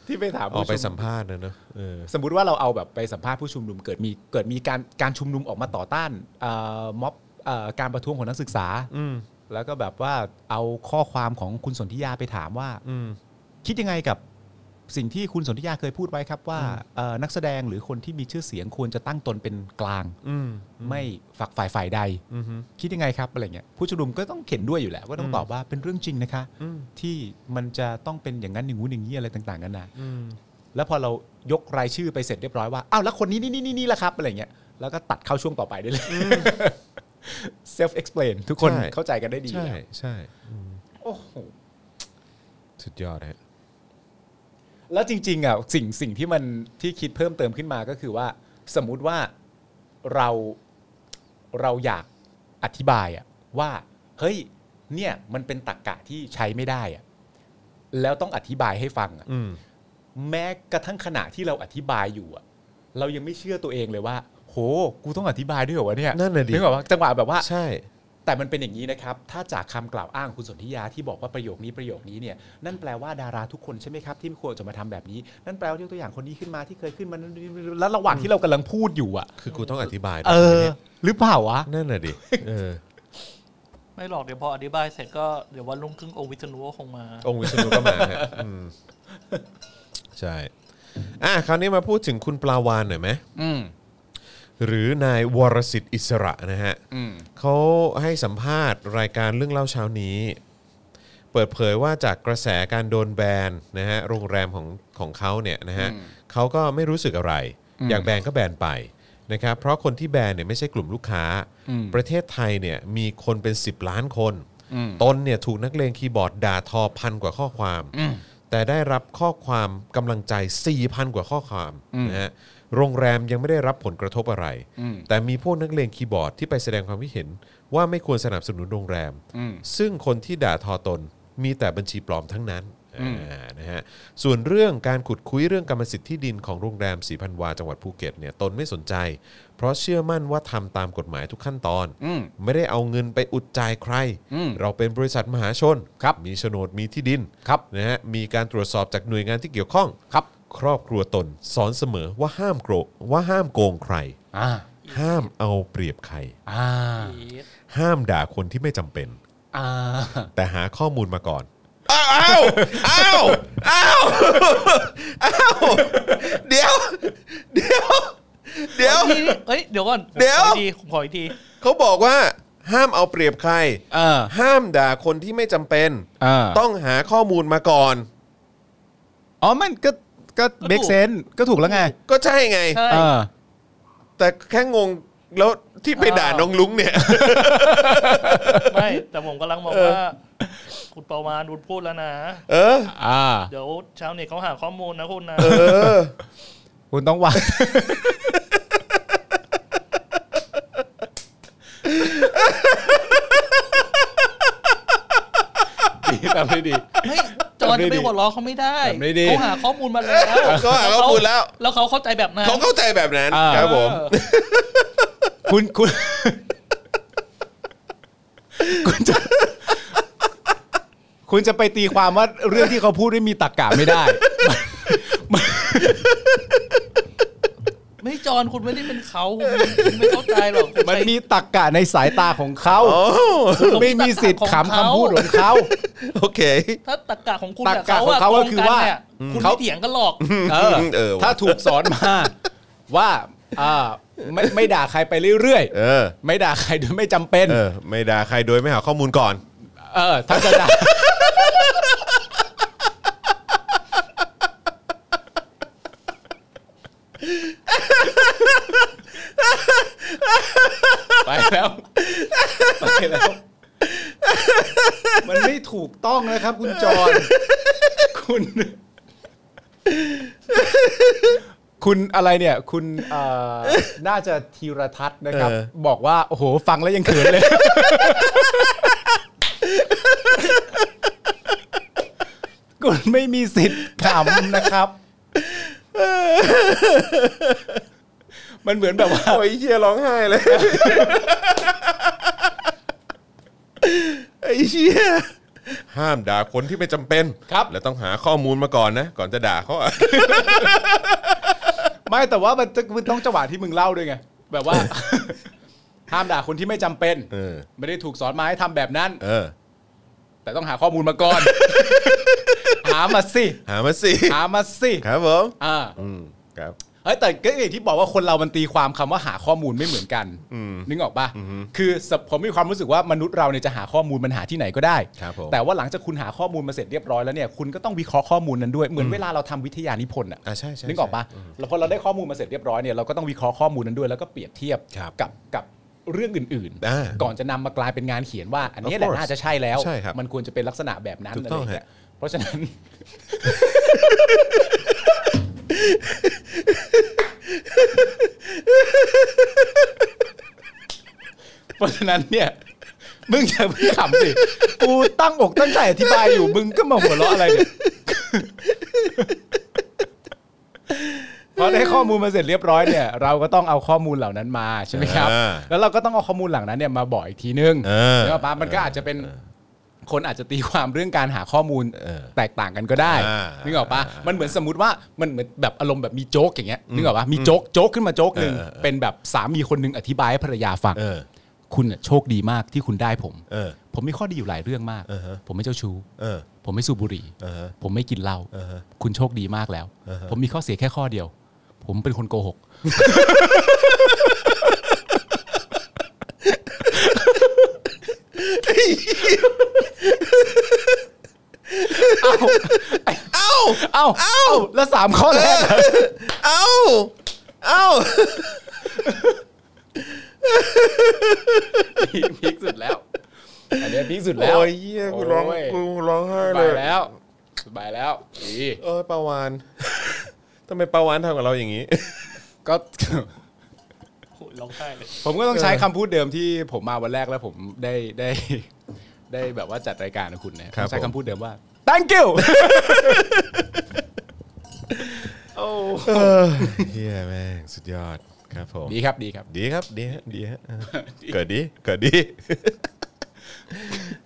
[SPEAKER 3] ที่ไปถาม
[SPEAKER 2] ออก
[SPEAKER 3] ผู้
[SPEAKER 2] ไป
[SPEAKER 3] ชุ
[SPEAKER 2] สั
[SPEAKER 3] ม
[SPEAKER 2] ม
[SPEAKER 3] นุม
[SPEAKER 2] ภาษณ์นะเนอะเออ
[SPEAKER 3] สมมติว่าเราเอาแบบไปสัมภาษณ์ผู้ชุมนุมเกิดมีเกิดมีการการชุมนุมออกมาต่อต้านเอ่อม็อบเอ่อการประท้วงของนักศึกษา
[SPEAKER 2] อืม
[SPEAKER 3] แล้วก็แบบว่าเอาข้อความของคุณสนธิยาไปถามว่า
[SPEAKER 2] อืม
[SPEAKER 3] คิดยังไงกับสิ่งที่คุณสนธิยาเคยพูดไว้ครับว่าเอ่อนักแสดงหรือคนที่มีชื่อเสียงควรจะตั้งตนเป็นกลาง
[SPEAKER 2] อืม
[SPEAKER 3] ไม่ฝักฝ่ายฝ่ายใด
[SPEAKER 2] อืม
[SPEAKER 3] คิดยังไงครับอะไรเงี้ยผู้ชุมนุมก็ต้องเข็นด้วยอยู่แหละว่าต้องตอบว่าเป็นเรื่องจริงนะคะ
[SPEAKER 2] อืม
[SPEAKER 3] ที่มันจะต้องเป็นอย่างนั้นอย่างงู้นอย่างนี้อะไรต่างๆกันานะ
[SPEAKER 2] อืม
[SPEAKER 3] แล้วพอเรายกรายชื่อไปเสร็จเรียบร้อยว่าอ้าวแล้วคนนี้นี่นี่นี่นี่ละครับอะไรเงี้ยแล้วก็ตัดเข้าช่วงต่อไปได้เลย self explain ทุกคน
[SPEAKER 2] ใช่
[SPEAKER 3] เข้าใจกันได้ดี
[SPEAKER 2] ใช่
[SPEAKER 3] แล้ว
[SPEAKER 2] ใช่อืม
[SPEAKER 3] โอ้โห
[SPEAKER 2] สุดยอดฮะ
[SPEAKER 3] แล้วจริงๆอ่ะสิ่งสิ่งที่มันที่คิดเพิ่มเติมขึ้นมาก็คือว่า สมมุติว่าเราเราอยากอธิบายอ่ะว่า เฮ้ยเนี่ยมันเป็นตรรกกะที่ใช้ไม่ได้อ่ะแล้วต้องอธิบายให้ฟังอ่ะ
[SPEAKER 2] อืม
[SPEAKER 3] แม้กระทั่งขณะที่เราอธิบายอยู่อะเรายังไม่เชื่อตัวเองเลยว่า โห กูต้องอธิบายด้วยเหรอวะเนี่ย
[SPEAKER 2] นั่นน่ะดิ
[SPEAKER 3] นึกออกว่าจังหวะแบบว่า
[SPEAKER 2] ใช่
[SPEAKER 3] แต่มันเป็นอย่างนี้นะครับ ถ้าจากคำกล่าวอ้างคุณสนธิยาที่บอกว่าประโยคนี้ประโยคนี้เนี่ย นั่นแปลว่าดาราทุกคนใช่ไหมครับที่ไม่ควรจะมาทำแบบนี้ นั่นแปลว่ายกตัวอย่างคนนี้ขึ้นมาที่เคยขึ้นมาแล้วระหว่างที่เรากำลังพูดอยู่อะ
[SPEAKER 2] คือกูต้องอธิบาย
[SPEAKER 3] เออ
[SPEAKER 2] นี่ย
[SPEAKER 3] หรือเปล่าวะ
[SPEAKER 2] นั่นแหละดิเออ
[SPEAKER 4] ไม่หรอกเดี๋ยวพออธิบายเสร็จก็เดี๋ยววันรุ่งขึ้นองค์วิษณุก็คงมา
[SPEAKER 2] องค์วิษณุก็มาฮะอืมใช่ อ่ะ คราวนี้มาพูดถึงคุณปลาวานหน่อยไหม
[SPEAKER 3] อืม
[SPEAKER 2] หรือนายวรสิทธิ์อิสระนะฮะ
[SPEAKER 3] อืม
[SPEAKER 2] เขาให้สัมภาษณ์รายการเรื่องเล่าเช้านี้ เปิดเผยว่าจากกระแสการโดนแบนนะฮะโรงแรมของของเขาเนี่ยนะฮะเขาก็ไม่รู้สึกอะไร อยากแบนก็แบนไปนะครับเพราะคนที่แบนเนี่ยไม่ใช่กลุ่มลูกค้า ประเทศไทยเนี่ยมีคนเป็น 10 ล้านคนตนเนี่ยถูกนักเลงคีย์บอร์ดด่าทอพันกว่าข้อความ แต่ได้รับข้อความกำลังใจ 4,000 กว่าข้อความนะฮะโรงแรมยังไม่ได้รับผลกระทบอะไร แต่มีพวกนักเลงคีย์บอร์ดที่ไปแสดงความคิดเห็น ว่าไม่ควรสนับสนุนโรงแรม ซึ่งคนที่ด่าทอตนมีแต่บัญชีปลอมทั้งนั้นอ่านะฮะส่วนเรื่องการขุดคุยเรื่องกรรมสิทธิ์ที่ดินของโรงแรมสีพันวาจังหวัดภูเก็ตเนี่ยตนไม่สนใจ เพราะเชื่อมั่นว่าทำตามกฎหมายทุกขั้นตอน ไม่ได้เอาเงินไปอุดจ่ายใคร เราเป็นบริษัทมหาชน
[SPEAKER 3] ครับ
[SPEAKER 2] มีโฉนดมีที่ดิน
[SPEAKER 3] ครับ
[SPEAKER 2] นะฮะมีการตรวจสอบจากหน่วยงานที่เกี่ยวข้อง
[SPEAKER 3] ครับ
[SPEAKER 2] ครอบครัวตนสอนเสมอว่าห้ามโกรธว่าห้ามโกงใคร
[SPEAKER 3] อ่า
[SPEAKER 2] ห้ามเอาเปรียบใคร
[SPEAKER 3] อ่า
[SPEAKER 2] ห้ามด่าคนที่ไม่จำเป็น
[SPEAKER 3] อ่า
[SPEAKER 2] แต่หาข้อมูลมาก่อน อ้าวอ้าวอ้าวอ้าวเดี๋ยว เดี๋ยว เดี๋ยว
[SPEAKER 4] นี่นี่เอ้ย เดี๋ยวก่อน
[SPEAKER 2] เดี๋ยว
[SPEAKER 4] ขออีกทีผมขออีกที
[SPEAKER 2] เขาบอกว่า ห้ามเอาเปรียบใคร
[SPEAKER 3] เออ
[SPEAKER 2] ห้ามด่าคนที่ไม่จำเป็น
[SPEAKER 3] เออ
[SPEAKER 2] ต้องหาข้อมูลมาก่อน
[SPEAKER 3] อ๋อ มันก็ ก็เบกเซนก็ถูกแล้วไง
[SPEAKER 2] ก็ใช่ไง
[SPEAKER 4] ใช่
[SPEAKER 3] เออ
[SPEAKER 2] แต่แค่งงแล้วที่ไปด่าน้องลุงเนี่ย
[SPEAKER 4] ไม่ แต่ผมกำลังบอกว่า คุณประวานคุณพูดแล้วนะ
[SPEAKER 2] เออ
[SPEAKER 3] อ่า
[SPEAKER 4] เดี๋ยวชาวเน็ตเขาหาข้อมูลนะคุณนะ
[SPEAKER 2] เออ
[SPEAKER 3] คุณต้องวาง ดีทำได้ดี
[SPEAKER 4] เฮ้ยจอนจะไปหัวล้อเขาไม่ได้
[SPEAKER 3] แบบนี้ดิ
[SPEAKER 4] เขาหาข้อมูลมาแล้ว
[SPEAKER 2] เขาหาข้อมูลแล้ว
[SPEAKER 4] แล้วเขาเข้าใจแบบนั้น
[SPEAKER 2] เขาเข้าใจแบบนั้น
[SPEAKER 3] อ่า
[SPEAKER 2] ครับผม
[SPEAKER 3] คุณคุณ คุณจะ คุณจะไปตีความว่าเรื่องที่เขาพูดไม่มีตรรกะไม่ได้
[SPEAKER 4] ไม่จอนคุณไม่ได้เป็นเขาคุณคุณไม่เข้าใจหรอกคุณ
[SPEAKER 3] มัน
[SPEAKER 4] ใช้
[SPEAKER 3] มีตรรกะในสายตาของเขา ไม่มีสิทธิ์ขำคำพูดของเขา
[SPEAKER 2] โอเค
[SPEAKER 4] ถ้าตรรกะของคุณ
[SPEAKER 3] ตรร
[SPEAKER 4] กับ
[SPEAKER 3] กะ
[SPEAKER 4] เขา
[SPEAKER 3] ของเขาก็
[SPEAKER 4] อะตรง
[SPEAKER 3] คือ
[SPEAKER 4] กัน
[SPEAKER 3] ว่า
[SPEAKER 4] เนี่ย
[SPEAKER 3] อืม
[SPEAKER 4] คุณ
[SPEAKER 3] เขา
[SPEAKER 4] ไม่เถียงกันหรอก
[SPEAKER 3] เออ
[SPEAKER 2] เออว่ะ
[SPEAKER 3] ถ้าถูกสอนมา ว่าอ่าไม่ไม่ด่าใครไปเรื่อย
[SPEAKER 2] เออ
[SPEAKER 3] ๆ ไม่ด่าใครโด ยไม่จำเป็น
[SPEAKER 2] เออ ไม่ด่าใครโดยไม่หาข้อมูลก่อน
[SPEAKER 3] เออถ้าจะด่า ไปแล้วไปแล้ว มันไม่ถูกต้องนะครับ คุณจ รคุณ คุณอะไรเนี่ย คุณเอ่อน่าจะธีรทัศน์นะครับ
[SPEAKER 2] เออ
[SPEAKER 3] บอกว่า โอ้โห ฟังแล้วยังเขินเลย คุณไม่มีสิทธิ์ขำนะครับ มันเหมือนแบบว่า
[SPEAKER 2] โอ้ยเฮียร้องไห้เลย ไอ้เฮียห้ามด่าคนที่ไม่จำเป็น
[SPEAKER 3] ครับ
[SPEAKER 2] และต้องหาข้อมูลมาก่อนนะ ก่อนจะด่าเขาอะ
[SPEAKER 3] ไม่แต่ว่ามันจะมันต้องจังหวะที่มึงเล่าด้วยไง แบบว่า ห้ามด่าคนที่ไม่จำเป็น
[SPEAKER 2] เออ
[SPEAKER 3] ไม่ได้ถูกสอนมาให้ทำแบบนั้น
[SPEAKER 2] เออ
[SPEAKER 3] แต่ต้องหาข้อมูลมาก่อน หามาสิ
[SPEAKER 2] หามาสิ
[SPEAKER 3] หามาสิ
[SPEAKER 2] ครับผม
[SPEAKER 3] อ่า
[SPEAKER 2] อืมครับ
[SPEAKER 3] เฮ้ยแต่ก็อย่างที่บอกว่าคนเรามันตีความคำว่าหาข้อมูลไม่เหมือนกันนึกออกปะคือสผมมีความรู้สึกว่ามนุษย์เราเนี่ยจะหาข้อมูลมันหาที่ไหนก็ได้
[SPEAKER 2] ครับผม
[SPEAKER 3] แต่ว่าหลังจากคุณหาข้อมูลมาเสร็จเรียบร้อยแล้วเนี่ยคุณก็ต้องวิเคราะห์ข้อมูลนั้นด้วยเหมือนเวลาเราทำวิทยานิพนธ์อ่ะ
[SPEAKER 2] อ่าใช่ใช่
[SPEAKER 3] นึกออกปะ
[SPEAKER 2] ใช่
[SPEAKER 3] แล้วพอเราได้ข้อมูลมาเสร็จเรียบร้อยเนี่ยเราก็ต้องวิเคราะห์ข้อมูลนั้นด้วยแล้วก็เปรียบเทียบ
[SPEAKER 2] ครับ
[SPEAKER 3] กับกับเรื่องอื่น
[SPEAKER 2] อ่า
[SPEAKER 3] ก่อนจะนำมากลายเป็นงานเขียนว่า อันเนี้ย
[SPEAKER 2] Of
[SPEAKER 3] แหละ
[SPEAKER 2] course
[SPEAKER 3] น่าจะใช่แล้ว
[SPEAKER 2] ใช่ครับ
[SPEAKER 3] มันควรจะเป็นลักษณะแบบนั้น
[SPEAKER 2] ถู
[SPEAKER 3] อะไร
[SPEAKER 2] กต้อง
[SPEAKER 3] อย่างเงี้ยเพราะฉะนั้น เพราะฉะนั้นเนี่ย มึงอย่าเพิ่งขำสิกูตั้งอกตั้งใจอธิบายอยู่มึงก็มาหัวเราะอะไรเนี่ย พอได้ข้อมูลมาเสร็จเรียบร้อยเนี่ย เราก็ต้องเอาข้อมูลเหล่านั้นมาใช่ไหมครับ
[SPEAKER 2] อ่า
[SPEAKER 3] แล้วเราก็ต้องเอาข้อมูลเหล่านั้นเนี่ยมาบอกอีกทีนึง
[SPEAKER 2] เออ
[SPEAKER 3] แล้วปะมันก็อาจจะเป็นคนอาจจะตีความเรื่องการหาข้อมูลแตกต่างกันก็ได้
[SPEAKER 2] อ่านึ
[SPEAKER 3] นึกออกปะมันเหมือนสมมติว่ามันเหมือนแบบอารมณ์แบบมีโจ๊กอย่างเงี้ยนึกออกปะมีโจ๊กโจ๊กขึ้นมาโจ๊กหนึ่ง
[SPEAKER 2] เออเออเออ
[SPEAKER 3] เป็นแบบสามีคนหนึ่งอธิบายให้ภรรยาฟัง
[SPEAKER 2] เออ
[SPEAKER 3] คุณน่ะโชคดีมากที่คุณได้ผม
[SPEAKER 2] เออ
[SPEAKER 3] ผมมีข้อดีอยู่หลายเรื่องมาก
[SPEAKER 2] อ่าฮะ
[SPEAKER 3] ผมไม่เจ้าชู้
[SPEAKER 2] เออ
[SPEAKER 3] ผมไม่สูบบุหรี่
[SPEAKER 2] อ่าฮะ
[SPEAKER 3] ผมไม่กินเหล้า
[SPEAKER 2] อ่าฮะ
[SPEAKER 3] คุณโชคดีมากแล้ว ผมมีข้อเสียแค่ข้อเดียว ผมเป็นคนโกหก
[SPEAKER 2] เอ้า
[SPEAKER 3] เอ้า เอ้า แล้วสามข้อแรกอะ
[SPEAKER 2] เอ้า เอ้า
[SPEAKER 3] พีคสุดแล้ว อันเนี้ยพีคสุดแล้ว
[SPEAKER 2] โอ้ยเหี้ยกูร้อง
[SPEAKER 3] โย
[SPEAKER 2] กูร้องไห้
[SPEAKER 3] ส
[SPEAKER 2] เล
[SPEAKER 3] บาย
[SPEAKER 2] ย
[SPEAKER 3] แล้วสบายแล้วดี
[SPEAKER 2] เอ้ยปาวาน ทำไมปาวานทำกับเราอย่างนี้
[SPEAKER 3] ก็
[SPEAKER 4] โอ้ยร้องไห้เลย
[SPEAKER 3] ผมก็ต้องใช้คำพูดเดิมที่ผมมาวันแรกแล้วผมได้ ได้ ได้แบบว่าจัดรายการกับคุณนะค
[SPEAKER 2] ค
[SPEAKER 3] รับ
[SPEAKER 2] รับ
[SPEAKER 3] ต้องใช้คำพูดเดิมว่า thank you
[SPEAKER 2] เฮียแม่ง สุดยอดครับผม
[SPEAKER 3] ดีครับดีครับ
[SPEAKER 2] ดีครับ ดีฮะ ดีฮะเออเกิดดี เกิดดี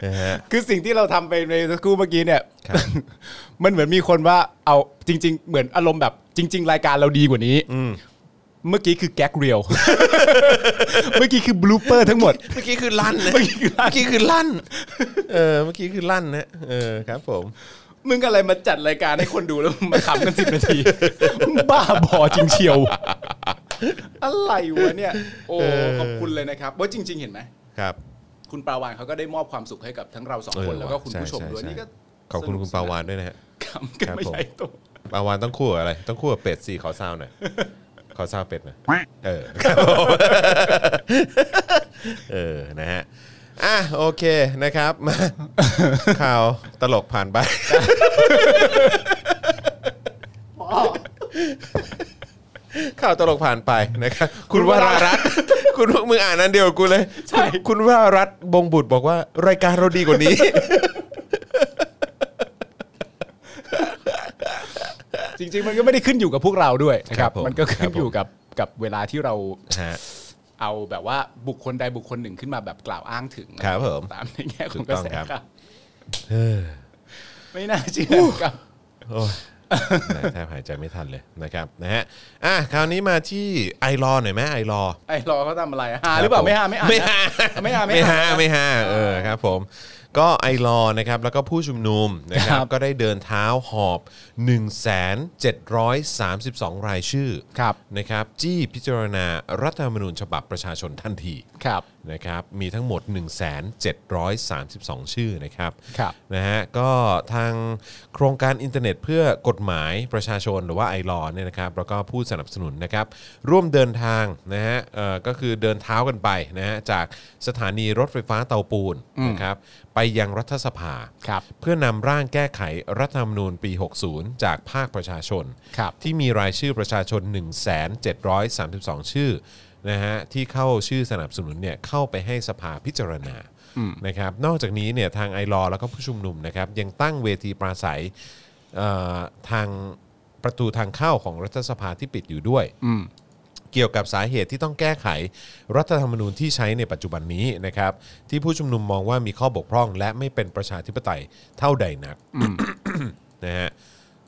[SPEAKER 2] นะฮะ
[SPEAKER 3] คือสิ่งที่เราทำไปในสักครู่เมื่อกี้เนี่ย
[SPEAKER 2] ครับ
[SPEAKER 3] มันเหมือนมีคนว่าเอาจริง ๆ เหมือนอารมณ์แบบจริง ๆ รายการเราดีกว่านี้เมื่อกี้คือแก๊กเรียว เมื่อกี้คือบลูเปอร์ทั้งหมด
[SPEAKER 2] เมื่อกี้คือลั่นนะ
[SPEAKER 3] เมื่อกี้คือลั่น
[SPEAKER 2] เมื่อกี้คือลั่น เออ เมื่อกี้คือลั่นนะ เออ ครับผม
[SPEAKER 3] มึงอะไรมาจัดรายการให้คนดูแล้ว มาขำกันสิบนาที มึงบ้าบอจริงเชียว อะไรวะเนี่ย โอ้ขอบคุณเลยนะครับว่าจริง ๆ เห็นไหม
[SPEAKER 2] ครับ
[SPEAKER 3] คุณปราวานเขาก็ได้มอบความสุขให้กับทั้งเราสองคน
[SPEAKER 2] เออ
[SPEAKER 3] แล้วก็คุณ
[SPEAKER 2] ใช่
[SPEAKER 3] ผู้ชม
[SPEAKER 2] ใช่
[SPEAKER 3] ด้วย
[SPEAKER 2] ใช่
[SPEAKER 3] นี่ก็
[SPEAKER 2] ขอบคุณคุณปาวานด้วยนะฮะ
[SPEAKER 3] ขำกันไม่
[SPEAKER 2] ครับผม
[SPEAKER 3] ใช่ตัว
[SPEAKER 2] ปาวานต้องคู่กับอะไร ต้องคู่กับเป็ดสี่ขอซาวหน่อย ขอซาวเป็ด หน่อย เออ เออ นะฮะ อ่ะ โอเคนะครับ มา ข่าวตลกผ่านไป ข่าวตลกผ่านไปนะครับ คุณวรารัตน์ คุณมึงอ่านอันเดียวกับกูเลย ใช่ คุณวรารัตน์บงบุตรบอกว่ารายการเราดีกว่านี้
[SPEAKER 3] จริง ๆ มันก็ไม่ได้ขึ้นอยู่กับพวกเราด้วยนะ
[SPEAKER 2] ค
[SPEAKER 3] ค
[SPEAKER 2] รั
[SPEAKER 3] รั
[SPEAKER 2] บบ ผม
[SPEAKER 3] มันก็ขึ้นอยู่กับกับเวลาที่เรา
[SPEAKER 2] ฮะ
[SPEAKER 3] เอาแบบว่าบุคคลใดบุคคลหนึ่งขึ้นมาแบบกล่าวอ้างถึงนะครับ
[SPEAKER 2] ผม
[SPEAKER 3] ตามในแง่ข
[SPEAKER 2] ถู
[SPEAKER 3] อง
[SPEAKER 2] ก
[SPEAKER 3] ก
[SPEAKER 2] ต้
[SPEAKER 3] ระ
[SPEAKER 2] องค
[SPEAKER 3] แส
[SPEAKER 2] รับ
[SPEAKER 3] ข่าวไม่น่าเชื่อครับ
[SPEAKER 2] โอ้ยแหม่แทบหายใจไม่ทันเลยนะครับนะฮะอ่ะคราวนี้มาที่ไอรอหน่อยไหมไอรอ
[SPEAKER 3] ไอ้รอเขาทำอะไรอะหาหรือเปล่าไม่หาไม่อ่าน
[SPEAKER 2] ไม่
[SPEAKER 3] นะ
[SPEAKER 2] ฮา
[SPEAKER 3] ไม่หา
[SPEAKER 2] ไม่ฮา
[SPEAKER 3] นะ
[SPEAKER 2] ไม่ฮาเออครับผม ก็ไอรอว์นะครับแล้วก็ผู้ชุมนุมนะครับ
[SPEAKER 3] ครับ
[SPEAKER 2] ก็ได้เดินเท้าหอบ 1,732 รายชื่อ
[SPEAKER 3] ครับ
[SPEAKER 2] นะครับจี้พิจารณารัฐธรรมนูญฉบับประชาชนทันที
[SPEAKER 3] ครับ
[SPEAKER 2] นะครับมีทั้งหมด 1,732 ชื่อนะครับ
[SPEAKER 3] ครับ
[SPEAKER 2] นะฮะก็ทางโครงการอินเทอร์เน็ตเพื่อกฎหมายประชาชนหรือว่าไอรอเนี่ยนะครับแล้วก็ผู้สนับสนุนนะครับร่วมเดินทางนะฮะเอ่อก็คือเดินเท้ากันไปนะฮะจากสถานีรถไฟฟ้าเตาปูนนะครับไปยังรัฐสภา
[SPEAKER 3] ครับ
[SPEAKER 2] เพื่อนำร่างแก้ไขรัฐธรรมนูญปี 60 จากภาคประชาชน
[SPEAKER 3] ครับ
[SPEAKER 2] ที่มีรายชื่อประชาชน 1,732 ชื่อนะฮะที่เข้าชื่อสนับสนุนเนี่ยเข้าไปให้สภาพิจารณานะครับนอกจากนี้เนี่ยทางไอรอแล้วก็ผู้ชุมนุมนะครับยังตั้งเวทีปราศัยเอ่อทางประตูทางเข้าของรัฐสภาที่ปิดอยู่ด้วย เกี่ยวกับสาเหตุที่ต้องแก้ไข รัฐธรรมนูญที่ใช้ในปัจจุบันนี้นะครับ ที่ผู้ชุมนุมมองว่ามีข้อบกพร่อง และไม่เป็นประชาธิปไตยเท่าใดนัก นะฮะ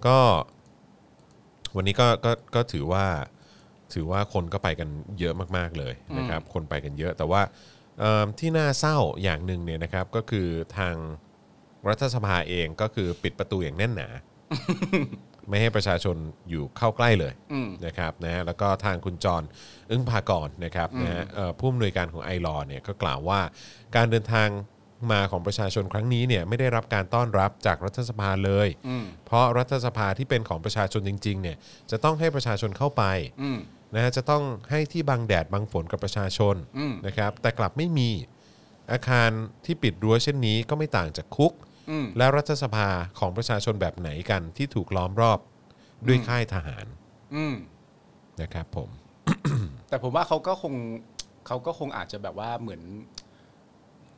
[SPEAKER 2] ก็วันนี้ก็ก็ก็ถือว่าถือว่าคนก็ไปกันเยอะมากๆเลยนะครับ คนไปกันเยอะ แต่ว่าเอิ่มที่น่าเศร้าอย่างหนึ่งเนี่ยนะครับ ก็คือทางรัฐสภาเองก็คือปิดประตูอย่างแน่นหนา ไม่ให้ประชาชนอยู่เข้าใกล้เลยนะครับนะฮะแล้วก็ทางคุณจรอึ้งภากรนะครับนะฮะเอ่อผู้อำนวยการของไอรอเนี่ยก็กล่าวว่า การเดินทางมาของประชาชนครั้งนี้เนี่ยไม่ได้รับการต้อนรับจากรัฐสภาเลย เพราะรัฐสภาที่เป็นของประชาชนจริงๆเนี่ยจะต้องให้ประชาชนเข้าไปนะฮะจะต้องให้ที่บังแดดบังฝนกับประชาชนนะครับแต่กลับไม่มี อาคารที่ปิดรั้วเช่นนี้ก็ไม่ต่างจากคุก และรัฐสภาของประชาชนแบบไหนกันที่ถูกล้อมรอบด้วยค่ายทหาร
[SPEAKER 3] อืม
[SPEAKER 2] นะครับผม
[SPEAKER 3] แต่ผมว่าเขาก็คงเขาก็คงอาจจะแบบว่าเหมือน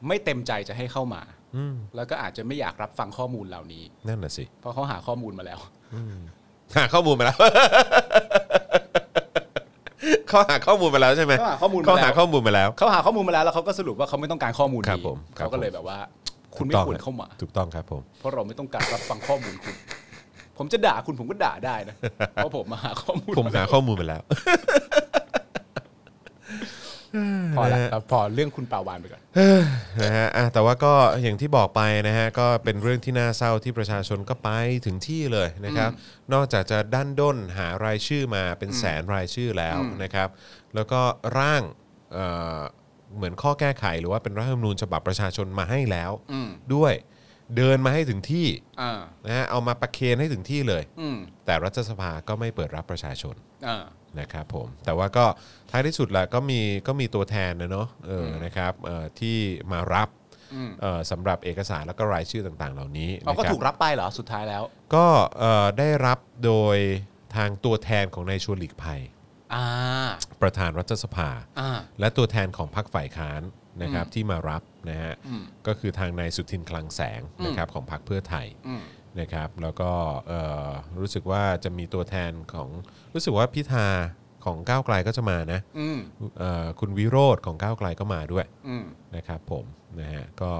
[SPEAKER 3] ไม่เต็มใจจะให้เข้ามา
[SPEAKER 2] อืม
[SPEAKER 3] แล้วก็อาจจะไม่อยากรับฟังข้อมูลเหล่านี้
[SPEAKER 2] นั่นน่ะสิ
[SPEAKER 3] เพราะเขาหาข้อมูลมาแล้ว
[SPEAKER 2] หาข้อมูลมาแล้ว เขาหาข้อมูลมาแล้วใช่ไหม
[SPEAKER 3] เขาหาข้อมูลมาแล้ว
[SPEAKER 2] เขาหาข้อมูลมาแล้ว
[SPEAKER 3] เขาหาข้อมูลมาแล้วแล้วเขาก็สรุปว่าเขาไม่ต้องการข้อมูล
[SPEAKER 2] ครับ
[SPEAKER 3] นี้
[SPEAKER 2] ผมครับ
[SPEAKER 3] เขาก็เลยแบบว่า คุณไม่ควรเข้ามา
[SPEAKER 2] ถูกต้องครับผม
[SPEAKER 3] เพราะเราไม่ต้องการรับฟังข้อมูลคุณ ผมจะด่าคุณผมก็ด่าได้นะ เพราะผมมาหาข้อมูล
[SPEAKER 2] ผมหาข้อมูลมาแล้ว
[SPEAKER 3] พอละเอาพอเรื่องคุณปาวานไปก่อน
[SPEAKER 2] นะฮะอ่ะแต่ว่าก็อย่างที่บอกไปนะฮะ ก็เป็นเรื่องที่น่าเศร้าที่ประชาชนก็ไปถึงที่เลยนะครับ นอกจากจะด้านด้นหารายชื่อมาเป็นแสนรายชื่อแล้วนะครับ แล้วก็ร่างเอ่อเหมือนข้อแก้ไขหรือว่าเป็นรัฐธรรมนูญฉบับประชาชนมาให้แล้ว
[SPEAKER 3] อืม
[SPEAKER 2] ด้วยเดินมาให้ถึงที่
[SPEAKER 3] อ่า
[SPEAKER 2] นะฮะ เอามาประเคนให้ถึงที่เลย
[SPEAKER 3] อืม
[SPEAKER 2] แต่รัฐสภาก็ไม่เปิดรับประชาชน
[SPEAKER 3] อ่า
[SPEAKER 2] นะครับผมแต่ว่าก็ท้ายที่สุดแหละก็มีก็มีตัวแทนนะเนาะเอออนะครับเอ่อที่มารับ
[SPEAKER 3] อืม
[SPEAKER 2] เอ่อสำหรับเอกสารแล้วก็รายชื่อต่างๆ เหล่านี้
[SPEAKER 3] เอาก็
[SPEAKER 2] นะค
[SPEAKER 3] ถูกรับไปเหรอสุดท้ายแล้ว
[SPEAKER 2] ก็เอ่อได้รับโดยทางตัวแทนของนายชวนหลีกภัย
[SPEAKER 3] อ่า
[SPEAKER 2] ประธานรัฐสภา
[SPEAKER 3] อ่า
[SPEAKER 2] และตัวแทนของพรรคฝ่ายค้านนะครับที่มารับนะฮะก็คือทางนายสุทินคลังแสงนะครับของพรรคเพื่อไทย
[SPEAKER 3] อืม
[SPEAKER 2] นะครับแล้วก็เอ่อรู้สึกว่าจะมีตัวแทนของรู้สึกว่าพิธาของก้าวไกลก็จะมานะ
[SPEAKER 3] อืม
[SPEAKER 2] เอ่อคุณวิโรธของก้าวไกลก็มาด้วย
[SPEAKER 3] อืม
[SPEAKER 2] นะครับผมนะฮะก็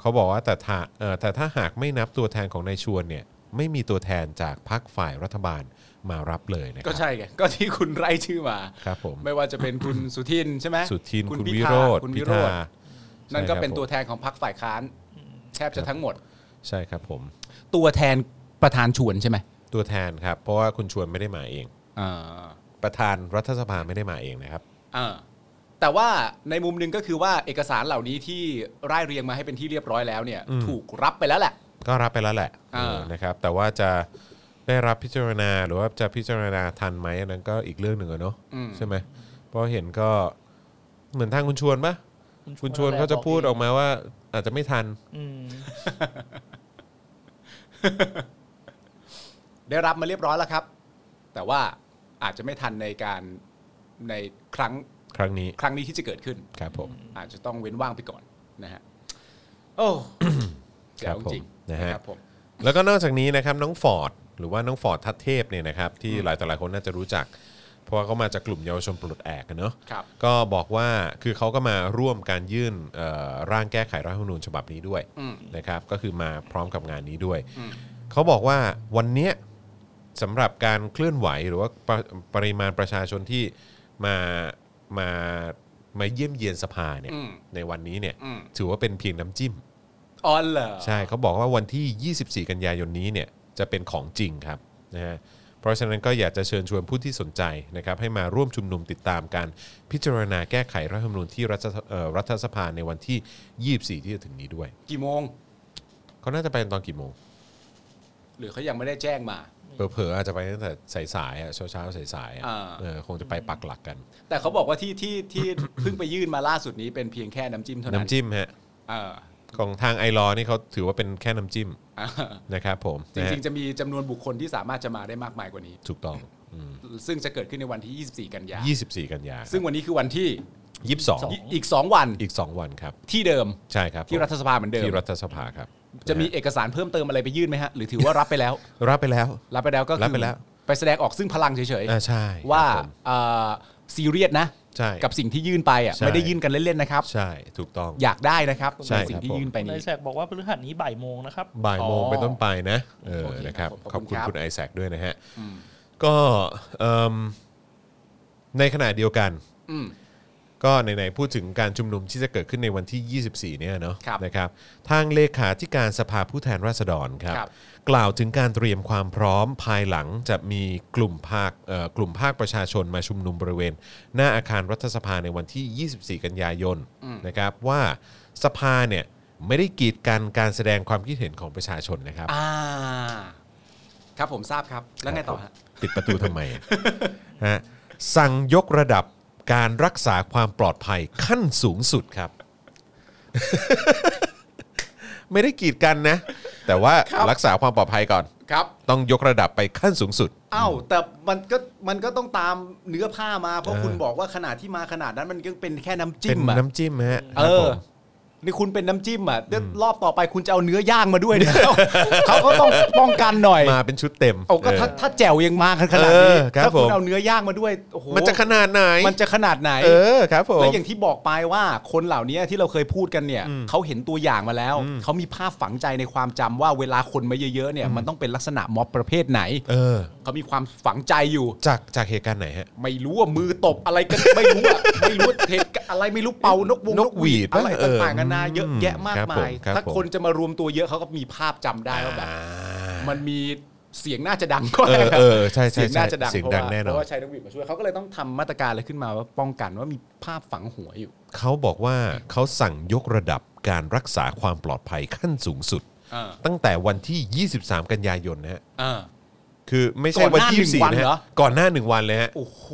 [SPEAKER 2] เขาบอกว่าแต่ถ้าเอ่อแต่ถ้าหากไม่นับตัวแทนของนายชวนเนี่ยไม่มีตัวแทนจากพรรคฝ่ายรัฐบาลมารับเลยนะค
[SPEAKER 3] ก็
[SPEAKER 2] รับ
[SPEAKER 3] ใช่ไงก็ที่คุณไล่ชื่อมา
[SPEAKER 2] ครับผม
[SPEAKER 3] ไม่ว่าจะเป็นคุณ สุทินใช่ไหม
[SPEAKER 2] สุทิน คุณ
[SPEAKER 3] พิ
[SPEAKER 2] วิ
[SPEAKER 3] ธา
[SPEAKER 2] โรธ
[SPEAKER 3] คุณ
[SPEAKER 2] พิ
[SPEAKER 3] วิโร
[SPEAKER 2] ธา
[SPEAKER 3] ธนั่นก็เป็น
[SPEAKER 2] ใช่ครับ
[SPEAKER 3] ตัวแทนของพรรคฝ่ายค้านแทบจะทั้งหมด
[SPEAKER 2] ใช่ครับผม
[SPEAKER 3] ตัวแทนประธานชวนใช่ไหม
[SPEAKER 2] ตัวแทนครับ เพราะว่าคุณชวนไม่ได้มาเอง
[SPEAKER 3] อ่า
[SPEAKER 2] ประธานรัฐสภาไม่ได้มาเองนะครับ
[SPEAKER 3] อ่าแต่ว่าในมุมหนึ่งก็คือว่าเอกสารเหล่านี้ที่ร่ายเรียงมาให้เป็นที่เรียบร้อยแล้วเนี่ย
[SPEAKER 2] อืม
[SPEAKER 3] ถูกรับไปแล้วแหละ
[SPEAKER 2] ก็รับไปแล้วแหละ
[SPEAKER 3] อ่า
[SPEAKER 2] เออนะครับแต่ว่าจะได้รับพิจารณาหรือว่าจะพิจารณาทันไหมอันนั้นก็อีกเรื่องหนึ่งอะเนาะใช่ไหมเพราะเห็นก็เหมือนทางคุณชวนปะคุณชวนเขาจะพูดออกมาว่า อาจจะไม่ทัน
[SPEAKER 4] อืม
[SPEAKER 3] ได้รับมาเรียบร้อยแล้วครับ แต่ว่าอาจจะไม่ทันในการในครั้ง
[SPEAKER 2] ครั้งนี้
[SPEAKER 3] ครั้งนี้ที่จะเกิดขึ้น
[SPEAKER 2] ครับผม
[SPEAKER 3] อาจจะต้องเว้นว่างไปก่อนนะฮะโอ้ แจ๋วจริ
[SPEAKER 2] ครับผ
[SPEAKER 3] ง
[SPEAKER 2] มนะฮะ
[SPEAKER 3] ครับผม
[SPEAKER 2] แล้วก็นอกจากนี้นะครับน้องฟอร์ดหรือว่าน้องฟอร์ดทัดเทพเนี่ยนะครับที่หลายต่อหลายคนน่าจะรู้จัก เพราะว่าเขามาจากกลุ่มเยาวชนปลดแอกกันเนาะ
[SPEAKER 3] ครับ
[SPEAKER 2] ก็บอกว่าคือเขาก็มาร่วมการยื่นเอ่อร่างแก้ไขรัฐธรรมนูญฉบับนี้ด้วยนะครับก็คือมาพร้อมกับงานนี้ด้วย เขาบอกว่าวันเนี้ยสำหรับการเคลื่อนไหวหรือว่าปรปริมาณประชาชนที่มามามาเยี่ยมเยียนสภาเนี่ย
[SPEAKER 3] อืม
[SPEAKER 2] ในวันนี้เนี่ย
[SPEAKER 3] อืม
[SPEAKER 2] ถือว่าเป็นเพียงน้ำจิ้ม
[SPEAKER 3] อ๋อเหรอ
[SPEAKER 2] ใช่เขาบอกว่าวันที่ 24 กันยายนนี้เนี่ยจะเป็นของจริงครับนะฮะเพราะฉะนั้นก็อยากจะเชิญชวนผู้ที่สนใจนะครับให้มาร่วมชุมนุมติดตามการพิจารณาแก้ไขรัฐธรรมนูญที่รัฐเอ่อรัฐสภาในวันที่ 24 ที่จะถึงนี้ด้วย
[SPEAKER 3] กี่โมง
[SPEAKER 2] เขาน่าจะไปตอนกี่โมง
[SPEAKER 3] หรือเขายังไม่ได้แจ้งมา
[SPEAKER 2] เผลอๆอาจจะไปตั้งแต่สายๆอ่ะเช้าๆสายๆอ่ะ
[SPEAKER 3] อ่า
[SPEAKER 2] เออคงจะไปปักหลักกัน
[SPEAKER 3] แต่เขาบอกว่าที่ที่ที่ เพิ่งไปยื่นมาล่าสุดนี้เป็นเพียงแค่น้ำจิ้มเท่านั้น
[SPEAKER 2] น้ำจิ้มฮะ
[SPEAKER 3] เออ
[SPEAKER 2] ของทางไอรอนี่เขาถือว่าเป็นแค่น้ำจิ้ม
[SPEAKER 3] อ่า
[SPEAKER 2] นะครับผม
[SPEAKER 3] จ
[SPEAKER 2] นะฮะ
[SPEAKER 3] ริงๆ จะมีจำนวนบุคคลที่สามารถจะมาได้มากมายกว่านี้
[SPEAKER 2] ถูกต้องอืม
[SPEAKER 3] ซึ่งจะเกิดขึ้นในวันที่ 24 กันยาย
[SPEAKER 2] 24 กันยา
[SPEAKER 3] ซึ่งวันนี้คือวันที่
[SPEAKER 2] ยี่สิบสอง
[SPEAKER 3] อีกอีก 2 วัน
[SPEAKER 2] อีก 2 วันครับ
[SPEAKER 3] ที่เดิม
[SPEAKER 2] ใช่ครับ
[SPEAKER 3] ที่รัฐสภาเหมือนเดิม
[SPEAKER 2] ที่รัฐสภาครับ
[SPEAKER 3] จะมี
[SPEAKER 2] นฮ
[SPEAKER 3] เอกสารเพิ่มเติมอะไรไปยื่นไหมฮะ หรือถือว่ารับไปแล้ว
[SPEAKER 2] รับไปแล้ว
[SPEAKER 3] รับไปแล้วก็คือ
[SPEAKER 2] รับไปแล้ว
[SPEAKER 3] ไปแสดงออกซึ่งพลังเฉย
[SPEAKER 2] อ่าใช่
[SPEAKER 3] ๆ ว่า
[SPEAKER 2] ครับผม
[SPEAKER 3] เอ่อซีเรียสนะ
[SPEAKER 2] ใช่
[SPEAKER 3] กับสิ่งที่ยื่นไปอ่ะ
[SPEAKER 2] ใช่
[SPEAKER 3] ไม่ได้ยื่นกันเล่นๆนะครับ
[SPEAKER 2] ใช่ถูกต้อง
[SPEAKER 3] อยากได้นะครับ
[SPEAKER 2] ใช่ค
[SPEAKER 3] สิ่
[SPEAKER 2] รั
[SPEAKER 3] ง
[SPEAKER 2] บ
[SPEAKER 3] ที่ยื่นไป
[SPEAKER 4] นา
[SPEAKER 3] นี้
[SPEAKER 4] ยแสกบอกว่าพฤหัสนี้บ่ายโมงนะครับ
[SPEAKER 2] บ่ายโมง
[SPEAKER 3] อ๋อ
[SPEAKER 2] เป็นต้นไปนะเออ
[SPEAKER 3] โอเค
[SPEAKER 2] นะครับ
[SPEAKER 3] ครั
[SPEAKER 2] ขอ
[SPEAKER 3] บขอ
[SPEAKER 2] บบคุ
[SPEAKER 3] คุ
[SPEAKER 2] ณ
[SPEAKER 3] ณครับ
[SPEAKER 2] คุณไอแซคด้วยนะฮะก็เอิ่มในขณะเดียวกัน
[SPEAKER 3] อืม
[SPEAKER 2] ก็ไหนๆพูดถึงการชุมนุมที่จะเกิดขึ้นในวันที่ 24 เนี่ยเนาะ
[SPEAKER 3] ครับ
[SPEAKER 2] นะครับทางเลขาธิการสภาผู้แทนราษฎรครับ
[SPEAKER 3] ครับ
[SPEAKER 2] กล่าวถึงการเตรียมความพร้อมภายหลังจะมีกลุ่มภาคเอ่อกลุ่มภาคประชาชนมาชุมนุมบริเวณ หน้าอาคารรัฐสภาในวันที่ 24 กันยายนนะครับว่าสภาเนี่ยไม่ได้กีดกันการแสดงความคิดเห็นของประชาชนนะครับ
[SPEAKER 3] อ่า ครับผมทราบครับ แล้วไงต่อฮะ
[SPEAKER 2] ปิดประตูทำไมอะ ฮะสั่งยกระดับการรักษาความปลอดภัยขั้นสูงสุด ครับ ไม่ได้กีดกันนะ แต่ว่า
[SPEAKER 3] ครับ
[SPEAKER 2] รักษาความปลอดภัยก่อน
[SPEAKER 3] ครับ
[SPEAKER 2] ต้องยกระดับไปขั้นสูงสุด
[SPEAKER 3] อ้าวแต่มันก็มันก็ต้องตามเนื้อผ้ามา เพราะ
[SPEAKER 2] เออ
[SPEAKER 3] คุณบอกว่าขนาดที่มาขนาดนั้นมันก็เป็นแค่น้ำ
[SPEAKER 2] เป็
[SPEAKER 3] จิ้
[SPEAKER 2] น
[SPEAKER 3] มอะ
[SPEAKER 2] น้ำจิ้มฮะค
[SPEAKER 3] เอ
[SPEAKER 2] รับผ
[SPEAKER 3] อ
[SPEAKER 2] ม
[SPEAKER 3] นี่คุณเป็นน้ำจิ้มอ่ะเดี๋ยวรอบต่อไปคุณจะเอาเนื้อย่างมา ด้วยเนี่ยเขาเขาก็ต้องป้องกันหน่อย
[SPEAKER 2] มาเป็นชุดเต็ม
[SPEAKER 3] เอาก็ถ้า
[SPEAKER 2] เออ
[SPEAKER 3] ถ้าแจ่วยังมากันขนาดนี้
[SPEAKER 2] เออครับ
[SPEAKER 3] ถ้า
[SPEAKER 2] ผ
[SPEAKER 3] คุ
[SPEAKER 2] ม
[SPEAKER 3] ณเอาเนื้อย่างมาด้วยโอ้โห
[SPEAKER 2] มันจะขนาดไหน
[SPEAKER 3] มันจะขนาดไหน
[SPEAKER 2] เออครับผม
[SPEAKER 3] และอย่างที่บอกไปว่าคนเหล่านี้ที่เราเคยพูดกันเนี่ยเขาเห็นตัวอย่างมาแล้ว เขามีภาพฝังใจในความจำว่าเวลาคนมาเยอะๆเนี่ยมันต้องเป็นลักษณะม็อบประเภทไหน
[SPEAKER 2] เออ
[SPEAKER 3] เขามีความฝังใจอยู่
[SPEAKER 2] จากจากเหตุการณ์ไหนฮะ
[SPEAKER 3] ไม่รู้ว่ามือตบอะไรกัน ไม่รู้ อะไม่รู้เทปอะไรไม่รู้เป่านกวง
[SPEAKER 2] นกหวีด
[SPEAKER 3] อะไร
[SPEAKER 2] เออ
[SPEAKER 3] ต่างๆนานาเยอะแยะมาก
[SPEAKER 2] ครับผม
[SPEAKER 3] มาย
[SPEAKER 2] ครับ
[SPEAKER 3] ถ้า
[SPEAKER 2] ผม
[SPEAKER 3] คนจะมารวมตัวเยอะเขาก็มีภาพจำได้ว่าแบบ
[SPEAKER 2] อ่า
[SPEAKER 3] มันมีเสียงน่าจะดังก็
[SPEAKER 2] เออเออใช่ใช่
[SPEAKER 3] เสียงน่าจะดัง
[SPEAKER 2] เสียงดังแน่นอน
[SPEAKER 3] เพราะว่าใช้นกหวีดมาช่วยเขาก็เลยต้องทำมาตรการอะไรขึ้นมาว่าป้องกันว่ามีภาพฝังหัวอยู่
[SPEAKER 2] เขาบอกว่าเขาสั่งยกระดับการรักษาความปลอดภัยขั้นสูงสุด
[SPEAKER 3] เออ
[SPEAKER 2] ตั้งแต่วันที่ 23 กันยายนนะฮะ
[SPEAKER 3] อ่า
[SPEAKER 2] คือไม่ใช่วันที่
[SPEAKER 3] ก่
[SPEAKER 2] 24
[SPEAKER 3] อนหน้าหนึ่งวัน
[SPEAKER 2] นะฮะ ก่อนหน้า 1 วัน
[SPEAKER 3] เหรอ
[SPEAKER 2] เลยฮะ
[SPEAKER 3] โอ้โห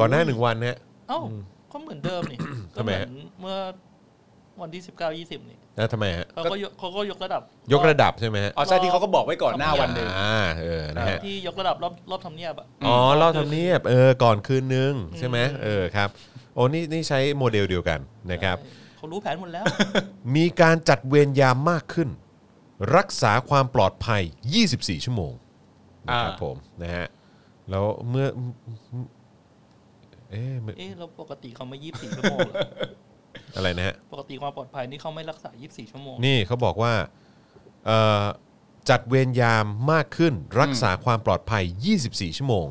[SPEAKER 2] ก่อนหน้า 1 วันนะฮะ
[SPEAKER 4] เอ้าก็เหมือนเดิมนี่ ก็
[SPEAKER 2] ทำ
[SPEAKER 4] เห
[SPEAKER 2] ไม
[SPEAKER 4] มือ
[SPEAKER 2] ฮะ
[SPEAKER 4] นเมื่อวันที่สิบเก้ายี่สิบนี่
[SPEAKER 2] แล้วทำไมฮะ
[SPEAKER 4] เขา
[SPEAKER 2] ก็
[SPEAKER 4] ก็ยกเขาก็ยกระดับ
[SPEAKER 2] ยกระดับใช่ไหมฮะ
[SPEAKER 3] อ๋อใช่ที่เขาก็บอกไว้ก่อนหน้าวันหนึ่ง
[SPEAKER 2] อ่า เออ นะฮะ
[SPEAKER 4] ที่ยกระดับรอบรอบทำเนียบอะ
[SPEAKER 2] อ๋อรอบทำเนียบเออ ก่อนคืนนึง ใช่ไหมเออ ครับ โอ้นี่นี่ใช้โมเดลเดียวกันนะครับ
[SPEAKER 4] เขารู้แผนหมดแล้ว
[SPEAKER 2] มีการจัดเวรยามมากขึ้น รักษาความปลอดภัย 24 ชั่วโมงนะครับ
[SPEAKER 3] อ่า
[SPEAKER 2] ผมนะฮะแล้วเมื่อเอ๊ะเมื่อ
[SPEAKER 4] เอ๊ะเราปกติเขาไม่ยี่สิบสี่ชั่วโมงเหรอ
[SPEAKER 2] อะไรนะฮะ
[SPEAKER 4] ปกติความปลอดภัยนี่เขาไม่รักษายี่สิบสี่ชั่วโมง
[SPEAKER 2] นี่เขาบอกว่าเอ่อจัดเวรยามมากขึ้น รักษาความปลอดภัย 24 ชั่วโมง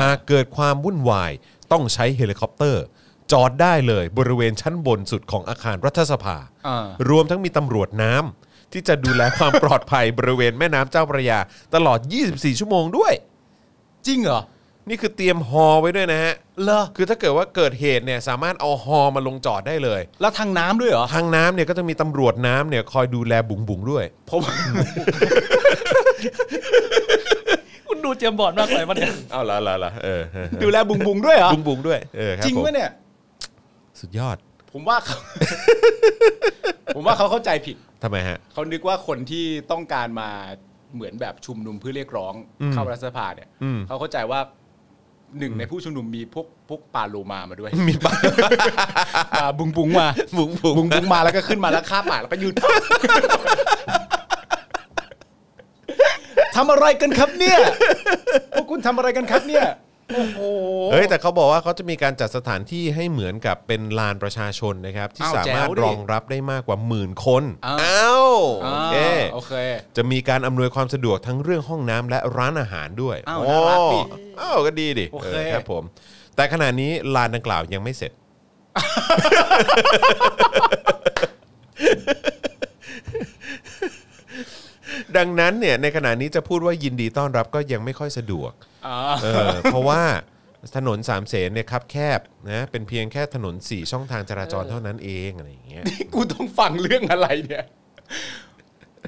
[SPEAKER 2] หากเกิดความวุ่นวาย ต้องใช้เฮลิคอปเตอร์ จอดได้เลยบริเวณชั้นบนสุดของอาคารรัฐสภา
[SPEAKER 3] อ่าร
[SPEAKER 2] วมทั้งมีตำรวจน้ำที่จะดูแลความ ปลอดภัย บริเวณแม่น้ำเจ้าพระยา ตลอด 24 ชั่วโมงด้วย
[SPEAKER 3] จริงเหรอ
[SPEAKER 2] นี่คือเตรียมฮอไว้ด้วยนะฮะ
[SPEAKER 3] เหรอ
[SPEAKER 2] คือถ้าเกิดว่าเกิดเหตุเนี่ยสามารถเอาฮอมาลงจอดได้เลย
[SPEAKER 3] แล้วทางน้ำด้วยเหรอ
[SPEAKER 2] ทางน้ำเนี่ยก็จะมีตำรวจน้ำเนี่ยคอยดูแลบุ๋งบุ๋งๆด้วย
[SPEAKER 3] ผม
[SPEAKER 4] คุณดูเจมส์บอลมากไปมันเนี่ย
[SPEAKER 2] เอาละละละเออเออ
[SPEAKER 3] ดูแลบุงบุงด้วยเหรอ
[SPEAKER 2] บุ้งบุ้งด้วยเออครับ
[SPEAKER 3] จริง
[SPEAKER 2] ผม
[SPEAKER 3] ปะเนี่ย
[SPEAKER 2] สุดยอด
[SPEAKER 3] ผมว่าเขา ผมว่าเขาเข้าใจผิด
[SPEAKER 2] ทำไมฮะ
[SPEAKER 3] เขานึกว่าคนที่ต้องการมาเหมือนแบบชุมนุมเพื่อเรียกร้อง
[SPEAKER 2] อืม
[SPEAKER 3] เข้ารัฐสภาเนี่ย
[SPEAKER 2] อืม
[SPEAKER 3] เขาเข้าใจว่าหนึ่งในผู้ชุมนุมมีพวกพวกปลาโลมามาด้วย
[SPEAKER 2] มีปะ
[SPEAKER 3] ปลาบุงบุงมา
[SPEAKER 2] บุ๋งบุ๋ง
[SPEAKER 3] บุงบุงมาแล้วก็ขึ้นมาแล้วฆ่าปากแล้วก็ยืน ทำอะไรกันครับเนี่ย พวกคุณทำอะไรกันครับเนี่ย โอ้โห
[SPEAKER 2] เฮ้ยแต่เขาบอกว่าเขาจะมีการจัดสถานที่ให้เหมือนกับเป็นลานประชาชนนะครับ ที่
[SPEAKER 3] อ้าว
[SPEAKER 2] สามารถ
[SPEAKER 3] แจ๋วดิ
[SPEAKER 2] รองรับได้มากกว่าหมื่นคน
[SPEAKER 3] อ้าว
[SPEAKER 2] ว
[SPEAKER 3] อ่า
[SPEAKER 2] โอเค
[SPEAKER 3] โอเค
[SPEAKER 2] จะมีการอำนวยความสะดวกทั้งเรื่องห้องน้ำและร้านอาหารด้วย
[SPEAKER 3] อ้าวน่ารักดิ
[SPEAKER 2] อ๋ออ้าวก็ดีดิ
[SPEAKER 3] โอเค
[SPEAKER 2] ออครับผม แต่ขณะนี้ลานดังกล่าวยังไม่เสร็จ ดังนั้นเนี่ยในขณะนี้จะพูดว่ายินดีต้อนรับก็ยังไม่ค่อยสะดวกเออเพราะว่าถนนสามเสนเนี่ยครับแคบนะเป็นเพียงแค่ถนนสี่ช่องทางจราจรเท่านั้นเองอะไรอย่างเงี้ย
[SPEAKER 3] นี่กูต้องฟังเรื่องอะไรเนี่ย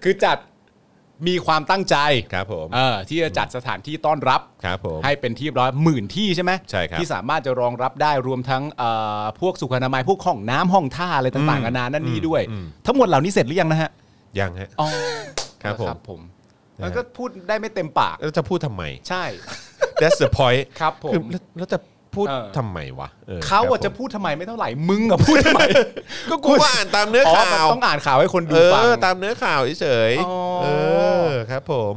[SPEAKER 3] คือจัดมีความตั้งใจ
[SPEAKER 2] ครับผม
[SPEAKER 3] เออที่จะจัดสถานที่ต้อนรับ
[SPEAKER 2] ครับผม
[SPEAKER 3] ให้เป็นที่เรียบร้อยหมื่นที่ใช่ไหม
[SPEAKER 2] ใช่ครับ
[SPEAKER 3] ที่สามารถจะรองรับได้รวมทั้งเอ่อพวกสุขอนามัยพวกห้องน้ำห้องท่าอะไรต่างๆนานานั่นนี่ด้วย ทั้งหมดเหล่านี้เสร็จหรือยังนะฮะ
[SPEAKER 2] ยังฮะ
[SPEAKER 3] อ๋อ
[SPEAKER 2] ครับผม
[SPEAKER 3] ผมแล้วก็พูดได้ไม่เต็มปาก
[SPEAKER 2] แล้วจะพูดทำไม
[SPEAKER 3] ใช่
[SPEAKER 2] That's the point
[SPEAKER 3] ครับผม
[SPEAKER 2] อแล้วแล้วจะพูด
[SPEAKER 3] เออ
[SPEAKER 2] ทำไมวะออ
[SPEAKER 3] เขา
[SPEAKER 2] ครับ
[SPEAKER 3] อะจะพูดทำไมไม่เท่าไหร่มึงอะพูดทำไม
[SPEAKER 2] ผมก็กูก็อ่านตามเนื้อ
[SPEAKER 3] อ๋อ
[SPEAKER 2] ข่า
[SPEAKER 3] มัน
[SPEAKER 2] ว
[SPEAKER 3] ต้องอ่านข่าวให้คนดู
[SPEAKER 2] เอ
[SPEAKER 3] ฟัง
[SPEAKER 2] อตามเนื้อข่าวเฉยๆ
[SPEAKER 3] อ๋อ
[SPEAKER 2] เออครับผม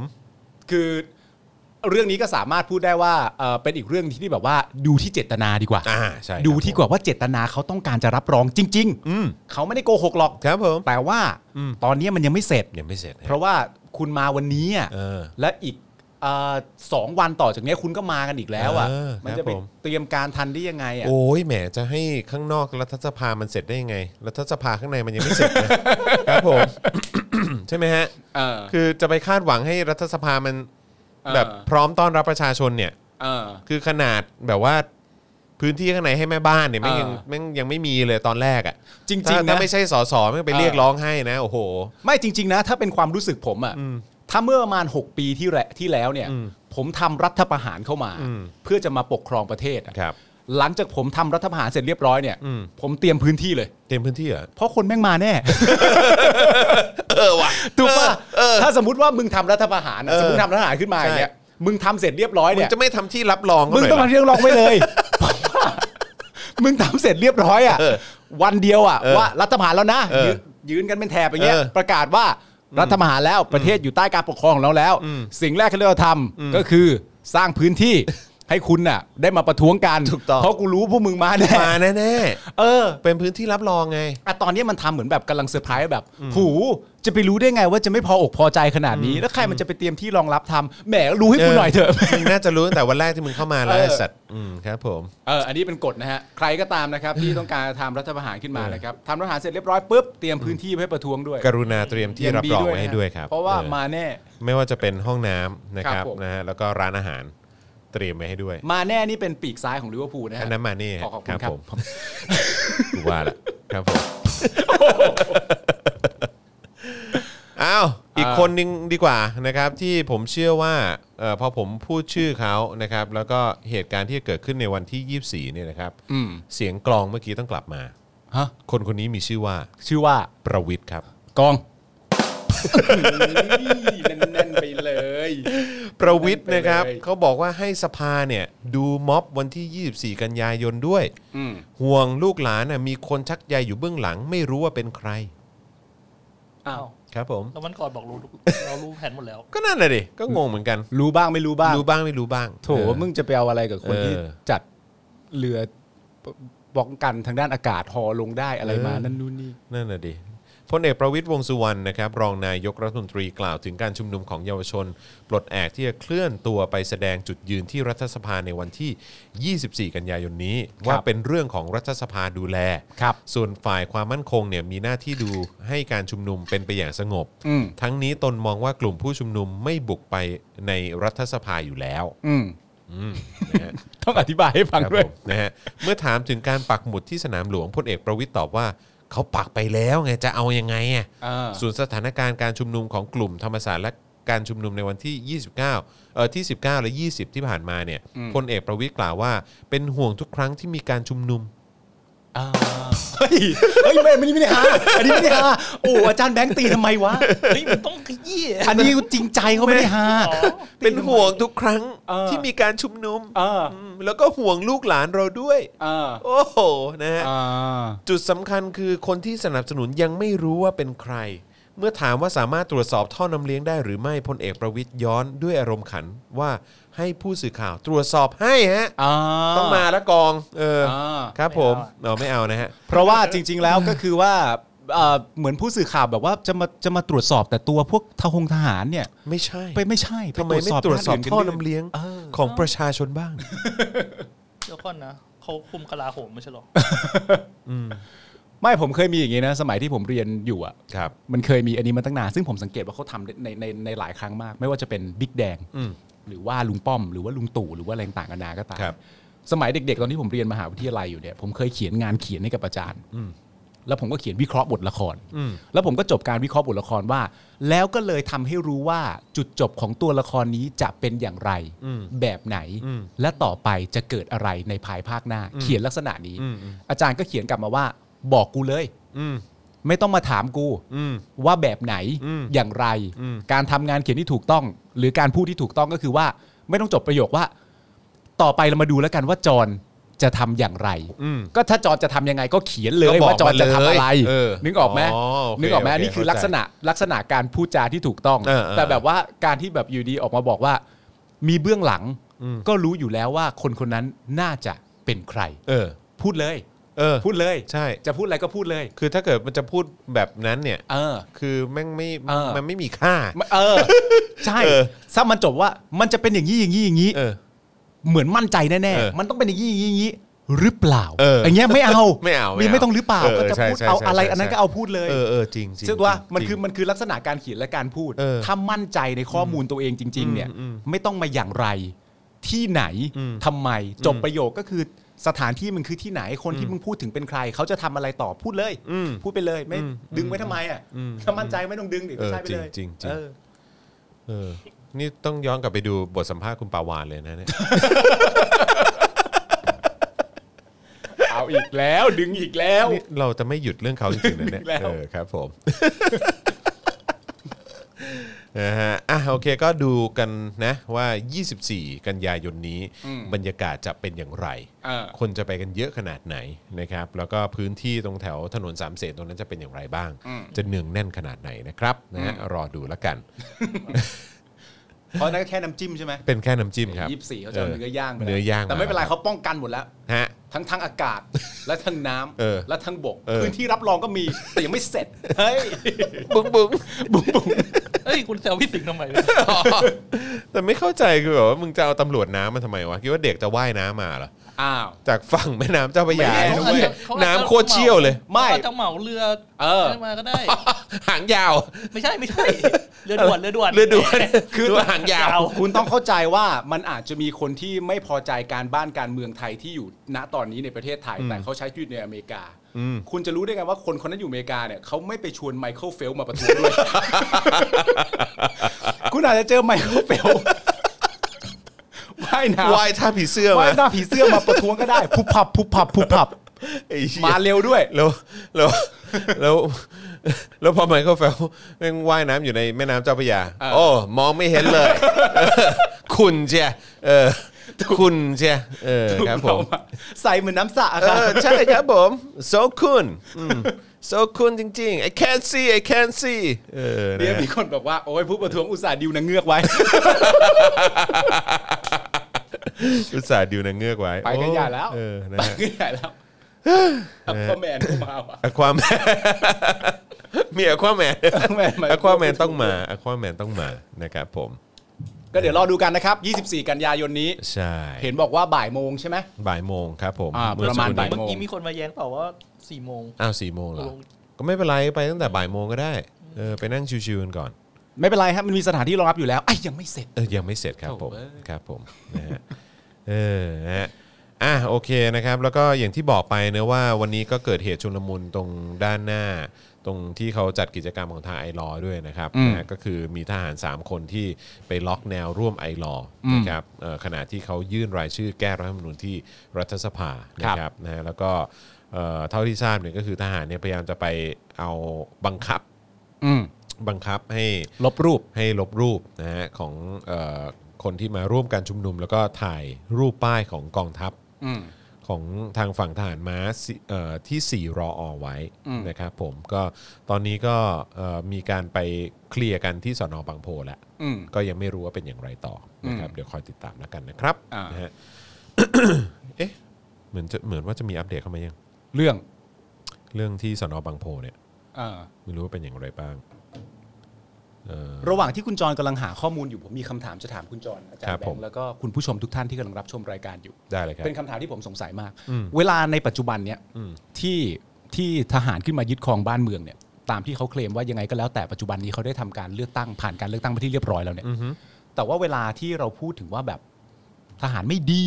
[SPEAKER 3] คือเรื่องนี้ก็สามารถพูดได้ว่าเอ่อเป็นอีกเรื่องที่แบบว่าดูที่เจตนาดีกว่า
[SPEAKER 2] อ่าใช่
[SPEAKER 3] ดูที่กว่าว่าเจตนาเขาต้องการจะรับรองจริง
[SPEAKER 2] อืม
[SPEAKER 3] ๆ เขาไม่ได้โกหกหรอก
[SPEAKER 2] ครับผม
[SPEAKER 3] แต่ว่า
[SPEAKER 2] อืม
[SPEAKER 3] ตอนนี้มันยังไม่เสร็จ
[SPEAKER 2] ยังไม่เสร็จฮ
[SPEAKER 3] เพราะว่าคุณมาวันนี้อะ
[SPEAKER 2] เออ
[SPEAKER 3] และอีกเอ่อสองวันต่อจากเนี้ยคุณก็มากันอีกแล้วอ่ะ
[SPEAKER 2] เออ
[SPEAKER 3] มัน
[SPEAKER 2] ครั
[SPEAKER 3] จะ
[SPEAKER 2] บ
[SPEAKER 3] ไป
[SPEAKER 2] ผม
[SPEAKER 3] เตรียมการทันได้ยังไงอ่ะ
[SPEAKER 2] โอ้ยแหมจะให้ข้างนอกรัฐสภามันเสร็จได้ยังไง รัฐสภาข้างในมันยังไม่เสร็จเลย ครับผม ใช่ไหมฮะ
[SPEAKER 3] เออ
[SPEAKER 2] คือจะไปคาดหวังให้รัฐสภามัน
[SPEAKER 3] เออ
[SPEAKER 2] แบบพร้อมต้อนรับประชาชนเนี่ย
[SPEAKER 3] เออ
[SPEAKER 2] คือขนาดแบบว่าพื้นที่ข้างในให้แม่บ้านเนี่ยแม่ง
[SPEAKER 3] เออ
[SPEAKER 2] ยังแม่งยังไม่มีเลยตอนแรกอ่ะ
[SPEAKER 3] จริงๆ
[SPEAKER 2] ถ้า
[SPEAKER 3] นะ
[SPEAKER 2] ถ้าไม่ใช่สสแม่งไป
[SPEAKER 3] เออ
[SPEAKER 2] เรียกร้องให้นะ โอ้โห
[SPEAKER 3] ไม่จริง ๆ นะ ถ้าเป็นความรู้สึกผมอ่ะถ้าเมื่อประมาณ 6 ปีที่แลที่แล้วเนี่ย ผมทำรัฐประหารเข้ามา เพื่อจะมาปกครองประเทศอะ
[SPEAKER 2] ครับ
[SPEAKER 3] หลังจากผมทำรัฐประหารเสร็จเรียบร้อยเนี่ย ผมเตรียมพื้นที่เลย
[SPEAKER 2] เต็มพื้นที่เหรอ
[SPEAKER 3] เพราะคนแม่งมาแน่ เออว่ะถูกป่ะถ้าสมมติว่ามึงทำรัฐประหารอะ
[SPEAKER 2] เออ
[SPEAKER 3] สมมติทำรัฐประหารขึ้นมาอย่างเงี้ย
[SPEAKER 2] ใช่
[SPEAKER 3] มึงทำเสร็จเรียบร้อย
[SPEAKER 2] มึง
[SPEAKER 3] เนี่ย
[SPEAKER 2] จะไม่ทำที่รับรองเขา
[SPEAKER 3] มึง
[SPEAKER 2] หน่อย
[SPEAKER 3] ต้อง
[SPEAKER 2] เหร
[SPEAKER 3] มา
[SPEAKER 2] อ
[SPEAKER 3] เรียกร้องไว้ เลยเพราะว่ามึงทำเสร็จเรียบร้อยอ่ะ
[SPEAKER 2] เออ
[SPEAKER 3] วันเดียวอ่ะ
[SPEAKER 2] เออ
[SPEAKER 3] ว่ารัฐประหารแล้วนะ
[SPEAKER 2] เออ
[SPEAKER 3] ยืนยืนกันเป็นแถบอย่างเงี้ย
[SPEAKER 2] เออ
[SPEAKER 3] ประกาศว่ารัฐประหารแล้วประเทศอยู่ใต้การปกครองของเราแล้ว สิ่งแรกที่เราทำก็คือสร้างพื้น ที่ให้คุณน่ะ ได้มาประท้วงกัน
[SPEAKER 2] ถูกต้อง
[SPEAKER 3] เพราะกูรู้พวกมึงมาแน่
[SPEAKER 2] มาแน่
[SPEAKER 3] เออ
[SPEAKER 2] ๆเป็นพื้นที่รับรองไง
[SPEAKER 3] อะตอนนี้มันทำเหมือนแบบกำลังเซอร์ไพรส์แบบหูจะไปรู้ได้ไงว่าจะไม่พออกพอใจขนาดนี้ แล้วใครมันจะไปเตรียมที่รองรับทำแหมรู้ให้กูหน่อยเถอะ
[SPEAKER 2] มึงน่าจะรู้ตั้งแต่วันแรกที่มึงเข้ามาแล้ว
[SPEAKER 3] เออ
[SPEAKER 2] ไอ้สัตว์อืมครับผม
[SPEAKER 3] เอออันนี้เป็นกฎนะฮะ ใครก็ตามนะครับ ที่ต้องการทำรัฐประหารขึ้นมานะครับทำรัฐประหารเสร็จเรียบร้อยปุ๊บเตรียมพื้นที่ไว้ให้ประท้วงด้วย
[SPEAKER 2] กรุณาเตรียมที่
[SPEAKER 3] ยั
[SPEAKER 2] รับรองไว้
[SPEAKER 3] นะ
[SPEAKER 2] ให้ด้วยครับ
[SPEAKER 3] เพราะว่า
[SPEAKER 2] เออ
[SPEAKER 3] มาแน่
[SPEAKER 2] ไม่ว่าจะเป็นห้องน้ำนะค
[SPEAKER 3] ครั
[SPEAKER 2] รับบ
[SPEAKER 3] ผม
[SPEAKER 2] นะฮะแล้วก็ร้านอาหารเตรียมไว้ให้ด้วย
[SPEAKER 3] มาแน่นี่เป็นปีกซ้ายของลิเวอร์พูลนะฮะ
[SPEAKER 2] อันนั้นมานี่
[SPEAKER 3] ขอขอบคุณครับ
[SPEAKER 2] ผมกูว่าละครับผมอ้าวอีกคนนึงดีกว่านะครับ ที่ผมเชื่อว่าเออพอผมพูดชื่อเขานะครับ แล้วก็เหตุการณ์ที่เกิดขึ้นในวันที่ 24เนี่ยนะครับ
[SPEAKER 3] อืม
[SPEAKER 2] เสียงกลองเมื่อกี้ต้องกลับมา
[SPEAKER 3] ฮะ
[SPEAKER 2] คนคนนี้มีชื่อว่า
[SPEAKER 3] ชื่อว่า
[SPEAKER 2] ประวิทย์ครับ
[SPEAKER 3] กองแน่นๆไปเลย
[SPEAKER 2] ประวิทย์นะครับ
[SPEAKER 3] ไปเลย
[SPEAKER 2] เขาบอกว่าให้สภาเนี่ยดูม็อบวันที่ 24 กันยายนด้วย
[SPEAKER 3] อืม
[SPEAKER 2] ห่วงลูกหลานนะมีคนชักใยอยู่เบื้องหลัง ไม่รู้ว่าเป็นใคร
[SPEAKER 3] อ้าว
[SPEAKER 2] ครับผม
[SPEAKER 4] แล้ววันก่อนบอกรู้เรารู้แผนหมดแล้ว
[SPEAKER 2] ก็นั่นแหละดิก็งงเหมือนกัน
[SPEAKER 3] รู้บ้างไม่รู้บ้าง
[SPEAKER 2] รู้บ้างไม่รู้บ้าง
[SPEAKER 3] โถ
[SPEAKER 2] เออ
[SPEAKER 3] มึงจะไปเอาอะไรกับคน
[SPEAKER 2] เออ
[SPEAKER 3] ที่จัดเรือป้องกันทางด้านอากาศหอลงได้อะไรมานั่นนู่นนี่
[SPEAKER 2] นั่นแหะดิพลเอกประวิทย์วงษ์สุวรรณนะครับ รองนายกรัฐมนตรีกล่าวถึงการชุมนุมของเยาวชน ปลดแอกที่จะเคลื่อนตัวไปแสดงจุดยืนที่รัฐสภาในวันที่ 24 กันยายนนี้ ว่าเป็นเรื่องของรัฐสภาดูแล
[SPEAKER 3] ครับ
[SPEAKER 2] ส่วนฝ่ายความมั่นคงเนี่ยมีหน้าที่ดูให้การชุมนุมเป็นไปอย่างสงบ
[SPEAKER 3] อืม
[SPEAKER 2] ทั้งนี้ตนมองว่ากลุ่มผู้ชุมนุมไม่บุกไปในรัฐสภาอยู่แล้ว
[SPEAKER 3] อืม
[SPEAKER 2] นะฮะ
[SPEAKER 3] ต้องอธิบายให้ฟัง
[SPEAKER 2] ครับ
[SPEAKER 3] ด้วย
[SPEAKER 2] ผมนะฮะเมื่อถามถึงการปักหมุดที่สนามหลวงพลเอกประวิทย์ตอบว่า เขาปักไปแล้วไงจะเอายังไงอ่ะ
[SPEAKER 3] อ่า
[SPEAKER 2] ส่วนสถานการณ์การชุมนุมของกลุ่มธรรมศาสตร์และการชุมนุมในวันที่ 29 เอ่อที่ 19 และ 20 ที่ผ่านมาเนี่ยพลเอกประวิทย์กล่าวว่า เป็นห่วงทุกครั้งที่มีการชุมนุม
[SPEAKER 3] อ่าเฮ้ยเฮ้ยไม่ไม่ไม่ได้หาอันนี้ไม่ได้หาโอ้อาจารย์แบงค์ตีทำไมวะ
[SPEAKER 4] เฮ้ยมันต้องขยี้
[SPEAKER 3] อันนี้จริงใจเขาไม่ได้หา
[SPEAKER 4] อ๋อ
[SPEAKER 2] เป็นห่วงทุกครั้ง
[SPEAKER 3] เออ
[SPEAKER 2] ที่มีการชุมนุม
[SPEAKER 3] เอออื
[SPEAKER 2] มแล้วก็ห่วงลูกหลานเราด้วย
[SPEAKER 3] อ่า
[SPEAKER 2] โอ้โหนะฮะ
[SPEAKER 3] อ่า
[SPEAKER 2] จุดสำคัญคือคนที่สนับสนุนยังไม่รู้ว่าเป็นใคร เมื่อถามว่าสามารถตรวจสอบท่อนำเลี้ยงได้หรือไม่พลเอกประวิทย์ย้อนด้วยอารมณ์ขันว่าให้ผู้สื่อข่าวตรวจสอบให้ฮะต้องมาละกองเอออา ครับผมเราไม่เอานะฮะ
[SPEAKER 3] เพราะว่าจริง ๆ แล้วก็คือว่าเอ่อเหมือนผู้สื่อข่าวแบบว่าจะมาจะมาตรวจสอบแต่ตัวพวกทหงทหารเนี่ย
[SPEAKER 2] ไม่ใช่
[SPEAKER 3] ไปไม่ใช่ป
[SPEAKER 2] ทำไมไม่ตรวจสอบ
[SPEAKER 3] ด้านนกั
[SPEAKER 2] ท่อน
[SPEAKER 3] ด้วย
[SPEAKER 2] นำเลี้ยงของประชาชนบ้าง
[SPEAKER 4] เดี๋ยวก่อนนะเขาคุมกลาโหมไม่ใช่หรอ
[SPEAKER 3] ไม่ผมเคยมีอย่างนี้นะ สมัยที่ผมเรียนอยู่อ่ะ
[SPEAKER 2] ครับ
[SPEAKER 3] มันเคยมีอันนี้มาตั้งนานซึ่งผมสังเกตว่าเขาทำในในในหลายครั้งมาก ไม่ว่าจะเป็นบิ๊กแดง
[SPEAKER 2] อืม
[SPEAKER 3] หรือว่าลุงป้อมหรือว่าลุงตู่หรือว่าอะไรต่างกันานาก็ตาม
[SPEAKER 2] ครับ
[SPEAKER 3] สมัยเด็ก ๆ ตอนที่ผมเรียนมหาวิทยาลัยอยู่เนี่ยผมเคยเขียนงานเขียนให้กับอาจารย์แล้วผมก็เขียนวิเคราะห์บทละคร
[SPEAKER 2] อืม
[SPEAKER 3] แล้วผมก็จบการวิเคราะห์บทละครว่า แล้วก็เลยทำให้รู้ว่าจุดจบของตัวละครนี้จะเป็นอย่างไร แบบไหน และต่อไปจะเกิดอะไรในภายภาคหน้า เขียนลักษณะนี้ อาจารย์ก็เขียนกลับมาว่า บอกกูเลย
[SPEAKER 2] อืม
[SPEAKER 3] ไม่ต้องมาถามกู
[SPEAKER 2] อืม
[SPEAKER 3] ว่าแบบไหน
[SPEAKER 2] อืม
[SPEAKER 3] อย่างไร
[SPEAKER 2] อืม
[SPEAKER 3] การทำงานเขียนที่ถูกต้อง หรือการพูดที่ถูกต้องก็คือว่า ไม่ต้องจบประโยคว่า ต่อไปเรามาดูแล้วกันว่าจอนจะทำอย่างไร
[SPEAKER 2] อืม
[SPEAKER 3] ก็ถ้าจอนจะทำยังไงก็เขียนเลย
[SPEAKER 2] ก็บอก
[SPEAKER 3] ว่าจอนจะทำอะไร
[SPEAKER 2] มาเลยเออ
[SPEAKER 3] นึกออกไหม
[SPEAKER 2] อ๋อโอเค
[SPEAKER 3] นึกออกไหม
[SPEAKER 2] โอเค
[SPEAKER 3] นี่คือลักษณะลักษณะการพูดจาที่ถูกต้อง
[SPEAKER 2] เออเออ
[SPEAKER 3] แต่แบบว่าการที่แบบอยู่ดีออกมาบอกว่า มีเบื้องหลัง
[SPEAKER 2] อืม
[SPEAKER 3] ก็รู้อยู่แล้วว่าคนคนนั้นน่าจะเป็นใคร
[SPEAKER 2] เออ
[SPEAKER 3] พูดเลย
[SPEAKER 2] เออ
[SPEAKER 3] พูดเลย
[SPEAKER 2] ใช่
[SPEAKER 3] จะพูดอะไรก็พูดเลย
[SPEAKER 2] คือถ้าเกิดมันจะพูดแบบนั้นเนี่ย
[SPEAKER 3] เออ
[SPEAKER 2] คือแม่งไม่
[SPEAKER 3] เออ
[SPEAKER 2] มันไม่มีค่า
[SPEAKER 3] เออ ใช่
[SPEAKER 2] เออ
[SPEAKER 3] ถ้ามันจบว่ามันจะเป็นอย่างนี้อย่างนี้อย่างนี้
[SPEAKER 2] เออ
[SPEAKER 3] เหมือนมั่นใจแน่
[SPEAKER 2] เออ
[SPEAKER 3] ๆมันต้องเป็นอย่างนี้อย่างนี้อย่างนี้หรือเปล่า
[SPEAKER 2] เอออย่าง
[SPEAKER 3] เงี้ยไม่เอา
[SPEAKER 2] ไม่เอาไม่
[SPEAKER 3] นี่
[SPEAKER 2] เอา
[SPEAKER 3] ไม่ต้องหรือเปล่า
[SPEAKER 2] เออ
[SPEAKER 3] ก็จะ
[SPEAKER 2] ใช่
[SPEAKER 3] พูด
[SPEAKER 2] ใช่
[SPEAKER 3] เอา
[SPEAKER 2] ใช่
[SPEAKER 3] อะไร
[SPEAKER 2] ใช่
[SPEAKER 3] อันนั้น
[SPEAKER 2] ใช่
[SPEAKER 3] ก็เอาพูดเลย
[SPEAKER 2] เออเออจริงจริง
[SPEAKER 3] ซึ่งว่า
[SPEAKER 2] จริง
[SPEAKER 3] มันคื
[SPEAKER 2] จ
[SPEAKER 3] อ
[SPEAKER 2] ริง
[SPEAKER 3] มันคือลักษณะการเขียนและการพูด
[SPEAKER 2] เออ
[SPEAKER 3] ถ้ามั่นใจในข้อมูลตัวเองจริง ๆ เนี่ย ไม่ต้องมาอย่างไร ที่ไหนทำไมจบประโยคก็คือสถานที่มันคือที่ไหนคนที่มึงพูดถึงเป็นใคร เขาจะทำอะไรต่อพูดเลย
[SPEAKER 2] อืม
[SPEAKER 3] พูดไปเลยไม่
[SPEAKER 2] อืม
[SPEAKER 3] ดึงไว้ทำไมอ่ะ
[SPEAKER 2] อืม
[SPEAKER 3] ถ้ามั่นใจไม่ต้องดึงดิก็ใช่ไปเลย
[SPEAKER 2] เออจริงๆจริง
[SPEAKER 3] เออ
[SPEAKER 2] เออ นี่ต้องย้อนกลับไปดูบทสัมภาษณ์คุณปาวานเลยนะเนี่ย
[SPEAKER 3] เอาอีกแล้วดึงอีกแล้ว
[SPEAKER 2] นี่เราจะไม่หยุดเรื่องเขาจริงๆนะเนี่ย
[SPEAKER 3] แล้ว
[SPEAKER 2] เออครับผม นะฮะอ่ะโอเคก็ดูกันนะว่า 24 กันยายนนี้ บรรยากาศจะเป็นอย่างไร
[SPEAKER 3] เออ
[SPEAKER 2] คนจะไปกันเยอะขนาดไหนนะครับ แล้วก็พื้นที่ตรงแถวถนนสามเสนตรงนั้นจะเป็นอย่างไรบ้าง จะเนืองแน่นขนาดไหนนะครับนะฮะรอดูแล้วกัน
[SPEAKER 3] เพราะนั้นก็แค่น้ำจิ้มใช่ไหม
[SPEAKER 2] เป็นแค่น้ำจิ้มครับ
[SPEAKER 3] ยี่สิบสี่เขาจะเอาเนื้อย่างไป
[SPEAKER 2] เนื้อย่าง
[SPEAKER 3] แต่ไม่เป็นไร
[SPEAKER 2] ค
[SPEAKER 3] เขาป้องกันหมดแล้ว
[SPEAKER 2] ฮะ
[SPEAKER 3] ทั้งทางอากาศ และทางน้ำ
[SPEAKER 2] เออ
[SPEAKER 3] และทางบก
[SPEAKER 2] เออ
[SPEAKER 3] พื้นที่รับรองก็มีแต่ยังไม่เสร็จ เฮ้ย
[SPEAKER 2] บุ้งบุ้ง
[SPEAKER 3] บุ๋มบุ๋ม
[SPEAKER 4] เอ้ยคุณแซวพี่สิงห์ทำไมวะ
[SPEAKER 2] แต่ไม่เข้าใจคือแบบว่ามึงจะเอาตำรวจน้ำมาทำไมวะคิดว่าเด็กจะว่ายน้ำมาเหรอ
[SPEAKER 3] อ้าว
[SPEAKER 2] จากฝั่งแม่น้ำเจ้าพระยา
[SPEAKER 3] ไม
[SPEAKER 2] นะ
[SPEAKER 3] ่แน่
[SPEAKER 2] เว้ย
[SPEAKER 4] เขาอาจจะ
[SPEAKER 2] น้ำโคตรเชี่ยวเลย
[SPEAKER 3] ไม่
[SPEAKER 4] เขาอาจจะเหมาเรือ
[SPEAKER 3] เออ
[SPEAKER 4] ได้มาก็ได้
[SPEAKER 2] หางยาว
[SPEAKER 4] ไม่ใช่ไม่ใช่ เรือด่วนเรือด่วน
[SPEAKER 2] เรือด่วนคือหางยาว
[SPEAKER 3] คุณต้องเข้าใจว่ามันอาจจะมีคนที่ไม่พอใจการบ้านการเมืองไทยที่อยู่ณตอนนี้ในประเทศไทย แต่เขาใช้ชีวิตในอเมริกา คุณจะรู้ได้ไงว่าคนคนนั้นอยู่อเมริกาเนี่ยเขาไม่ไปชวนไมเคิลเฟลมาประท้วงด้วย คุณอาจจะเจอไมเคิลเฟล ว่ายน้ำ
[SPEAKER 2] ว่ายท่าผีเสื้
[SPEAKER 3] ว่าม
[SPEAKER 2] อาย
[SPEAKER 3] หน้าผีเสื้อมาประท้วงก็ได้พุบพับพุบพับพุบพับ
[SPEAKER 2] ไอ้เหี้ย
[SPEAKER 3] มาเร็วด้วย
[SPEAKER 2] แล้วแล้วแล้วแล้วพอไมเคิลแฟลป์แม่งว่ายน้ำอยู่ในแม่น้ำเจ้าพระยา
[SPEAKER 3] เออ
[SPEAKER 2] โอ้ มองไม่เห็นเลย คุณเจ้เออ คุณเจ้เออครับผม
[SPEAKER 3] ใส่เหมือนน้ำสระ
[SPEAKER 2] เอ
[SPEAKER 3] ครับ
[SPEAKER 2] อใช่ครับผม โซคุณอืมโซคุณจริงๆ I can't see I can't see เออนะ
[SPEAKER 3] เนี่ย
[SPEAKER 2] ฮะ
[SPEAKER 3] มีคนบอกว่า โอ้ยผู้ประท้วงอุตส่าห์ดิวนางเงือกไว้
[SPEAKER 2] อุตส่าห์ดิวนางเงือกไว้
[SPEAKER 3] ไปกัน
[SPEAKER 2] โ
[SPEAKER 3] ใหญ่แล้ว
[SPEAKER 2] เออนะ
[SPEAKER 3] ไป
[SPEAKER 2] ฮะ
[SPEAKER 3] ขึ้นใหญ่แล้วอัพแมนก็มาว่ะ
[SPEAKER 2] อะความ มี อะความแมน
[SPEAKER 3] Aquaman มา
[SPEAKER 2] อะความแมนต้องมาอะความแมนต้องมานะครับผม
[SPEAKER 3] ก็เดี๋ยวรอดูกันนะครับ 24 กันยายนนี้
[SPEAKER 2] ใช่
[SPEAKER 3] เห็นบอกว่าบ่ายโมงใช่ไหม
[SPEAKER 2] บ่ายโมงครับผม
[SPEAKER 3] อ่า
[SPEAKER 2] เอ
[SPEAKER 3] ประมาณ
[SPEAKER 2] สักค
[SPEAKER 3] บ่าย
[SPEAKER 4] เมื่อ
[SPEAKER 3] โง
[SPEAKER 4] กี้มีคนมาแย้งต่อว่าสี่โมง
[SPEAKER 2] อ้าวสี่โมงเหรอ
[SPEAKER 4] ลง
[SPEAKER 2] ก็ไม่เป็นไรไปตั้งแต่บ่ายโมงก็ได้เออไปนั่งชิวๆกันก่อน
[SPEAKER 3] ไม่เป็นไรครับ มันมีสถานที่รองรับอยู่แล้วไอ้ยยังไม่เสร็จ
[SPEAKER 2] เออยังไม่เสร็จครับผม
[SPEAKER 3] โถ่เอ้ย
[SPEAKER 2] ครับผมนะฮะเออนะฮะอ่ะโอเคนะครับ แล้วก็อย่างที่บอกไปนะว่าวันนี้ก็เกิดเหตุชุลมุนตรงด้านหน้า ตรงที่เขาจัดกิจกรรมของทางไอรอว์ด้วยนะครับนะฮะก็คือมีทหาร 3 คนที่ไปล็อกแนวร่วมไอรอว์นะครับเอ่อขณะที่เขายื่นรายชื่อแก้รัฐธรรมนูญที่รัฐสภานะครับนะฮะแล้วก็เอ่อเท่าที่ทราบเนี่ยก็คือทหารเนี่ยพยายามจะไปเอาบังคับ
[SPEAKER 3] อืม
[SPEAKER 2] บังคับให้
[SPEAKER 3] ลบรูป
[SPEAKER 2] ให้ลบรูปนะฮะของเออคนที่มาร่วมการชุมนุม แล้วก็ถ่ายรูปป้ายของกองทัพ
[SPEAKER 3] อืม
[SPEAKER 2] ของทางฝั่งทหารม้าสิเอ่อที่ 4 รออไว้นะครับผมก็ตอนนี้ก็เอ่อมีการไปเคลียร์กันที่สอนอบางโพแล้ว
[SPEAKER 3] อืม
[SPEAKER 2] ก็ยังไม่รู้ว่าเป็นอย่างไรต่อนะครับเดี๋ยวคอยติดตามแล้วกันนะครับ
[SPEAKER 3] อ่าน
[SPEAKER 2] นะฮะ เอ๊ะเหมือนจะเหมือนว่าจะมีอัปเดตเข้ามายัง
[SPEAKER 3] เรื่อง
[SPEAKER 2] เรื่องที่สอนอบางโพเนี่ย
[SPEAKER 3] เอ่อ
[SPEAKER 2] ไม่รู้ว่าเป็นอย่างไรบ้าง
[SPEAKER 3] ระหว่างที่คุณจรกำลังหาข้อมูลอยู่ผมมีคำถามจะถามคุณจรอาจาร
[SPEAKER 2] ครับ
[SPEAKER 3] ย์แบ
[SPEAKER 2] ผ
[SPEAKER 3] ง
[SPEAKER 2] ม
[SPEAKER 3] ค์แล้วก็คุณผู้ชมทุกท่านที่กำลังรับชมรายการอยู่
[SPEAKER 2] ได้เลยครับ
[SPEAKER 3] เป็นคำถามที่ผมสงสัยมาก
[SPEAKER 2] อืม
[SPEAKER 3] เวลาในปัจจุบันเนี้ย
[SPEAKER 2] อืม
[SPEAKER 3] ที่ ที่ทหารขึ้นมายึดครองบ้านเมืองเนี่ย ตามที่เขาเคลมว่ายังไงก็แล้วแต่ปัจจุบันนี้เขาได้ทำการเลือกตั้งผ่านการเลือกตั้งไปที่เรียบร้อยแล้วเนี่ยแต่ว่าเวลาที่เราพูดถึงว่าแบบทหารไม่ดี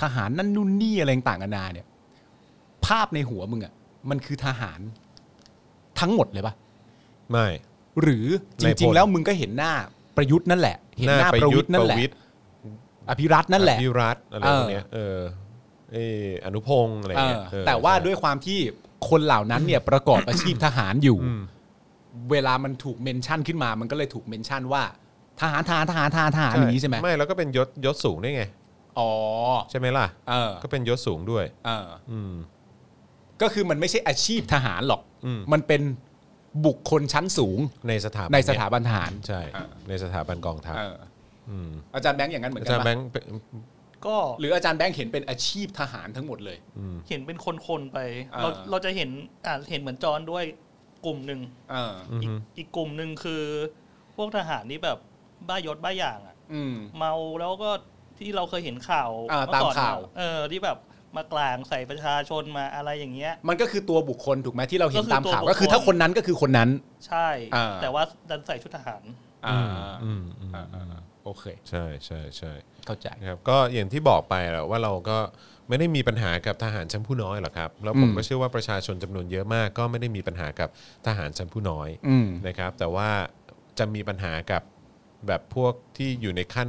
[SPEAKER 3] ทหารนั่นนู่นนี่อะไรต่างกันานาเนี่ย ภาพในหัวมึงอะ่ะมันคือทหารทั้งหมดเลยปะ
[SPEAKER 2] ไม่
[SPEAKER 3] หรือจริงๆแล้วมึงก็เห็นหน้าประยุทธ์นั่นแหละ เห็นหน้าประวิทย์นั่นแหละ
[SPEAKER 2] ประวิตร
[SPEAKER 3] อภิรัตน์นั่นแหละ
[SPEAKER 2] อภิรัตน์อะไรพวกเนี้ยเออเอออนุพงศ์อะไร
[SPEAKER 3] เอ
[SPEAKER 2] เงี้
[SPEAKER 3] อย
[SPEAKER 2] เออ
[SPEAKER 3] แต่ว่า
[SPEAKER 2] ใช่
[SPEAKER 3] ด้วยความที่คนเหล่านั้นเนี่ย ประกอบอาชีพทหารอยู่ เวลามันถูกเมนชั่นขึ้นมา มันก็เลยถูกเมนชั่นว่า ทหารทหารทหารทหารทหารอย่างนี้ใช่ไหม
[SPEAKER 2] ไม่แล้วก็เป็นยศยศสูงได้วยไง
[SPEAKER 3] อ๋อ
[SPEAKER 2] ใช่ไหมล่ะ
[SPEAKER 3] เออ
[SPEAKER 2] ก็เป็นยศสูงด้วย
[SPEAKER 3] เออ
[SPEAKER 2] อืม
[SPEAKER 3] ก็คือมันไม่ใช่อาชีพทหารหรอก
[SPEAKER 2] อืม
[SPEAKER 3] มันเป็นบุคคลชั้นสูง
[SPEAKER 2] ในสถาบั
[SPEAKER 3] ในสถา
[SPEAKER 2] เ
[SPEAKER 3] บันทหาร
[SPEAKER 2] ยใช่ ในสถาบันกองทัพ
[SPEAKER 3] เออ
[SPEAKER 2] อืม
[SPEAKER 3] อาจารย์แบงค์อย่างนั้นเหมือน
[SPEAKER 2] อา
[SPEAKER 3] กั
[SPEAKER 2] จาร
[SPEAKER 3] น
[SPEAKER 2] ย์
[SPEAKER 3] ปะ
[SPEAKER 2] แบงค์เป็น
[SPEAKER 4] ก็
[SPEAKER 3] หรืออาจารย์แบงค์เห็นเป็นอาชีพทหารทั้งหมดเลย
[SPEAKER 4] เห็นเป็นคนๆไป
[SPEAKER 3] อ่า
[SPEAKER 4] เราเราจะเห็นอ่าเห็นเหมือนจอนด้วยกลุ่มหนึ่ง
[SPEAKER 3] เออ
[SPEAKER 4] อีกอีกกลุ่มหนึ่งคือ พวกทหารนี่แบบบ้ายศบ้าอย่างอ่ะ
[SPEAKER 3] อืม
[SPEAKER 4] เมาแล้วก็ที่เราเคยเห็นข่าว
[SPEAKER 3] อ่า
[SPEAKER 4] เมื่อก่อน
[SPEAKER 3] ตามข่าว
[SPEAKER 4] เออที่แบบมากลางใส่ประชาชนมาอะไรอย่างเงี้ย
[SPEAKER 3] มันก็คือตัวบุคคลถูกไหมที่เราเห็น
[SPEAKER 4] ก็คือ
[SPEAKER 3] ตามข่าว
[SPEAKER 4] ตัวบุคคล
[SPEAKER 3] ก็คือถ้าคนนั้นก็คือคนนั้น
[SPEAKER 4] ใช่
[SPEAKER 3] อ่า
[SPEAKER 4] แต่ว่าดันใส่ชุดทหาร
[SPEAKER 3] อ่า
[SPEAKER 2] อืมอืม
[SPEAKER 3] อ่าโอเค
[SPEAKER 2] ใช่ใช่ใช่
[SPEAKER 3] เข้าใจ
[SPEAKER 2] นะครับ ก็อย่างที่บอกไปแหละว่าเราก็ไม่ได้มีปัญหากับทหารชั้นผู้น้อยหรอกครับ แล้วผม
[SPEAKER 3] อืม
[SPEAKER 2] ก็เชื่อว่าประชาชนจำนวนเยอะมาก ก็ไม่ได้มีปัญหากับทหารชั้นผู้น้อย
[SPEAKER 3] อืม
[SPEAKER 2] นะครับแต่ว่าจะมีปัญหากับแบบพวกที่อยู่ในขั้น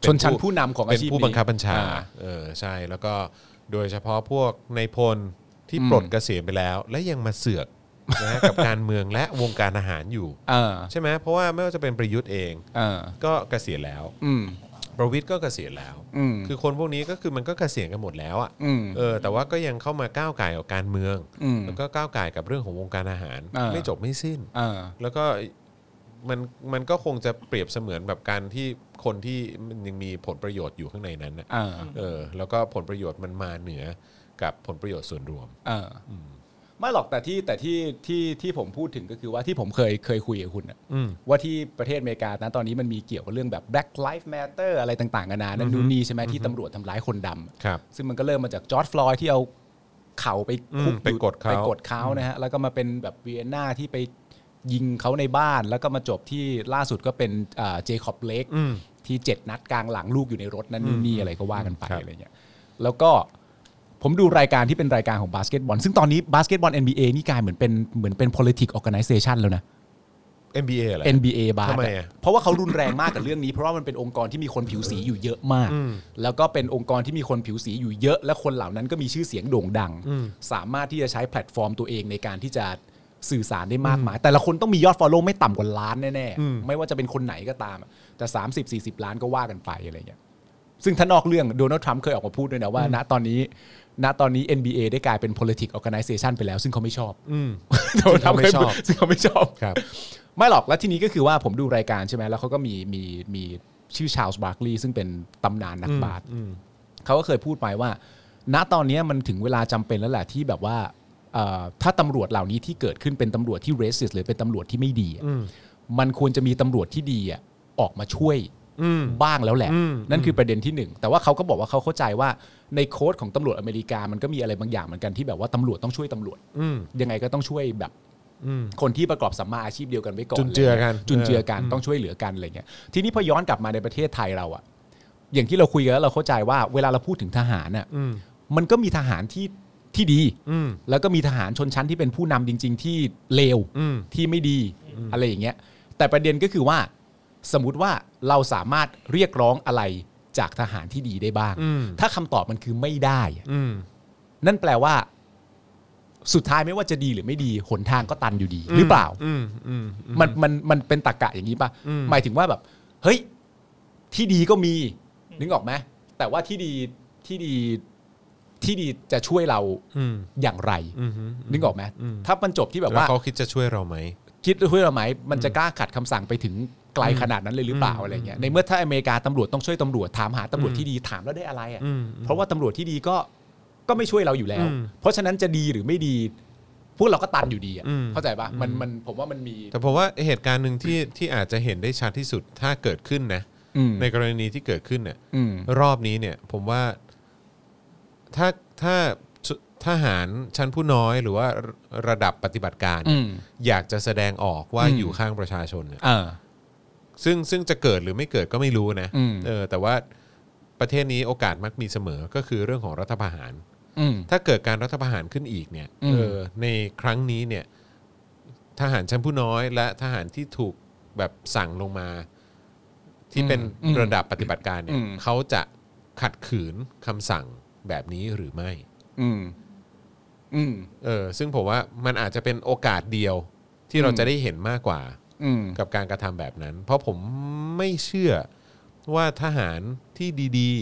[SPEAKER 2] เป็
[SPEAKER 3] ชนชั้นผู้นำของอาชีพ
[SPEAKER 2] เป็น
[SPEAKER 3] นี้
[SPEAKER 2] ผู้บังคับบัญชา
[SPEAKER 3] อ่า
[SPEAKER 2] เออใช่แล้วก็โดยเฉพาะพวกในายพลที่
[SPEAKER 3] อืม
[SPEAKER 2] ปลดเกษียณไปแล้ว และยังมาเสือกนะ ฮะ กับการเมืองและวงการอาหารอยู่
[SPEAKER 3] เออ
[SPEAKER 2] ใช่ไหมเพราะว่าไม่ว่าจะเป็นประยุทธ์เอง
[SPEAKER 3] เออ
[SPEAKER 2] ก็เกษียณแล้ว
[SPEAKER 3] อืม
[SPEAKER 2] ประวิทย์ก็เกษียณแล้ว
[SPEAKER 3] อืม
[SPEAKER 2] คือคนพวกนี้ก็คือมันก็เกษียณกันหมดแล้วอ่ะ
[SPEAKER 3] อืม
[SPEAKER 2] เออแต่ว่าก็ยังเข้ามาก้าวไก่ายกับการเมือง
[SPEAKER 3] อืม
[SPEAKER 2] แล้วก็ก้าวไก่ายกับเรื่องของวงการอาหาร
[SPEAKER 3] อ่า
[SPEAKER 2] ไม่จบไม่สิ้น
[SPEAKER 3] เออ
[SPEAKER 2] แล้วก็มันมันก็คงจะเปรียบเสมือนแบบการที่คนที่มันยังมีผลประโยชน์อยู่ข้างในนั้นนะ
[SPEAKER 3] เออ
[SPEAKER 2] เออ แล้วก็ผลประโยชน์มันมาเหนือกับผลประโยชน์ส่วนรวม
[SPEAKER 3] เอออไม่หรอกแต่ที่แต่ที่ที่ที่ผมพูดถึงก็คือว่าที่ผมเคยเคยคุยกับคุณอะ
[SPEAKER 2] อืม
[SPEAKER 3] ว่าที่ประเทศอเมริกานะตอนนี้มันมีเกี่ยวกับเรื่องแบบ Black Lives Matter อะไรต่างๆกันานานั่นนู่นนี่ใช่ไหมที่ตำรวจทำร้ายคนดำอะ
[SPEAKER 2] ครับ
[SPEAKER 3] ซึ่งมันก็เริ่มมาจากจอร์ดฟลอยด์ที่เอาเข่าไปคุก
[SPEAKER 2] อืมไปกดเขา
[SPEAKER 3] ไปกดเขานะฮะแล้วก็มาเป็นแบบเวียนนาที่ไปยิงเขาในบ้าน แล้วก็มาจบที่ล่าสุดก็เป็นเจคอบเลก
[SPEAKER 2] อืม
[SPEAKER 3] ที่เจ็ดนัดกลางหลังลูกอยู่ในรถนั่นนู่นนี่อะไรก็ว่ากันไป
[SPEAKER 2] ครับ
[SPEAKER 3] อะไรเงี้ยแล้วก็ผมดูรายการที่เป็นรายการของบาสเกตบอลซึ่งตอนนี้บาสเกตบอล NBA นี่กลายเหมือนเป็นเหมือนเป็น politics organization แล้วนะ
[SPEAKER 2] MBA เหรอ
[SPEAKER 3] NBA บาส
[SPEAKER 2] ทำไมอะ
[SPEAKER 3] เพราะว่าเขารุนแรงมากกับเรื่องนี้ เพราะว่ามันเป็นองค์กรที่มีคนผิวสีอยู่เยอะมาก แล้วก็เป็นองค์กรที่มีคนผิวสีอยู่เยอะ และคนเหล่านั้นก็มีชื่อเสียงโด่งดัง สามารถที่จะใช้แพลตฟอร์มตัวเองในการที่จะสื่อสารได้มากมาย แต่ละคนต้องมียอดฟอลโล่ไม่ต่ำกว่าล้านแน่ๆ ไม่ว่าจะเป็นคนไหนก็ตามอะแต่ 30 40 ล้านก็ว่ากันไปอะไรอย่างเงี้ย ซึ่งถ้านอกเรื่องโดนัลด์ทรัมป์เคยออกมาพูดด้วยนะว่า ณตอนนี้ ณตอนนี้ NBA ได้กลายเป็น politics organization ไปแล้ว ซึ่งเขาไม่ชอบ
[SPEAKER 2] อื ม
[SPEAKER 3] โดนัลด์ทรัมป์เคยพูดซึ่งเขาไม่ชอบ
[SPEAKER 2] ครับ
[SPEAKER 3] ไม่หรอก แล้วทีนี้ก็คือว่าผมดูรายการใช่ไหมแล้วเขาก็มีมีมีชื่อชาลส์บาร์คลีย์ซึ่งเป็นตำนานนักบาสเขาก็เคยพูดไปว่า ณตอนนี้มันถึงเวลาจำเป็นแล้วแหละที่แบบว่าเอ่อถ้าตำรวจเหล่านี้ที่เกิดขึ้นเป็นตำรวจที่เรสซิสหรือเป็นตำรวจที่ไม่ดีอะมันควรจะมีตำรวจที่ดีอะออกมาช่วยบ้างแล้วแหละ นั่นคือประเด็นที่หนึ่งแต่ว่าเขาก็บอกว่าเขาเข้าใจว่าในโค้ดของตำรวจอเมริกามันก็มีอะไรบางอย่างเหมือนกันที่แบบว่าตำรวจต้องช่วยตำรวจ
[SPEAKER 2] อืม
[SPEAKER 3] ยังไงก็ต้องช่วยแบบ
[SPEAKER 2] อืม
[SPEAKER 3] คนที่ประกอบสัมมาอาชีพเดียวกันไว้ก่อน
[SPEAKER 2] จุนเจือกัน
[SPEAKER 3] อะไรงี้ยจุนเจือกัน
[SPEAKER 2] เออ
[SPEAKER 3] ต้องช่วยเหลือกันอะไรเงี้ยทีนี้พอย้อนกลับมาในประเทศไทยเราอะอย่างที่เราคุยกันแล้วเราเข้าใจว่าเวลาเราพูดถึงทหารอะ
[SPEAKER 2] อืม
[SPEAKER 3] มันก็มีทหารที่ที่ดี
[SPEAKER 2] อืม
[SPEAKER 3] แล้วก็มีทหารชนชั้นที่เป็นผู้นำจริง ๆ ที่เลว
[SPEAKER 2] อืม
[SPEAKER 3] ที่ไม่ดีอะไรอย่างเงี้ย แต่ประเด็นก็คือว่า สมมติว่าเราสามารถเรียกร้องอะไรจากทหารที่ดีได้บ้าง
[SPEAKER 2] อืม
[SPEAKER 3] ถ้าคำตอบมันคือไม่ได้อะ
[SPEAKER 2] อืม
[SPEAKER 3] นั่นแปลว่า สุดท้ายไม่ว่าจะดีหรือไม่ดี หนทางก็ตันอยู่ดี หรือเปล่า
[SPEAKER 2] อืมอืม
[SPEAKER 3] มันมันมันเป็นตรกกะอย่างนี้ป่ะ
[SPEAKER 2] อืม
[SPEAKER 3] หมายถึงว่าแบบ เฮ้ย ที่ดีก็มี นึกออกไหมแต่ว่าที่ดีที่ดีที่ดีจะช่วยเรา
[SPEAKER 2] อืม
[SPEAKER 3] อย่างไร
[SPEAKER 2] อืม
[SPEAKER 3] นึกออกไหม
[SPEAKER 2] อืม
[SPEAKER 3] ถ้ามันจบที่แบบ
[SPEAKER 2] แล้ว
[SPEAKER 3] ว่า
[SPEAKER 2] เขาคิดจะช่วยเราไหม
[SPEAKER 3] คิดช่วยเราไหมมันจะกล้าขัดคำสั่งไปถึงไกลขนาดนั้นเลยหรือเปล่าอะไรเงี้ยในเมื่อถ้าอเมริกาตำรวจต้องช่วยตำรวจถามหาตำรวจที่ดีถามแล้วได้อะไรอ่ะ
[SPEAKER 2] อืม
[SPEAKER 3] เพราะว่าตำรวจที่ดีก็ก็ไม่ช่วยเราอยู่แล้ว
[SPEAKER 2] อืม
[SPEAKER 3] เพราะฉะนั้นจะดีหรือไม่ดี พวกเราก็ตันอยู่ดีอ่ะ
[SPEAKER 2] อืม
[SPEAKER 3] เข้าใจปะมันมันผมว่ามันมี
[SPEAKER 2] แต่ผมว่าเหตุการณ์หนึ่งที่ที่อาจจะเห็นได้ชัดที่สุดถ้าเกิดขึ้นนะ
[SPEAKER 3] อืม
[SPEAKER 2] ในกรณีที่เกิดขึ้นเนี่ย
[SPEAKER 3] อืม
[SPEAKER 2] รอบนี้เนี่ยผมว่าถ้าถ้า ทหารชั้นผู้น้อยหรือว่าระดับปฏิบัติการ
[SPEAKER 3] อืม
[SPEAKER 2] อยากจะแสดงออกว่า
[SPEAKER 3] อืม
[SPEAKER 2] อยู่ข้างประชาชนเนี่ย
[SPEAKER 3] เออ
[SPEAKER 2] ซึ่งซึ่งจะเกิดหรือไม่เกิดก็ไม่รู้นะ
[SPEAKER 3] อืม
[SPEAKER 2] เออแต่ว่าประเทศนี้โอกาสมักมีเสมอก็คือเรื่องของรัฐประหาร
[SPEAKER 3] อืม
[SPEAKER 2] ถ้าเกิดการรัฐประหารขึ้นอีกเนี่ย
[SPEAKER 3] อืม
[SPEAKER 2] เออในครั้งนี้เนี่ยทหารชั้นผู้น้อย และทหารที่ถูกแบบสั่งลงมา ที่เป็นระดับปฏิบัติการเนี่ยเขาจะขัดขืนคำสั่งแบบนี้หรือไม่
[SPEAKER 3] อืม อืม
[SPEAKER 2] เออซึ่งผมว่ามันอาจจะเป็นโอกาสเดียวที่เราจะได้เห็นมากกว่า
[SPEAKER 3] อืม
[SPEAKER 2] กับการกระทำแบบนั้น เพราะผมไม่เชื่อว่าทหารที่ดี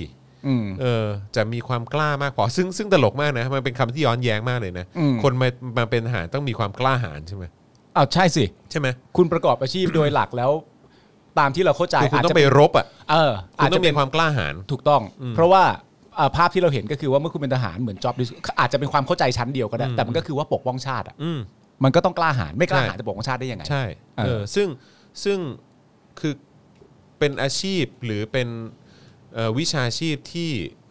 [SPEAKER 3] อืม
[SPEAKER 2] ๆเออจะมีความกล้ามากพอซึ่งซึ่งตลกมากนะมันเป็นคำที่ย้อนแย้งมากเลยนะ
[SPEAKER 3] อืม
[SPEAKER 2] คนมามาเป็นทหารต้องมีความกล้าหาญใช่ไหม
[SPEAKER 3] อ้าวใช่สิ
[SPEAKER 2] ใช่ไหม
[SPEAKER 3] คุณประกอบอาชีพโดยหลักแล้ว ตามที่เราเข้าใจ
[SPEAKER 2] คือคุณ
[SPEAKER 3] อาจ
[SPEAKER 2] ต้อ
[SPEAKER 3] จะ
[SPEAKER 2] งไปรบอ่ะ
[SPEAKER 3] เออ
[SPEAKER 2] คุ
[SPEAKER 3] อา
[SPEAKER 2] ณ
[SPEAKER 3] จ
[SPEAKER 2] ต้อง
[SPEAKER 3] จะเป็
[SPEAKER 2] มี
[SPEAKER 3] น
[SPEAKER 2] ความกล้าหาญ
[SPEAKER 3] ถูกต้อง เพราะว่าอ่าภาพที่เราเห็นก็คือว่าเมื่อคุณเป็นทหารเหมือน job description อาจจะเป็นความเข้าใจชั้นเดียวก็ได้ แต่มันก็คือว่าปกป้องชาติอ่ะ
[SPEAKER 2] อืม
[SPEAKER 3] มันก็ต้องกล้าหาญไม่กล้า
[SPEAKER 2] ใช่
[SPEAKER 3] หาญจะปกป้องชาติได้ยังไง
[SPEAKER 2] ใช่
[SPEAKER 3] เออ
[SPEAKER 2] เออซึ่งซึ่งคือเป็นอาชีพหรือเป็นเอ่อวิชาชีพที่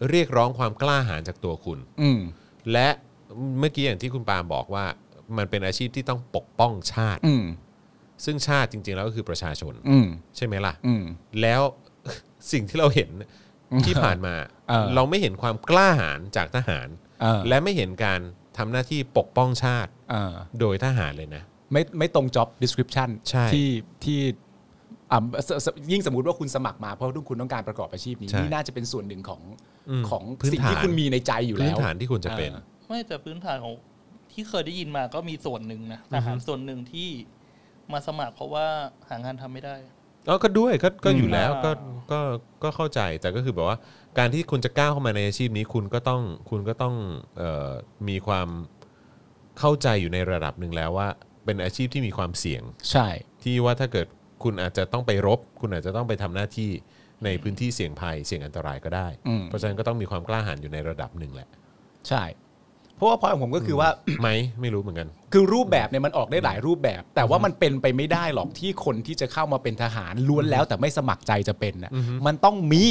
[SPEAKER 2] เรียกร้องความกล้าหาญจากตัวคุณ
[SPEAKER 3] อืม
[SPEAKER 2] และเมื่อกี้อย่างที่คุณปาล์มบอกว่ามันเป็นอาชีพที่ต้องปกป้องชาติ
[SPEAKER 3] อืม
[SPEAKER 2] ซึ่งชาติจริง ๆ แล้วก็คือประชาชน
[SPEAKER 3] อืม
[SPEAKER 2] ใช่ไหมล่ะ
[SPEAKER 3] อืม
[SPEAKER 2] แล้ว สิ่งที่เราเห็ นที่ผ่านมา
[SPEAKER 3] เออ
[SPEAKER 2] เราไม่เห็นความกล้าหาญจากทหาร
[SPEAKER 3] เออ
[SPEAKER 2] และไม่เห็นการทำหน้าที่ปกป้องชาติ
[SPEAKER 3] อ่า
[SPEAKER 2] โดยทหารเลยนะ
[SPEAKER 3] ไม่ไม่ตรง job description
[SPEAKER 2] ใช่
[SPEAKER 3] ที่ที่อ่าสสยิ่งสมมติว่าคุณสมัครมาเพราะทุกคุณต้องการประกอบอาชีพนี้
[SPEAKER 2] ใช่
[SPEAKER 3] นี่น่าจะเป็นส่วนหนึ่งของ
[SPEAKER 2] อืม
[SPEAKER 3] ของ
[SPEAKER 2] พื้น
[SPEAKER 3] สิ่ง
[SPEAKER 2] ฐาน
[SPEAKER 3] ที่คุณมีในใจอยู่
[SPEAKER 2] พื้
[SPEAKER 3] แล้
[SPEAKER 2] น
[SPEAKER 3] ว
[SPEAKER 2] ฐานที่ควรจะเป็น
[SPEAKER 3] เออ
[SPEAKER 4] ไม่แต่พื้นฐานของที่เคยได้ยินมาก็มีส่วนหนึ่งนะทหารส่วนหนึ่งที่มาสมัครเพราะว่าหางานทำไม่ได้
[SPEAKER 2] อ๋อก็ด้วยก็ก็อยู่แล้ว
[SPEAKER 4] อ่า
[SPEAKER 2] ก็ก็ก็เข้าใจแต่ก็คือแบบว่า การที่คุณจะก้าวเข้ามาในอาชีพนี้คุณก็ต้องคุณก็ต้องเอ่อมีความเข้าใจอยู่ในระดับหนึ่งแล้วว่า เป็นอาชีพที่มีความเสี่ยง
[SPEAKER 3] ใช่
[SPEAKER 2] ที่ว่าถ้าเกิดคุณอาจจะต้องไปรบ คุณอาจจะต้องไปทำหน้าที่ในพื้นที่เสี่ยงภัยเสี่ยงอันตรายก็ได้
[SPEAKER 3] อืม
[SPEAKER 2] เพราะฉะนั้นก็ต้องมีความกล้าหาญอยู่ในระดับหนึ่งแหละ
[SPEAKER 3] ใช่ เพราะว่าพอยของผมก็คือว่า
[SPEAKER 2] ไหมไม่รู้เหมือนกัน
[SPEAKER 3] คือรูปแบบเนี่ยมันออกได้หลายรูปแบบ แต่ว่ามันเป็นไปไม่ได้หรอกที่คนที่จะเข้ามาเป็นทหารล้วนแล้วแต่ไม่สมัครใจจะเป็นนะมันต้องมี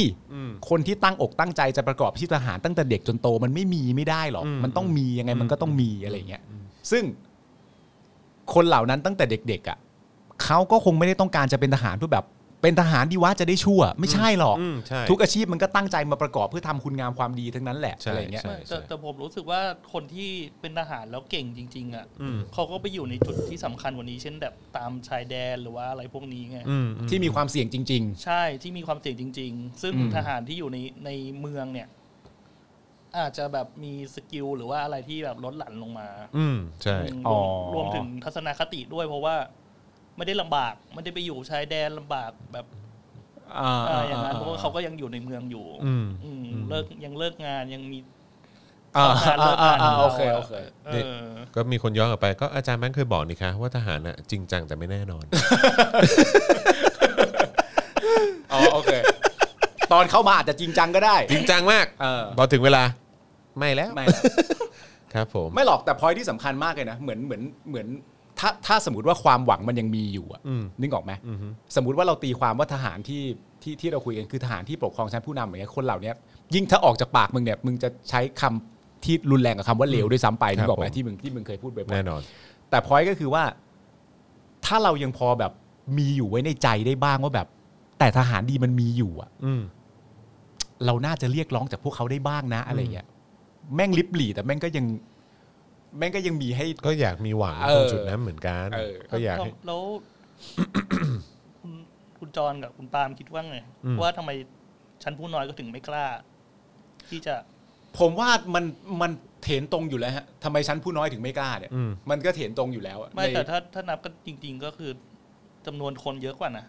[SPEAKER 3] คนที่ตั้งอกตั้งใจจะประกอบอาชีพทหารตั้งแต่เด็กจนโตมันไม่มีไม่ได้หรอก มันต้องมียังไงมันก็ต้องมีอะไรอย่างเงี้ยซึ่งคนเหล่านั้นตั้งแต่เด็กๆอ่ะเขาก็คงไม่ได้ต้องการจะเป็นทหารเพื่อแบบ เป็นทหารดีว่าจะได้ชั่ว ไม่ใช่หรอก
[SPEAKER 2] อืมใช่
[SPEAKER 3] ทุกอาชีพมันก็ตั้งใจมาประกอบเพื่อทำคุณงามความดีทั้งนั้นแหละ
[SPEAKER 2] ใช่
[SPEAKER 3] อะไรอย่างเงี้ย
[SPEAKER 2] ใช่
[SPEAKER 4] แต่แต่ผมรู้สึกว่าคนที่เป็นทหารแล้วเก่งจริง ๆ อ่ะ
[SPEAKER 2] อืม
[SPEAKER 4] เขาก็ไปอยู่ในจุดที่สำคัญกว่านี้ เช่นแบบตามชายแดนหรือว่าอะไรพวกนี้ไง
[SPEAKER 2] อืม
[SPEAKER 3] ที่มีความเสี่ยงจริง
[SPEAKER 4] ใช่ที่มีความเสี่ยงจริง ๆ ซึ่ง
[SPEAKER 3] อืม
[SPEAKER 4] ทหารที่อยู่ในในเมืองเนี่ย อาจจะแบบมีสกิลหรือว่าอะไรที่แบบลดหลั่นลงมา
[SPEAKER 2] อืมใช่
[SPEAKER 4] อืม
[SPEAKER 3] อ๋
[SPEAKER 4] ร
[SPEAKER 3] อ
[SPEAKER 4] วมรวมถึงทัศนคติด้วยเพราะว่า ไม่ได้ลำบาก ไม่ได้ไปอยู่ชายแดนลำบากแบบ
[SPEAKER 3] ๆอ่า
[SPEAKER 4] เอ่ออย่างนั้นเพราะว่าเขาก็ยังอยู่ในเมืองอยู่
[SPEAKER 2] อืม
[SPEAKER 4] อืมเลิกยังเลิกงานยังมี
[SPEAKER 3] อ่า
[SPEAKER 4] การเลิกงานขง
[SPEAKER 3] โอ
[SPEAKER 4] รา
[SPEAKER 3] เคโอเค
[SPEAKER 4] เออ
[SPEAKER 2] ก็มีคนย้อนกลับไปก็อาจารย์แม่งเคยบอกนี่คะว่าทหารน่ะจริงจังแต่ไม่แน่นอน
[SPEAKER 3] อ๋อโอเค ตอนเข้ามาอาจจะจริง จังก็ได้
[SPEAKER 2] จริงจังมาก
[SPEAKER 3] เออ
[SPEAKER 2] พอถึงเวลาไม่แล้ว
[SPEAKER 3] ไม่นะ
[SPEAKER 2] ครับผม
[SPEAKER 3] ไม่หรอกแต่พอยที่สำคัญมากเลยนะ เหมือนเหมือนเหมือนถ้าถ้าสมมติว่าความหวังมันยังมีอยู่อะ
[SPEAKER 2] อืม
[SPEAKER 3] นึกออกไหม
[SPEAKER 2] อืม
[SPEAKER 3] สมมติว่าเราตีความว่าทหารที่ที่ที่เราคุยกันคือทหารที่ปกครองชั้นผู้นำอย่างเงี้ยคนเหล่าเนี้ยยิ่งถ้าออกจากปากมึงเนี่ยมึงจะใช้คำที่รุนแรงกับคำว่าเลวด้วยซ้ำไปนึกออกไหมที่มึงที่มึงเคยพูดบ่อยๆ
[SPEAKER 2] แน่นอน
[SPEAKER 3] แต่พอยก็คือว่า ถ้าเรายังพอแบบมีอยู่ไว้ในใจได้บ้างว่าแบบ แต่ทหารดีมันมีอยู่อะ
[SPEAKER 2] อืม
[SPEAKER 3] เราน่าจะเรียกร้องจากพวกเขาได้บ้างนะอะไรเงี้ยแม่งลิบหลีแต่แม่งก็ยัง แม่งก็ยังมีให้
[SPEAKER 2] ก็อยากมีหวัง
[SPEAKER 3] เออ
[SPEAKER 2] ตรงจุดนั้นเหมือนกัน
[SPEAKER 3] เออ
[SPEAKER 2] ก็อยากให้
[SPEAKER 4] แล้ว คุณคุณจรกับคุณปาล์มคิดว่าไง
[SPEAKER 2] อืม
[SPEAKER 4] ว่าทำไมชั้นผู้น้อยก็ถึงไม่กล้า ที่จะ
[SPEAKER 3] ผมว่ามันมันเถนตรงอยู่แล้วฮะทำไมชั้นผู้น้อยถึงไม่กล้าเนี่ย
[SPEAKER 2] อืม
[SPEAKER 3] มันก็เถนตรงอยู่แล้ว
[SPEAKER 4] ไม่
[SPEAKER 3] ใน
[SPEAKER 4] แต่ถ้าถ้านับกันจริง ๆ ก็คือจำนวนคนเยอะกว่านะ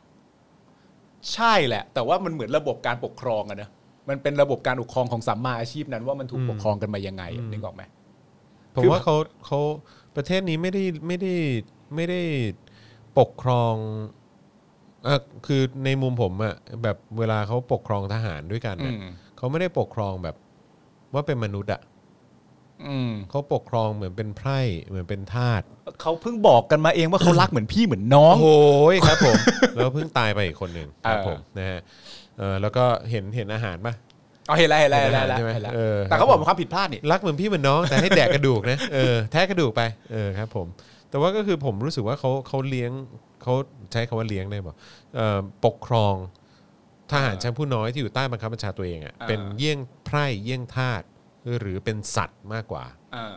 [SPEAKER 3] ใช่แหละ แต่ว่ามันเหมือนระบบการปกครองอะนะมันเป็นระบบการปกครองของสัมมาอาชีพนั้นว่ามันถูกปกครองกันมายังไงอะนึกออกไหม
[SPEAKER 2] ผมว่าเขาเขาประเทศนี้ไม่ได้ไม่ได้ไม่ได้ปกครองเอ่อคือในมุมผมอะแบบเวลาเขาปกครองทหารด้วยกันน่ะ
[SPEAKER 3] อืม
[SPEAKER 2] เขาไม่ได้ปกครองแบบว่าเป็นมนุษย์อะ
[SPEAKER 3] อืม
[SPEAKER 2] เขาปกครองเหมือนเป็นไพร่เหมือนเป็นทาส
[SPEAKER 3] เขาเพิ่งบอกกันมาเองว่าเขารักเหมือนพี่เหมือนน้อง
[SPEAKER 2] โอ้ยครับผม แล้วเพิ่งตายไปอีกคนหนึ่งครับ
[SPEAKER 3] เออ
[SPEAKER 2] ผมนะฮะเออแล้วก็เห็นเห็นอาหารป่ะ
[SPEAKER 3] อ๋อเห็นแล้วเห็นแล้วเห็นแล้ว
[SPEAKER 2] เห็นแล้วใช่
[SPEAKER 3] เห็นแล้ว
[SPEAKER 2] ไหม
[SPEAKER 3] เห็นแล้ว
[SPEAKER 2] เออ
[SPEAKER 3] แต่เขาบอกเป็นความผิดพลาดนี่
[SPEAKER 2] รักเหมือนพี่เหมือนน้องแต่ให้แดกกระดูกนะเออแทะกระดูกไปเออครับผมแต่ว่าก็คือผมรู้สึกว่าเขาเขาเลี้ยงเขาใช้คำว่าเลี้ยงได้ป่ะเอ่อปกครองทหารชั้นผู้น้อยที่อยู่ใต้บังคับบัญชาตัวเองอ่ะเป็นเยี่ยงไพร่เยี่ยงทาสหรือเป็นสัตว์มากกว่า
[SPEAKER 3] เออ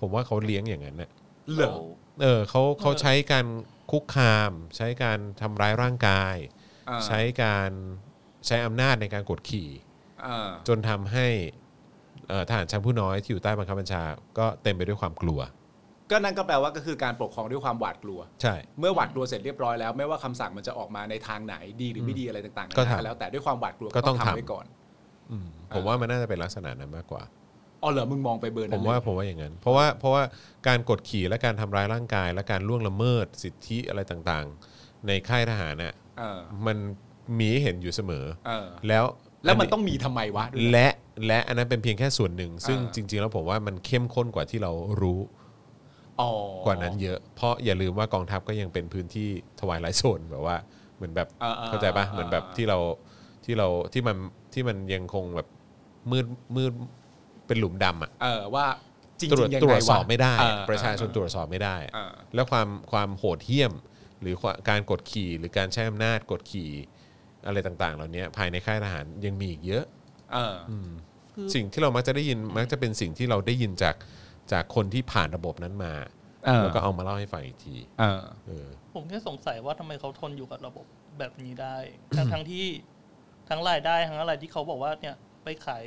[SPEAKER 2] ผมว่าเขาเลี้ยงอย่างนั้นน่ะ
[SPEAKER 3] เหรอ
[SPEAKER 2] เออเขาเขาใช้การคุกคาม ใช้การทำร้ายร่างกาย
[SPEAKER 3] เออ
[SPEAKER 2] ใช้การใช้อำนาจในการกดขี่
[SPEAKER 3] เออ
[SPEAKER 2] จนทำให้เอ่อทหารชั้นผู้น้อยที่อยู่ใต้บังคับบัญชา ก็เต็มไปด้วยความกลัว
[SPEAKER 3] ก็นั่นก็แปลว่าก็คือการปกครองด้วยความหวาดกลัว
[SPEAKER 2] ใช่
[SPEAKER 3] เมื่อหวาดกลัวเสร็จเรียบร้อยแล้วไม่ว่าคำสั่งมันจะออกมาในทางไหนดีหรือไม่ดีอะไรต่างๆ
[SPEAKER 2] ก็ทำ
[SPEAKER 3] นานาแล้วแต่ด้วยความหวาดกลัว
[SPEAKER 2] ก็ต้อง
[SPEAKER 3] ทำ
[SPEAKER 2] ทำ
[SPEAKER 3] ไว้ก่อน
[SPEAKER 2] ผมว่ามันน่าจะเป็นลักษณะนั้นมากกว่า
[SPEAKER 3] อ๋อเหรอมึงมองไปเบอร์
[SPEAKER 2] ผ
[SPEAKER 3] นั้น
[SPEAKER 2] ม
[SPEAKER 3] เลย
[SPEAKER 2] ว่าผมว่าอย่างนั้น เพราะว่าเพราะว่าการกดขี่และการทำร้ายร่างกาย และการล่วงละเมิดสิทธิอะไรต่างๆ ในค่ายทหารน่ะ
[SPEAKER 3] เออ
[SPEAKER 2] มันมีให้เห็นอยู่เสมอ
[SPEAKER 3] เออ
[SPEAKER 2] แล้ว
[SPEAKER 3] แล้วมันต้องมีทำไมวะ
[SPEAKER 2] และและอันนั้นเป็นเพียงแค่ส่วนหนึ่ง ซึ่ง
[SPEAKER 3] อ่า
[SPEAKER 2] จริง ๆ แล้วผมว่ามันเข้มข้นกว่าที่เรารู้
[SPEAKER 3] อ๋อก
[SPEAKER 2] ว่านั้นเยอะ เพราะอย่าลืมว่ากองทัพก็ยังเป็นพื้นที่ทวายไลโซนแบบว่าเหมือนแบบ
[SPEAKER 3] ออออ
[SPEAKER 2] เข้าใจปะเหมือนแบบที่เราที่เราที่มันที่มันยังคงแบบมืดมืดเป็นหลุมดำอ่ะ
[SPEAKER 3] เออว่าจริง
[SPEAKER 2] ตรวจ
[SPEAKER 3] ๆยัง
[SPEAKER 2] ตร
[SPEAKER 3] ไง
[SPEAKER 2] วจส
[SPEAKER 3] วะ
[SPEAKER 2] อบไม่ได้
[SPEAKER 3] เออ
[SPEAKER 2] ประชาชนตรวจสอบไม่ได้
[SPEAKER 3] เออ
[SPEAKER 2] แล้วความความโหดเหี้ยม หรือความการกดขี่หรือการใช้อำนาจกดขี่อะไรต่าง ๆ เหล่านี้ภายในค่ายทหารยังมีอีกเยอะ
[SPEAKER 3] เอออ
[SPEAKER 4] คือ
[SPEAKER 2] สิ่งที่เรามักจะได้ยินมักจะเป็นสิ่งที่เราได้ยินจากจากคนที่ผ่านระบบนั้นมา แล้วก็เอามาเล่าให้ฟังอีกที
[SPEAKER 3] เออ
[SPEAKER 2] เออ
[SPEAKER 4] ผมแค่สงสัยว่าทำไมเขาทนอยู่กับระบบแบบนี้ได้ ทั้งทั้งที่ทั้งรายได้ทั้งอะไรที่เขาบอกว่าเนี่ยไปขาย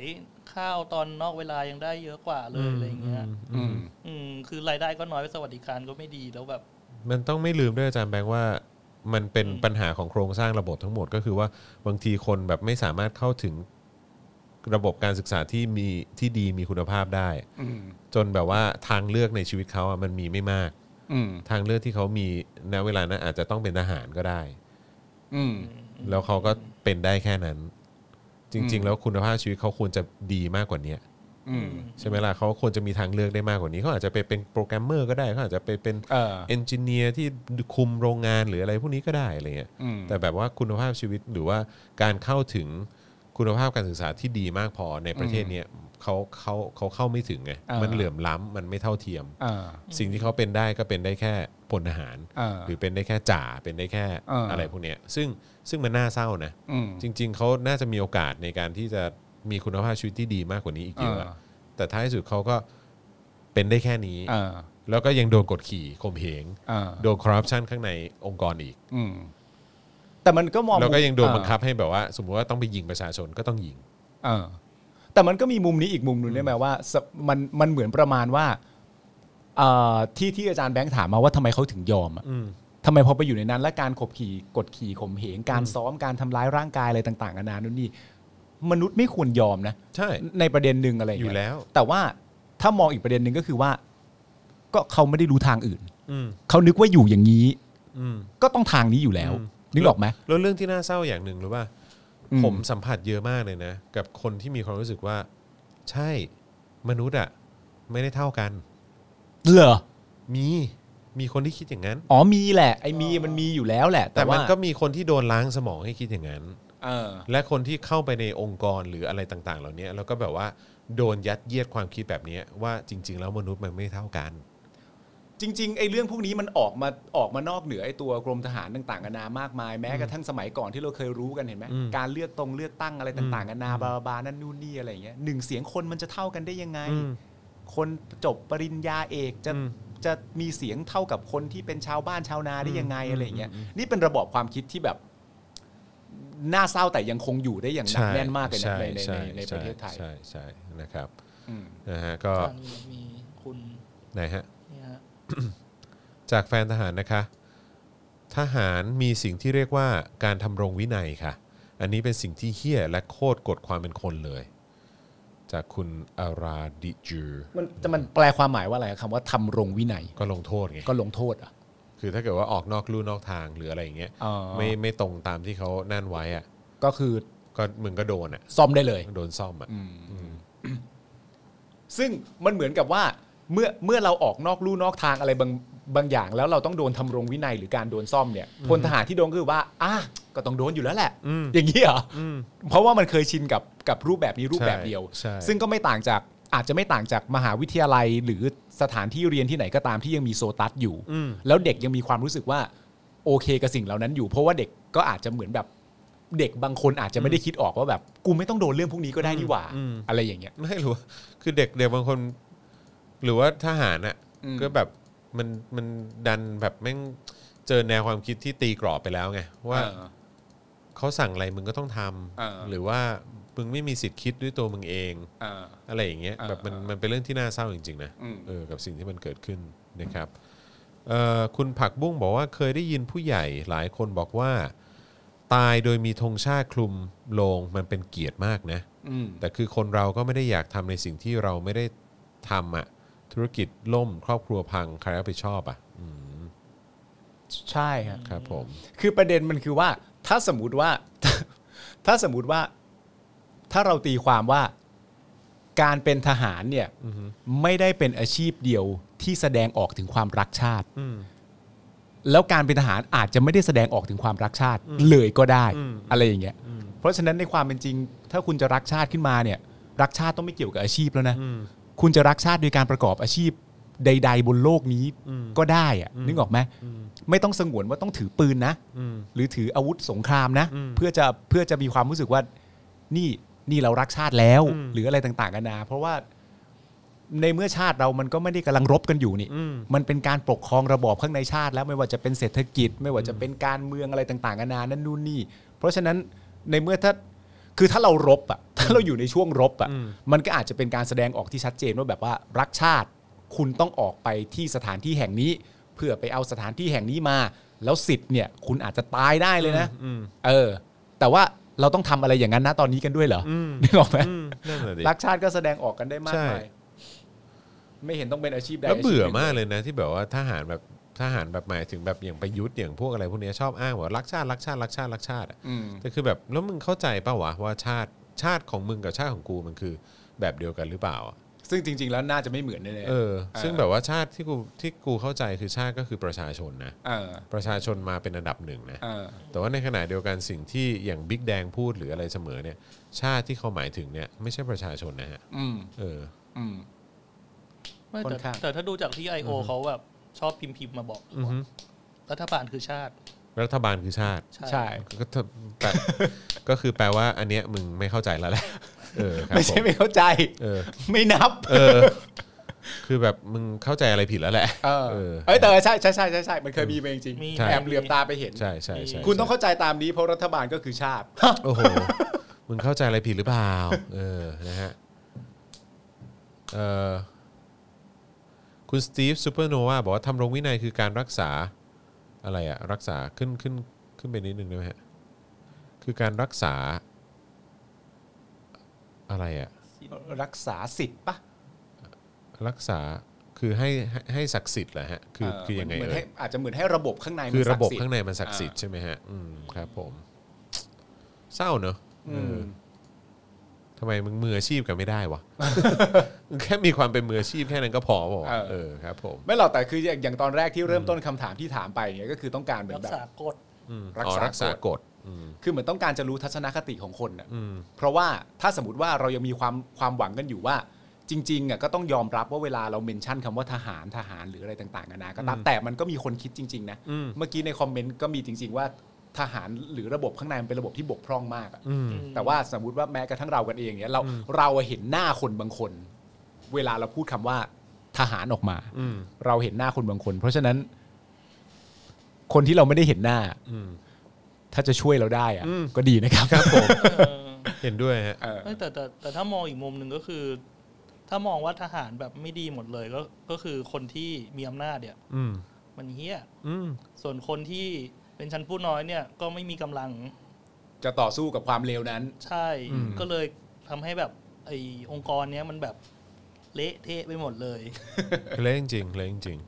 [SPEAKER 4] ข้าวตอนนอกเวลายังได้เยอะกว่าเลยอะไรอย่างเงี้ย
[SPEAKER 3] อืม
[SPEAKER 4] อืมคือรายได้ก็น้อยสวัสดิการก็ไม่ดีแล้วแบบ
[SPEAKER 2] มันต้องไม่ลืมด้วยอาจารย์แบงค์ว่า มันเป็นปัญหาของโครงสร้างระบบทั้งหมดก็คือว่าบางทีคนแบบไม่สามารถเข้าถึงระบบการศึกษาที่มีที่ดีมีคุณภาพได้
[SPEAKER 3] อืม
[SPEAKER 2] จนแบบว่าทางเลือกในชีวิตเขาอะมันมีไม่มาก
[SPEAKER 3] อืม
[SPEAKER 2] ทางเลือกที่เขามีณเวลานั้นอาจจะต้องเป็นทหารก็ได้
[SPEAKER 3] อืม
[SPEAKER 2] แล้วเขาก็เป็นได้แค่นั้น จริง ๆ แล้วคุณภาพชีวิตเขาควรจะดีมากกว่านี้
[SPEAKER 3] อืม
[SPEAKER 2] ใช่ไหมล่ะเขาควรจะมีทางเลือกได้มากกว่านี้เขาอาจจะไปเป็นโปรแกรมเมอร์ก็ได้เขาอาจจะไปเป็น
[SPEAKER 3] เออ
[SPEAKER 2] เอนจิเนียร์ที่คุมโรงงานหรืออะไรพวกนี้ก็ได้อะไรเงี้ย
[SPEAKER 3] อืม
[SPEAKER 2] แต่แบบว่าคุณภาพชีวิตหรือว่าการเข้าถึงคุณภาพการศึกษาที่ดีมากพอในประเทศเนี้ยเขาเขาเขาเข้าไม่ถึงไงมันเหลื่อมล้ำมันไม่เท่าเทียม
[SPEAKER 3] เออ
[SPEAKER 2] สิ่งที่เขาเป็นได้ก็เป็นได้แค่พลทหาร
[SPEAKER 3] อ่า
[SPEAKER 2] หรือเป็นได้แค่จ่าเป็นได้แค่
[SPEAKER 3] อ่า
[SPEAKER 2] อะไรพวกเนี้ยซึ่งซึ่งมันน่าเศร้านะ
[SPEAKER 3] อืม
[SPEAKER 2] จริง ๆ เขาน่าจะมีโอกาสในการที่จะมีคุณภาพชีวิตที่ดีมากกว่านี้อีกเยอะอะ
[SPEAKER 3] อ่า
[SPEAKER 2] แต่ท้ายสุดเขาก็เป็นได้แค่นี้
[SPEAKER 3] เออ
[SPEAKER 2] แล้วก็ยังโดนกดขี่ข่มเหง
[SPEAKER 3] อ่า
[SPEAKER 2] โดนคอร์รัปชันข้างในองค์กรอีก
[SPEAKER 3] อืม แต่มันก็มอง
[SPEAKER 2] แล้วก็ยังโดน
[SPEAKER 3] เออ
[SPEAKER 2] บังคับให้แบบว่า สมมติว่าต้องไปยิงประชาชนก็ต้องยิง
[SPEAKER 3] เออ แต่มันก็มีมุมนี้อีกมุมหนึงได้ไหมว่าสมันมันเหมือนประมาณว่าเอ่อที่ที่อาจารย์แบงค์ถามมาว่าทำไมเขาถึงยอมอะทำไมพอไปอยู่ในนั้น และการขบขี่กดขี่ข่มเหงการซ้อมการทำร้ายร่างกายอะไรต่างๆนานานู่นนี่มนุษย์ไม่ควรยอมนะ
[SPEAKER 2] ใช่
[SPEAKER 3] ในประเด็นหนึ่งอะไรางเงี้
[SPEAKER 2] อยู่แล้ว
[SPEAKER 3] แต่ว่าถ้ามองอีกประเด็นหนึ่งก็คือว่า ก็เขาไม่ได้รู้ทางอื่น
[SPEAKER 2] อืม
[SPEAKER 3] เขานึกว่าอยู่อย่างนี้
[SPEAKER 2] อืม
[SPEAKER 3] ก็ต้องทางนี้อยู่แล้ว
[SPEAKER 2] อืม
[SPEAKER 3] นึกออกไหม
[SPEAKER 2] แล้วเรื่องที่น่าเศร้าอย่างหนึ่งรู้ป่ะ
[SPEAKER 3] อืม
[SPEAKER 2] ผมสัมผัสเยอะมากเลยนะ กับคนที่มีความรู้สึกว่า ใช่มนุษย์อะไม่ได้เท่ากัน
[SPEAKER 3] เหรอ
[SPEAKER 2] มีมีคนที่คิดอย่างนั้น
[SPEAKER 3] อ๋อมีแหละ ไอ้มีมันมีอยู่แล้วแหละ
[SPEAKER 2] แต่
[SPEAKER 3] แต่
[SPEAKER 2] มั
[SPEAKER 3] ว่าน
[SPEAKER 2] ก็มีคนที่โดนล้างสมองให้คิดอย่างนั้น
[SPEAKER 3] เออ
[SPEAKER 2] และคนที่เข้าไปในองค์กรหรืออะไรต่างๆ เหล่านี้แล้วก็แบบว่าโดนยัดเยียดความคิดแบบนี้ว่าจริง ๆ แล้วมนุษย์มันไม่เท่ากัน
[SPEAKER 3] จริงๆไอ้เรื่องพวกนี้มันออกมาออกมานอกเหนือไอ้ตัวกรมทหารต่างๆนานามากมายแม้กระทั่งสมัยก่อนที่เราเคยรู้กันเห็นไหม
[SPEAKER 2] อืม
[SPEAKER 3] การเลือกตรงเลือกตั้งอะไรต่างๆนานาบาบาๆนั่นนู่นนี่อะไรอย่างเงี้ยหนึ่งเสียงคนมันจะเท่ากันได้ยังไง
[SPEAKER 2] อืม
[SPEAKER 3] คนจบปริญญาเอกจะ
[SPEAKER 2] อืม
[SPEAKER 3] จะมีเสียงเท่ากับคนที่เป็นชาวบ้านชาวนาได้ยังไงอะไรอย่างเงี้ยนี่เป็นระบอบความคิดที่แบบน่าเศร้าแต่ยังคงอยู่ได้อย่างหนักแน่นมากเลยนะในในในในประเทศไทย
[SPEAKER 2] ใช่ใช่นะครับ
[SPEAKER 3] อืม
[SPEAKER 2] นะฮะก็
[SPEAKER 4] ทางนี้มีคุณ
[SPEAKER 2] ไหนฮะ
[SPEAKER 4] เนี่ยฮะ
[SPEAKER 2] จากแฟนทหารนะคะ ทหารมีสิ่งที่เรียกว่าการทำรงวินัยค่ะ อันนี้เป็นสิ่งที่เฮี้ยและโคตรกฎความเป็นคนเลย จากคุณอาราดิจู
[SPEAKER 3] มันจะมันแปลความหมายว่าอะไรคำว่าทำรงวินัย
[SPEAKER 2] ก็ลงโทษไง
[SPEAKER 3] ก็ลงโทษเหรอ่ะ
[SPEAKER 2] คือถ้าเกิดว่าออกนอกลู่นอกทางหรืออะไรอย่างเงี้ย
[SPEAKER 3] อ๋อ
[SPEAKER 2] ไม่ไม่ตรงตามที่เขานั่นไว้อะ
[SPEAKER 3] ก็คือ
[SPEAKER 2] ก็มึงก็โดนอ่ะ
[SPEAKER 3] ซ่อมได้เลย
[SPEAKER 2] โดนซ่อมอ่ะ
[SPEAKER 3] ซึ่งมันเหมือนกับว่าเมื่อเมื่อเราออกนอกลู่นอกทางอะไรบางบางอย่าง แล้วเราต้องโดนทำรงวินัยหรือการโดนซ่อมเนี่ยพลทหารที่โดนก็คือว่าอ่ะก็ต้องโดนอยู่แล้วแหละ อย่างนี้เหรออเพราะว่ามันเคยชินกับ กับรูปแบบนี้รูปแบบ
[SPEAKER 2] ใช่
[SPEAKER 3] เดียว
[SPEAKER 2] ใช่
[SPEAKER 3] ซึ่งก็ไม่ต่างจากอาจจะไม่ต่างจากมหาวิทยาลัย หรือสถานที่เรียนที่ไหนก็ตามที่ยังมีโซตัสอยู่ แล้วเด็กยังมีความรู้สึกว่าโอเคกับสิ่งเหล่านั้นอยู่ เพราะว่าเด็กก็อาจจะเหมือนแบบเด็กบางคนอาจจะไม่ได้คิดออกว่าแบบกูไม่ต้องโดนเรื่องพวกนี้ก็ได้นี่หว่าอะไรอย่างเงี้ย
[SPEAKER 2] ไม่รู้คือเด็กเด็กบางคน หรือว่าทหารอ่ะ
[SPEAKER 3] อืม
[SPEAKER 2] ก็แบบมันมันดันแบบแม่งเจอแนวความคิดที่ตีกรอบไปแล้วไงว่าเขาสั่งอะไรมึงก็ต้องท
[SPEAKER 3] เออ
[SPEAKER 2] ำหรือว่ามึงไม่มีสิทธิ์คิดด้วยตัวมึงเอง อะไรอย่างเงี้ย
[SPEAKER 3] เออ
[SPEAKER 2] แบบมัน
[SPEAKER 3] เออ
[SPEAKER 2] มันเป็นเรื่องที่น่าเศร้าจริงๆนะ
[SPEAKER 3] อืม
[SPEAKER 2] เออกับสิ่งที่มันเกิดขึ้นนะครับเอ่อคุณผักบุ้งบอกว่าเคยได้ยินผู้ใหญ่หลายคนบอกว่า ตายโดยมีธงชาติคลุมโลงมันเป็นเกียรติมากนะ
[SPEAKER 3] อืม
[SPEAKER 2] แต่คือคนเราก็ไม่ได้อยากทำในสิ่งที่เราไม่ได้ทำอะธุรกิจล่มครอบครัวพังใครรับผิดชอบอะอืม
[SPEAKER 3] ใช่ฮะ
[SPEAKER 2] ครับผม
[SPEAKER 3] คือประเด็นมันคือว่า ถ้าสมมติว่า ถ้าสมมติว่าถ้าเราตีความว่าการเป็นทหารเนี่ยไม่ได้เป็นอาชีพเดียวที่แสดงออกถึงความรักชาติ แล้วการเป็นทหารอาจจะไม่ได้แสดงออกถึงความรักชาติเลยก็ได้ อะไรอย่างเงี้ยเพราะฉะนั้นในความเป็นจริง ถ้าคุณจะรักชาติขึ้นมาเนี่ย รักชาติต้องไม่เกี่ยวกับอาชีพแล้วนะคุณจะรักชาติโดยการประกอบอาชีพใด ๆ บนโลกนี้ก็ได้อะนึกออกไหมไม่ต้องสงวนว่าต้องถือปืนนะ หรือถืออาวุธสงครามนะ เพื่อจะเพื่อจะมีความรู้สึกว่านี่นี่เรารักชาติแล้ว หรืออะไรต่างๆกันานาเพราะว่าในเมื่อชาติเรามันก็ไม่ได้กำลังรบกันอยู่นี่มันเป็นการปกครองระบอบข้างในชาติแล้วไม่ว่าจะเป็นเศรษฐกิจ ไม่ว่าจะเป็นการเมืองอะไรต่างๆกันานานั่นนู่นนี่ เพราะฉะนั้นในเมื่อถ้าคือถ้าเรารบอ่ะถ้าเราอยู่ในช่วงรบอ่ะมันก็อาจจะเป็นการแสดงออกที่ชัดเจนว่าแบบว่ารักชาติ คุณต้องออกไปที่สถานที่แห่งนี้ เพื่อไปเอาสถานที่แห่งนี้มา แล้วสิทธิ์เนี่ย คุณอาจจะตายได้เลยนะเออ แต่ว่าเราต้องทำอะไรอย่างนั้นนะตอนนี้กันด้วยเหรอนึกออกไหม
[SPEAKER 2] นั่นแหละดิ
[SPEAKER 3] รักชาติก็แสดงออกกันได้มาก
[SPEAKER 2] ใช่
[SPEAKER 3] มายไม่เห็นต้องเป็นอาชีพใด
[SPEAKER 2] แล้วเบื่อมาก
[SPEAKER 3] ชีพหนึ่ง
[SPEAKER 2] เลยนะที่แบบว่าทหารแบบทหารแบบหมายถึงแบบอย่างประยุทธ์อย่างพวกอะไรพวกเนี้ยชอบอ้างว่ารักชาติรักชาติรักชาติรักชาติอะ
[SPEAKER 3] อืม
[SPEAKER 2] แต่คือแบบแล้วมึงเข้าใจป่าวะว่าชาติชาติของมึงกับชาติของกูมันคือแบบเดียวกันหรือเปล่าอะ
[SPEAKER 3] ซึ่งจริง ๆ แล้วน่าจะไม่เหมือนแน่ๆ
[SPEAKER 2] เออ ซึ่งแบบว่าชาติที่กูที่กูเข้าใจคือชาติก็คือประชาชนนะ
[SPEAKER 3] เออ
[SPEAKER 2] ประชาชนมาเป็นอันดับหนึ่งนะ
[SPEAKER 3] เออ
[SPEAKER 2] แต่ว่าในขณะเดียวกันสิ่งที่อย่างบิ๊กแดงพูดหรืออะไรเสมอเนี่ย ชาติที่เขาหมายถึงเนี่ยไม่ใช่ประชาชนนะฮะ
[SPEAKER 3] อืม
[SPEAKER 2] เออ
[SPEAKER 3] อืม
[SPEAKER 4] ไม่
[SPEAKER 3] ค่
[SPEAKER 4] แต่
[SPEAKER 3] อนข้าง
[SPEAKER 4] แต่ถ้าดูจากที่ I.O. เขาแบบชอบพิมพ์ๆมาบอก
[SPEAKER 2] อือฮึ
[SPEAKER 4] รัฐบาลคือชาติ
[SPEAKER 2] รัฐบาลคือชาติ
[SPEAKER 3] ใช่
[SPEAKER 2] ก็ถ้าแปล ก็คือแปลว่าอันเนี้ยมึงไม่เข้าใจแล้วแห ละเออครับ
[SPEAKER 3] ไม่
[SPEAKER 2] ผ
[SPEAKER 3] ใช่
[SPEAKER 2] ม
[SPEAKER 3] ไม่เข้าใจ
[SPEAKER 2] เออ
[SPEAKER 3] ไม่นับ
[SPEAKER 2] เออ คือแบบมึงเข้าใจอะไรผิดแล้วแหละ
[SPEAKER 3] เออ
[SPEAKER 2] เออ
[SPEAKER 3] เอ้ยแต่ใช่ใช่ใช่ใช่ใช่มันเคยมีมาจริงๆ
[SPEAKER 4] มี
[SPEAKER 2] ใช่
[SPEAKER 3] แอบเหลือบตาไปเห็น
[SPEAKER 2] ใช่ใช่ใช่
[SPEAKER 3] คุณต้องเข้าใจตามนี้เพราะรัฐบาลก็คือชาติ
[SPEAKER 2] โอ้โหมึงเข้าใจอะไรผิดหรือเปล่า เออนะฮะเออคุณสตีฟซูเปอร์โนวาบอกว่าทำรงวินัยคือการรักษา อะไรอะรักษาขึ้นขึ้นขึ้นไปนิดนึงได้ไหมฮะคือการรักษาอะไรอะ
[SPEAKER 3] รักษาสิทธิ์ปะ
[SPEAKER 2] รักษาคือให้ให้ให้ศักดิ์สิทธิ์เหรอฮะคือคือยังไง
[SPEAKER 3] เหมืน
[SPEAKER 2] เอ่
[SPEAKER 3] ให้
[SPEAKER 2] ย
[SPEAKER 3] อาจจะเหมือนให้ระบบข้างในมัน
[SPEAKER 2] คือระบบ
[SPEAKER 3] ศักดิ์สิทธิ์
[SPEAKER 2] ข้างในมันศักดิ์สิทธิ์ใช่ไหมฮะอืมครับผม เศร้าเนอะเอ
[SPEAKER 3] อื
[SPEAKER 2] อ
[SPEAKER 3] ม
[SPEAKER 2] ทำไมมึงมืออาชีพกันไม่ได้วะ มึงแค่มีความเป็นมืออาชีพแค่นั้นก็พอบอกเออครับผม
[SPEAKER 3] ไม่หรอกแต่คืออย่างอย่างตอนแรกที่เริ่มต้นคำถามที่ถามไปเนี่ยก็คือต้องการเหมือ
[SPEAKER 4] รั
[SPEAKER 3] น
[SPEAKER 4] ก
[SPEAKER 3] แบบ
[SPEAKER 4] ษากฎ
[SPEAKER 2] อืม
[SPEAKER 3] รัก
[SPEAKER 2] อ๋อ
[SPEAKER 3] ษา
[SPEAKER 2] รักษากฎอืม
[SPEAKER 3] คือเหมือนต้องการจะรู้ทัศนคติของคนน่ะ
[SPEAKER 2] อืม
[SPEAKER 3] เพราะว่าถ้าสมมติว่าเรายังมีความความหวังกันอยู่ว่า จริงๆอ่ะก็ต้องยอมรับว่าเวลาเราเมนชั่นคำว่าทหารทหารหรืออะไรต่างๆกันานะก็ตามแต่มันก็มีคนคิดจริงๆนะ
[SPEAKER 2] อืม
[SPEAKER 3] เมื่อกี้ในคอมเมนต์ก็มีจริง ๆ ว่าทหารหรือระบบข้างในมันเป็นระบบที่บกพร่องมากอะ
[SPEAKER 2] อืม
[SPEAKER 3] แต่ว่าสมมติว่าแม้กระทั่งเรากันเองเนี่ยเราเราเห็นหน้าคนบางคน เวลาเราพูดคำว่าทหารออกมา
[SPEAKER 2] อืม
[SPEAKER 3] เราเห็นหน้าคนบางคน เพราะฉะนั้น คนที่เราไม่ได้เห็นหน้า
[SPEAKER 2] อืม
[SPEAKER 3] ถ้าจะช่วยเราได้อะ
[SPEAKER 2] อืม
[SPEAKER 3] ก็ดีนะครับ
[SPEAKER 2] ครับผม
[SPEAKER 4] เออ
[SPEAKER 2] เห็นด้วยฮะ
[SPEAKER 3] เออ
[SPEAKER 4] เอ้ยแต่แต่แต่ถ้ามองอีกมุมหนึ่งก็คือ ถ้ามองว่าทหารแบบไม่ดีหมดเลยก็ก็คือคนที่มีอำนาจเนี่ย
[SPEAKER 2] อืม
[SPEAKER 4] มันเฮี้ย
[SPEAKER 2] อืม
[SPEAKER 4] ส่วนคนที่เป็นชั้นผู้น้อยเนี่ยก็ไม่มีกำลัง
[SPEAKER 3] จะต่อสู้กับความเลวนั้น
[SPEAKER 4] ใช่ ก็เลยทำให้แบบไอ้องค์กรเนี้ยมันแบบเละเทะไปหมดเลย
[SPEAKER 2] เละจริงๆเละจริง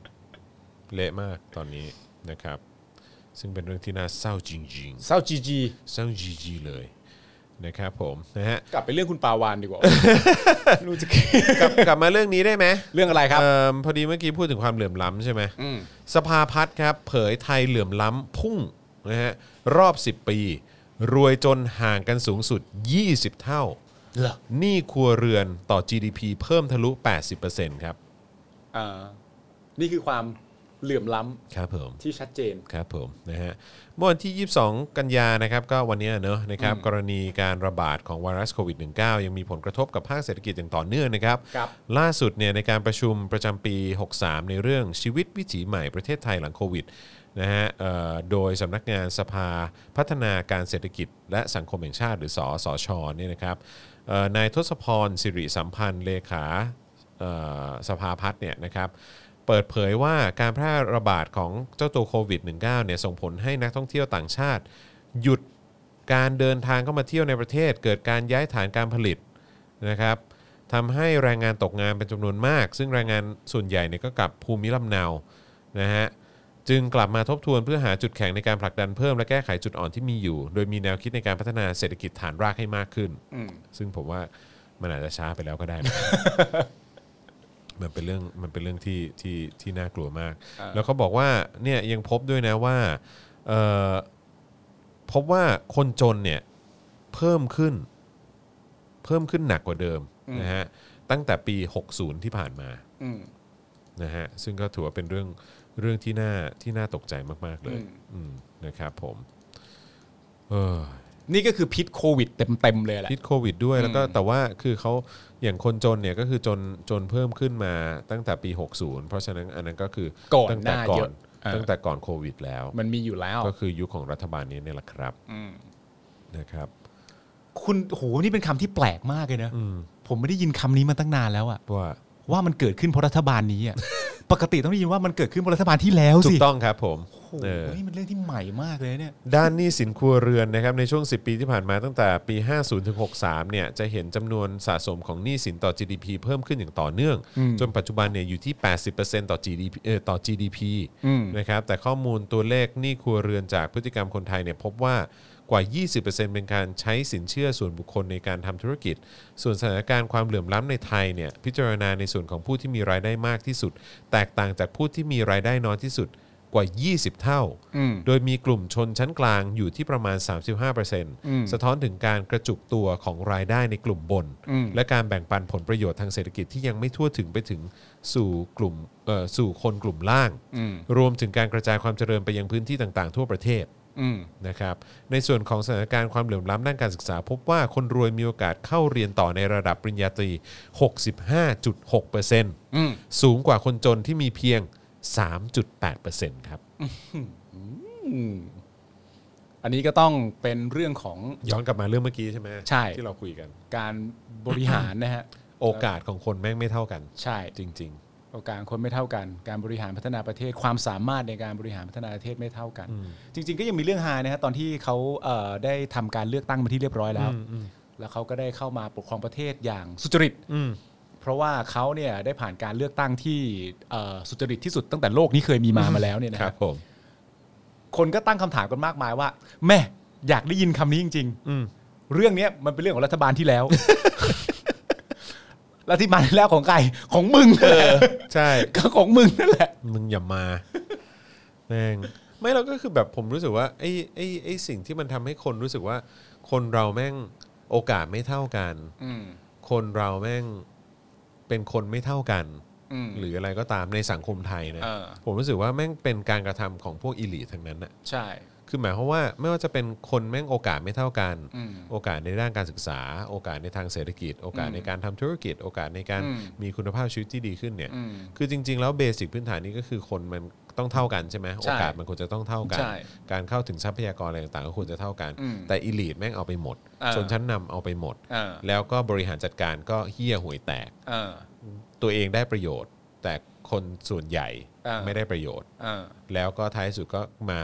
[SPEAKER 2] ๆเละมากตอนนี้นะครับ ซึ่งเป็นเรื่องที่น่าเศร้าจริง
[SPEAKER 3] เศร้าจีจี
[SPEAKER 2] ๆเศร้าจริงๆเลยนะครับผมนะฮะ
[SPEAKER 3] กลับไปเรื่องคุณปาวานดีกว่า รู้จะ
[SPEAKER 2] กลับกลับมาเรื่องนี้ได้ไหม
[SPEAKER 3] เรื่องอะไรครับ
[SPEAKER 2] เอิ่มพอดีเมื่อกี้พูดถึงความเหลื่อมล้ำใช่ไหม
[SPEAKER 3] อืม
[SPEAKER 2] สภาพัฒน์ครับ เผยไทยเหลื่อมล้ำพุ่งนะฮะรอบ 10 ปี รวยจนห่างกันสูงสุด 20 เท่า
[SPEAKER 3] เหรอ
[SPEAKER 2] หนี้ครัวเรือนต่อ GDP เพิ่มทะลุ 80%ครับ
[SPEAKER 3] อ่านี่คือความเหลื่อมล้ำ
[SPEAKER 2] ครับผม
[SPEAKER 3] ที่ชัดเจน
[SPEAKER 2] ครับผมนะฮะเมื่อวันที่ 22 กันยานะครับก็วันเนี้ยเนอะนะครับกรณีการระบาดของไวรัสโควิด -19 ยังมีผลกระทบกับภาคเศรษฐกิจอย่างต่อเนื่องนะครับ
[SPEAKER 3] ครับ
[SPEAKER 2] ล่าสุดเนี่ยในการประชุมประจำปี 63 ในเรื่องชีวิตวิถีใหม่ประเทศไทยหลังโควิดนะฮะเอ่อโดยสำนักงานสภาพัฒนาการเศรษฐกิจ และสังคมแห่งชาติหรือสอสอชอเนี่ยนะครับเอ่อนายทศพรสิริสัมพันธ์เลขา เอ่อสภาพัฒน์เนี่ยนะครับเปิดเผยว่าการแพร่ระบาดของเจ้าตัวโควิด -19 เนี่ยส่งผลให้นักท่องเที่ยวต่างชาติ หยุดการเดินทางเข้ามาเที่ยวในประเทศ เกิดการย้ายฐานการผลิตนะครับทำให้แรงงานตกงานเป็นจำนวนมาก ซึ่งแรงงานส่วนใหญ่เนี่ยก็กลับภูมิลำเนานะฮะจึงกลับมาทบทวนเพื่อหาจุดแข็งในการผลักดันเพิ่มและแก้ไขจุดอ่อนที่มีอยู่ โดยมีแนวคิดในการพัฒนาเศรษฐกิจฐานรากให้มากขึ้น ซึ่งผมว่ามันอาจจะช้าไปแล้วก็ได้นะ มันเป็นเรื่องมันเป็นเรื่องที่ที่ที่น่ากลัวมาก แล้วเขาบอกว่าเนี่ยยังพบด้วยนะว่าเอ่อพบว่าคนจนเนี่ยเพิ่มขึ้น เพิ่มขึ้นหนักกว่าเดิมนะฮะตั้งแต่ปี 60 ที่ผ่านมา
[SPEAKER 3] อืม
[SPEAKER 2] นะฮะซึ่งก็ถือว่าเป็นเรื่องเรื่องที่น่าที่น่าตกใจมาก ๆ เลย
[SPEAKER 3] อืม
[SPEAKER 2] อืมนะครับผมเออ
[SPEAKER 3] นี่ก็คือพิษโควิดเต็มๆเลยแหละ
[SPEAKER 2] พิษโควิดด้วยแล้วก็
[SPEAKER 3] อืม
[SPEAKER 2] แต่ว่าคือเขาอย่างคนจนเนี่ยก็คือจนจนเพิ่มขึ้นมาตั้งแต่ปี 60 เพราะฉะนั้นอันนั้นก็คือ
[SPEAKER 3] ก่อน
[SPEAKER 2] ตั้ง
[SPEAKER 3] ห
[SPEAKER 2] แต่
[SPEAKER 3] น้า
[SPEAKER 2] ก่อ
[SPEAKER 3] เย
[SPEAKER 2] น
[SPEAKER 3] อะอ่า
[SPEAKER 2] ตั้งแต่ก่อนโควิดแล้ว
[SPEAKER 3] มันมีอยู่แล้ว
[SPEAKER 2] ก็คือยุคของรัฐบาลนี้เนี่ยแหละครับ
[SPEAKER 3] อืม
[SPEAKER 2] นะครับ
[SPEAKER 3] คุณโหนี่เป็นคำที่แปลกมากเลยนะ
[SPEAKER 2] อืม
[SPEAKER 3] ผมไม่ได้ยินคำนี้มาตั้งนานแล้วอะ
[SPEAKER 2] ว่า
[SPEAKER 3] ว่ามันเกิดขึ้นเพราะรัฐบาลนี้อะ ปกติต้องได้ยินว่ามันเกิดขึ้นเพราะรัฐบาลที่แล้ว
[SPEAKER 2] ถู
[SPEAKER 3] สิ
[SPEAKER 2] กต้องครับผม
[SPEAKER 3] โอ้โห
[SPEAKER 2] เออ
[SPEAKER 3] นี่มันเรื่องที่ใหม่มากเลยเนี่ย
[SPEAKER 2] ด้านหนี้สินครัวเรือนนะครับในช่วง 10 ปีที่ผ่านมาตั้งแต่ปี 50ถึง63เนี่ยจะเห็นจำนวนสะสมของหนี้สินต่อ GDP เพิ่มขึ้นอย่างต่อเนื่อง จนปัจจุบันเนี่ยอยู่ที่ 80%ต่อ GDP เอ่อต่อ GDP นะครับแต่ข้อมูลตัวเลขหนี้ครัวเรือนจากพฤติกรรมคนไทยเนี่ยพบว่ากว่า 20%เป็นการใช้สินเชื่อส่วนบุคคลในการทำธุรกิจ ส่วนสถานการณ์ความเหลื่อมล้ำในไทยเนี่ยพิจารณาในส่วนของผู้ที่มีรายได้มากที่สุด แตกต่างจากผู้ที่มีรายได้น้อยที่สุดกว่า 20 เท่า
[SPEAKER 3] อืม
[SPEAKER 2] โดยมีกลุ่มชนชั้นกลางอยู่ที่ประมาณ 35%สะท้อนถึงการกระจุกตัวของรายได้ในกลุ่มบน และการแบ่งปันผลประโยชน์ทางเศรษฐกิจที่ยังไม่ทั่วถึงไปถึงสู่กลุ่มเอ่อสู่คนกลุ่มล่าง รวมถึงการกระจายความเจริญไปยังพื้นที่ต่างๆ ทั่วประเทศ
[SPEAKER 3] อืม
[SPEAKER 2] นะครับในส่วนของสถานการณ์ความเหลื่อมล้ำด้านการศึกษา พบว่าคนรวยมีโอกาสเข้าเรียนต่อในระดับปริญญาตรี
[SPEAKER 3] อืม
[SPEAKER 2] 65.6%สูงกว่าคนจนที่มีเพียง 3.8%ครับ
[SPEAKER 3] อันนี้ก็ต้องเป็นเรื่องของ
[SPEAKER 2] ย้อนกลับมาเรื่องเมื่อกี้ใช่ไหม
[SPEAKER 3] ใช่
[SPEAKER 2] ที่เราคุยกัน
[SPEAKER 3] การบริหารนะฮะ
[SPEAKER 2] โอกาสของคนแม่งไม่เท่ากัน
[SPEAKER 3] ใช่
[SPEAKER 2] จริง
[SPEAKER 3] โอกาสคนไม่เท่ากัน การบริหารพัฒนาประเทศความสามารถในการบริหารพัฒนาประเทศไม่เท่ากัน จริง ๆ ก็ยังมีเรื่องฮานะฮะตอนที่เขาเอ่อได้ทำการเลือกตั้งมาที่เรียบร้อยแล้ว แล้วเขาก็ได้เข้ามาปกครองประเทศอย่างสุจริต
[SPEAKER 2] ๆ อืม
[SPEAKER 3] เพราะว่าเขาเนี่ยได้ผ่านการเลือกตั้งที่เอ่อสุจริตที่สุดตั้งแต่โลกนี้เคยมีมามาแล้วเนี่ยนะ
[SPEAKER 2] ค
[SPEAKER 3] ค
[SPEAKER 2] รั
[SPEAKER 3] รั
[SPEAKER 2] บบ ผม
[SPEAKER 3] คนก็ตั้งคำถามกันมากมายว่า แม่อยากได้ยินคำนี้จริง
[SPEAKER 2] อืม
[SPEAKER 3] ๆ เรื่องเนี้ยมันเป็นเรื่องของรัฐบาลที่แล้ว รัฐบาลที่แล้วของใครของมึงเออ
[SPEAKER 2] ใช่
[SPEAKER 3] ก็ของมึงนั่นแหละ
[SPEAKER 2] มึงอย่า มาแม่งไม่เราก็คือแบบผมรู้สึกว่าไอ้ไอ้ไอ้สิ่งที่มันทำให้คนรู้สึกว่า คนเราแม่งโอกาสไม่เท่ากัน คนเราแม่งเป็นคนไม่เท่ากัน หรืออะไรก็ตามในสังคมไทยนะ
[SPEAKER 3] เออ
[SPEAKER 2] ผมรู้สึกว่าแม่งเป็นการกระทำของพวกอิลีทั้งนั้นนะ
[SPEAKER 3] ใช่
[SPEAKER 2] คือหมายความว่าไม่ว่าจะเป็นคนแม่งโอกาสไม่เท่ากัน
[SPEAKER 3] อืม
[SPEAKER 2] โอกาสในด้านการศึกษา โอกาสในทางเศรษฐกิจ โอกาสในการทำธุรกิจ โอกาสในการ
[SPEAKER 3] อืม
[SPEAKER 2] มีคุณภาพชีวิตที่ดีขึ้นเนี่ย
[SPEAKER 3] อืม
[SPEAKER 2] คือจริง ๆ แล้วเบสิกพื้นฐานนี้ก็คือคนมันต้องเท่ากันใช่ไหม
[SPEAKER 3] ใช่
[SPEAKER 2] โอกาสมันควรจะต้องเท่ากัน
[SPEAKER 3] ใช่
[SPEAKER 2] การเข้าถึงทรัพยากรอะไรต่างๆก็ควรจะเท่ากัน
[SPEAKER 3] อืม
[SPEAKER 2] แต่อ l ลี e แม่งเอาไปหมด
[SPEAKER 3] เออ
[SPEAKER 2] ชนชั้นนำเอาไปหมด
[SPEAKER 3] เออ
[SPEAKER 2] แล้วก็บริหารจัดการก็เฮี้ยห่วยแตก
[SPEAKER 3] เออ
[SPEAKER 2] ตัวเองได้ประโยชน์ แต่คนส่วนใหญ่
[SPEAKER 3] เออ
[SPEAKER 2] ไม่ได้ประโยชน์
[SPEAKER 3] เออ
[SPEAKER 2] แล้วก็ท้ายสุดก็มา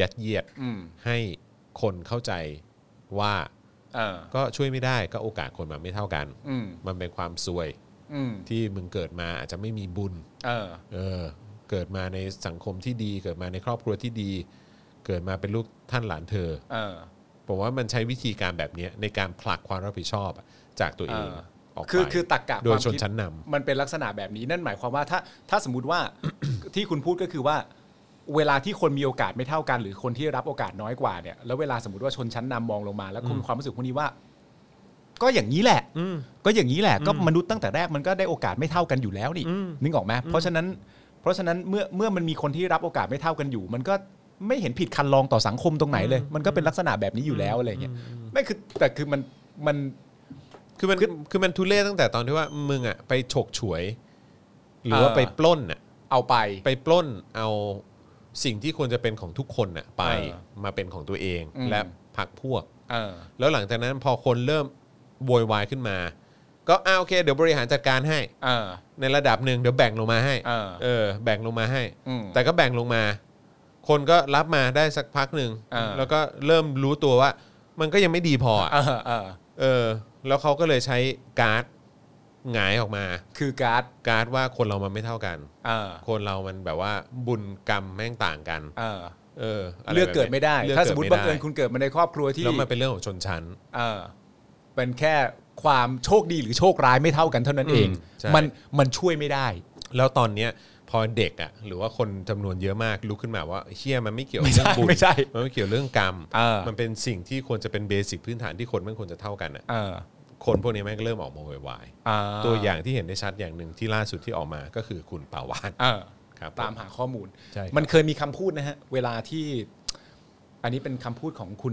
[SPEAKER 2] ยัดเยียด
[SPEAKER 3] อืม
[SPEAKER 2] ให้คนเข้าใจว่า
[SPEAKER 3] เออ
[SPEAKER 2] ก็ช่วยไม่ได้ก็โอกาสคนมาไม่เท่ากัน
[SPEAKER 3] อืม
[SPEAKER 2] มันเป็นความซวย
[SPEAKER 3] อืม
[SPEAKER 2] ที่มึงเกิดมาอาจจะไม่มีบุญ
[SPEAKER 3] เออ
[SPEAKER 2] เออเกิดมาในสังคมที่ดี เกิดมาในครอบครัวที่ดี เกิดมาเป็นลูกท่านหลานเธอ
[SPEAKER 3] เออ
[SPEAKER 2] ผมว่ามันใช้วิธีการแบบเนี้ยในการผลักความรับผิดชอบอะจากตัวเอง
[SPEAKER 3] เออ
[SPEAKER 2] ออกไป
[SPEAKER 3] คือคือตรรกะ
[SPEAKER 2] โดย
[SPEAKER 3] ความคิด
[SPEAKER 2] ชนชั้นนำ
[SPEAKER 3] มันเป็นลักษณะแบบนี้นั่นหมายความว่าถ้าถ้าสมมติว่า ที่คุณพูดก็คือว่า เวลาที่คนมีโอกาสไม่เท่ากัน หรือคนที่รับโอกาสน้อยกว่าเนี่ยแล้วเวลาสมมติว่าชนชั้นนำมองลงมา แล้วคุณมีความรู้สึกพวกนี้ว่า ก็อย่างนี้แหละก็อย่างนี้แหละ ก็มนุษย์ตั้งแต่แรกมันก็ได้โอกาสไม่เท่ากันอยู่แล้วนี่นึกออกไหมเพราะฉะนั้น เพราะฉะนั้นเมื่อเมื่อมันมีคนที่รับโอกาสไม่เท่ากันอยู่ มันก็ไม่เห็นผิดคันลองต่อสังคมตรงไหนเลย มันก็เป็นลักษณะแบบนี้อยู่แล้วอะไรเงี้ยไม่คือแต่คือมันมัน
[SPEAKER 2] คือมันคือมันทุเล่ตั้งแต่ตอนที่ว่ามึงอ่ะไปฉกฉวย หรือว่า
[SPEAKER 3] เออ
[SPEAKER 2] ไปปล้นอ่ะ
[SPEAKER 3] เอาไป
[SPEAKER 2] ไปปล้นเอาสิ่งที่ควรจะเป็นของทุกคนอ่ะไป
[SPEAKER 3] เออ
[SPEAKER 2] มาเป็นของตัวเอง
[SPEAKER 3] อืม
[SPEAKER 2] และพักพวก
[SPEAKER 3] เออ
[SPEAKER 2] แล้วหลังจากนั้นพอคนเริ่มโวยวายขึ้นมา ก็อ้าโอเค เดี๋ยวบริหารจัดการให้
[SPEAKER 3] เออ
[SPEAKER 2] ในระดับหนึ่งเดี๋ยวแบ่งลงมาให้
[SPEAKER 3] เออ
[SPEAKER 2] เออ แบ่งลงมาให้
[SPEAKER 3] อืม
[SPEAKER 2] แต่ก็แบ่งลงมา คนก็รับมาได้สักพักหนึ่ง
[SPEAKER 3] เออ
[SPEAKER 2] แล้วก็เริ่มรู้ตัวว่า มันก็ยังไม่ดีพออะ
[SPEAKER 3] เออเออ
[SPEAKER 2] เออ แล้วเขาก็เลยใช้การ์ดหงายออกมา
[SPEAKER 3] คือการ์ด
[SPEAKER 2] การ์ดว่าคนเรามันไม่เท่ากัน
[SPEAKER 3] เออ
[SPEAKER 2] คนเรามันแบบว่าบุญกรรมแม่งต่างกัน
[SPEAKER 3] เออ
[SPEAKER 2] เอออะไร
[SPEAKER 3] เลือกเกิดไม่ได้
[SPEAKER 2] ลือก
[SPEAKER 3] ถ้า
[SPEAKER 2] กิ
[SPEAKER 3] ส
[SPEAKER 2] ด
[SPEAKER 3] มมติ
[SPEAKER 2] ไได้
[SPEAKER 3] บังเอิญคุณเกิดมาในครอบครัวที่
[SPEAKER 2] แล้วมันเป็นเรื่องของชนชั้น
[SPEAKER 3] เออเป็นแค่ความโชคดีหรือโชคร้ายไม่เท่ากันเท่านั้นเอง
[SPEAKER 2] อืมใช่
[SPEAKER 3] มันมันช่วยไม่ได้
[SPEAKER 2] แล้วตอนเนี้ยพอเด็กอ่ะหรือว่าคนจำนวนเยอะมากลุกขึ้นมาว่าเฮียมันไม่เกี่ยว
[SPEAKER 3] ไม่
[SPEAKER 2] เรื่
[SPEAKER 3] ใช่
[SPEAKER 2] องบุญ
[SPEAKER 3] ไม่ใช่
[SPEAKER 2] มันไม่เกี่ยวเรื่องกรรม
[SPEAKER 3] เออ
[SPEAKER 2] มันเป็นสิ่งที่ควรจะเป็นเบสิกพื้นฐานที่คนไม่ควรจะเท่ากันอ่ะ
[SPEAKER 3] เออ
[SPEAKER 2] คนพวกนี้แม่งก็เริ่มออกมาโวยวาย
[SPEAKER 3] อ่า
[SPEAKER 2] ตัวอย่างที่เห็นได้ชัดอย่างหนึ่งที่ล่าสุดที่ออกมาก็คือคุณป่าวาน
[SPEAKER 3] เออ
[SPEAKER 2] ครับ
[SPEAKER 3] ตาม
[SPEAKER 2] ผ
[SPEAKER 3] หาข้อมูล
[SPEAKER 2] ใช่ครับ
[SPEAKER 3] มันเคยมีคำพูดนะฮะ เวลาที่ อันนี้เป็นคำพูดของคุณ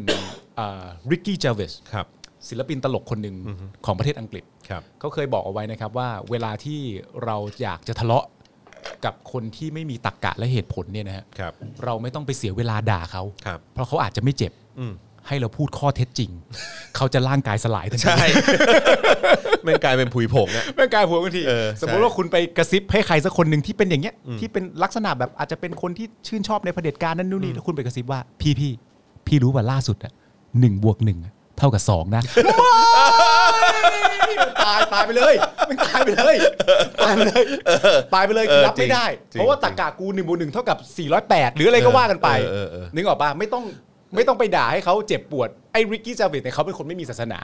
[SPEAKER 3] ริกกี้เจเวส
[SPEAKER 2] ครับ
[SPEAKER 3] ศิลปินตลกคนหนึ่งของประเทศอังกฤษ
[SPEAKER 2] ครับ
[SPEAKER 3] เขาเคยบอกเอาไว้นะครับว่าเวลาที่เราอยากจะทะเลาะกับคนที่ไม่มีตรรกกะและเหตุผลเนี่ยนะฮะ
[SPEAKER 2] ครับ
[SPEAKER 3] เราไม่ต้องไปเสียเวลาด่าเขา
[SPEAKER 2] ครับ
[SPEAKER 3] เพราะเขาอาจจะไม่เจ็บ
[SPEAKER 2] อืม
[SPEAKER 3] ให้เราพูดข้อเท็จจริง เขาจะร่างกายสลายทันที
[SPEAKER 2] ใช่ แม่งกลายเป็นผุยผงอ่ะ
[SPEAKER 3] ร่างกายหัวกันที
[SPEAKER 2] เออใช่
[SPEAKER 3] สมมติว่าคุณไปกระซิบให้ใครสักคนหนึ่งที่เป็นอย่างเงี้ย ที่เป็นลักษณะแบบอาจจะเป็นคนที่ชื่นชอบในเผด็จการนั่นนู่นนี่แล้วคุณไปกระซิบว่าพี่พี่พี่รู้ว่าล่าสุดอะหนึ่งบวกหนึ่งอะเท่ากับสองนะ ตายตายไปเลยมันตายไปเลยตายไปเลยตายไปเลยคือรับไม่ได้
[SPEAKER 2] จริง
[SPEAKER 3] เพราะว่าตากากูหนึ่งบวกหนึ่งเท่ากับ408 หรืออะไรก็ว่ากันไป
[SPEAKER 2] เออเออเออ
[SPEAKER 3] นึกออกปะไม่ต้องไม่ต้องไปด่าให้เขาเจ็บปวดไอ้ริกกี้จาวิสเนี่ยเขาเป็นคนไม่มีศาสนา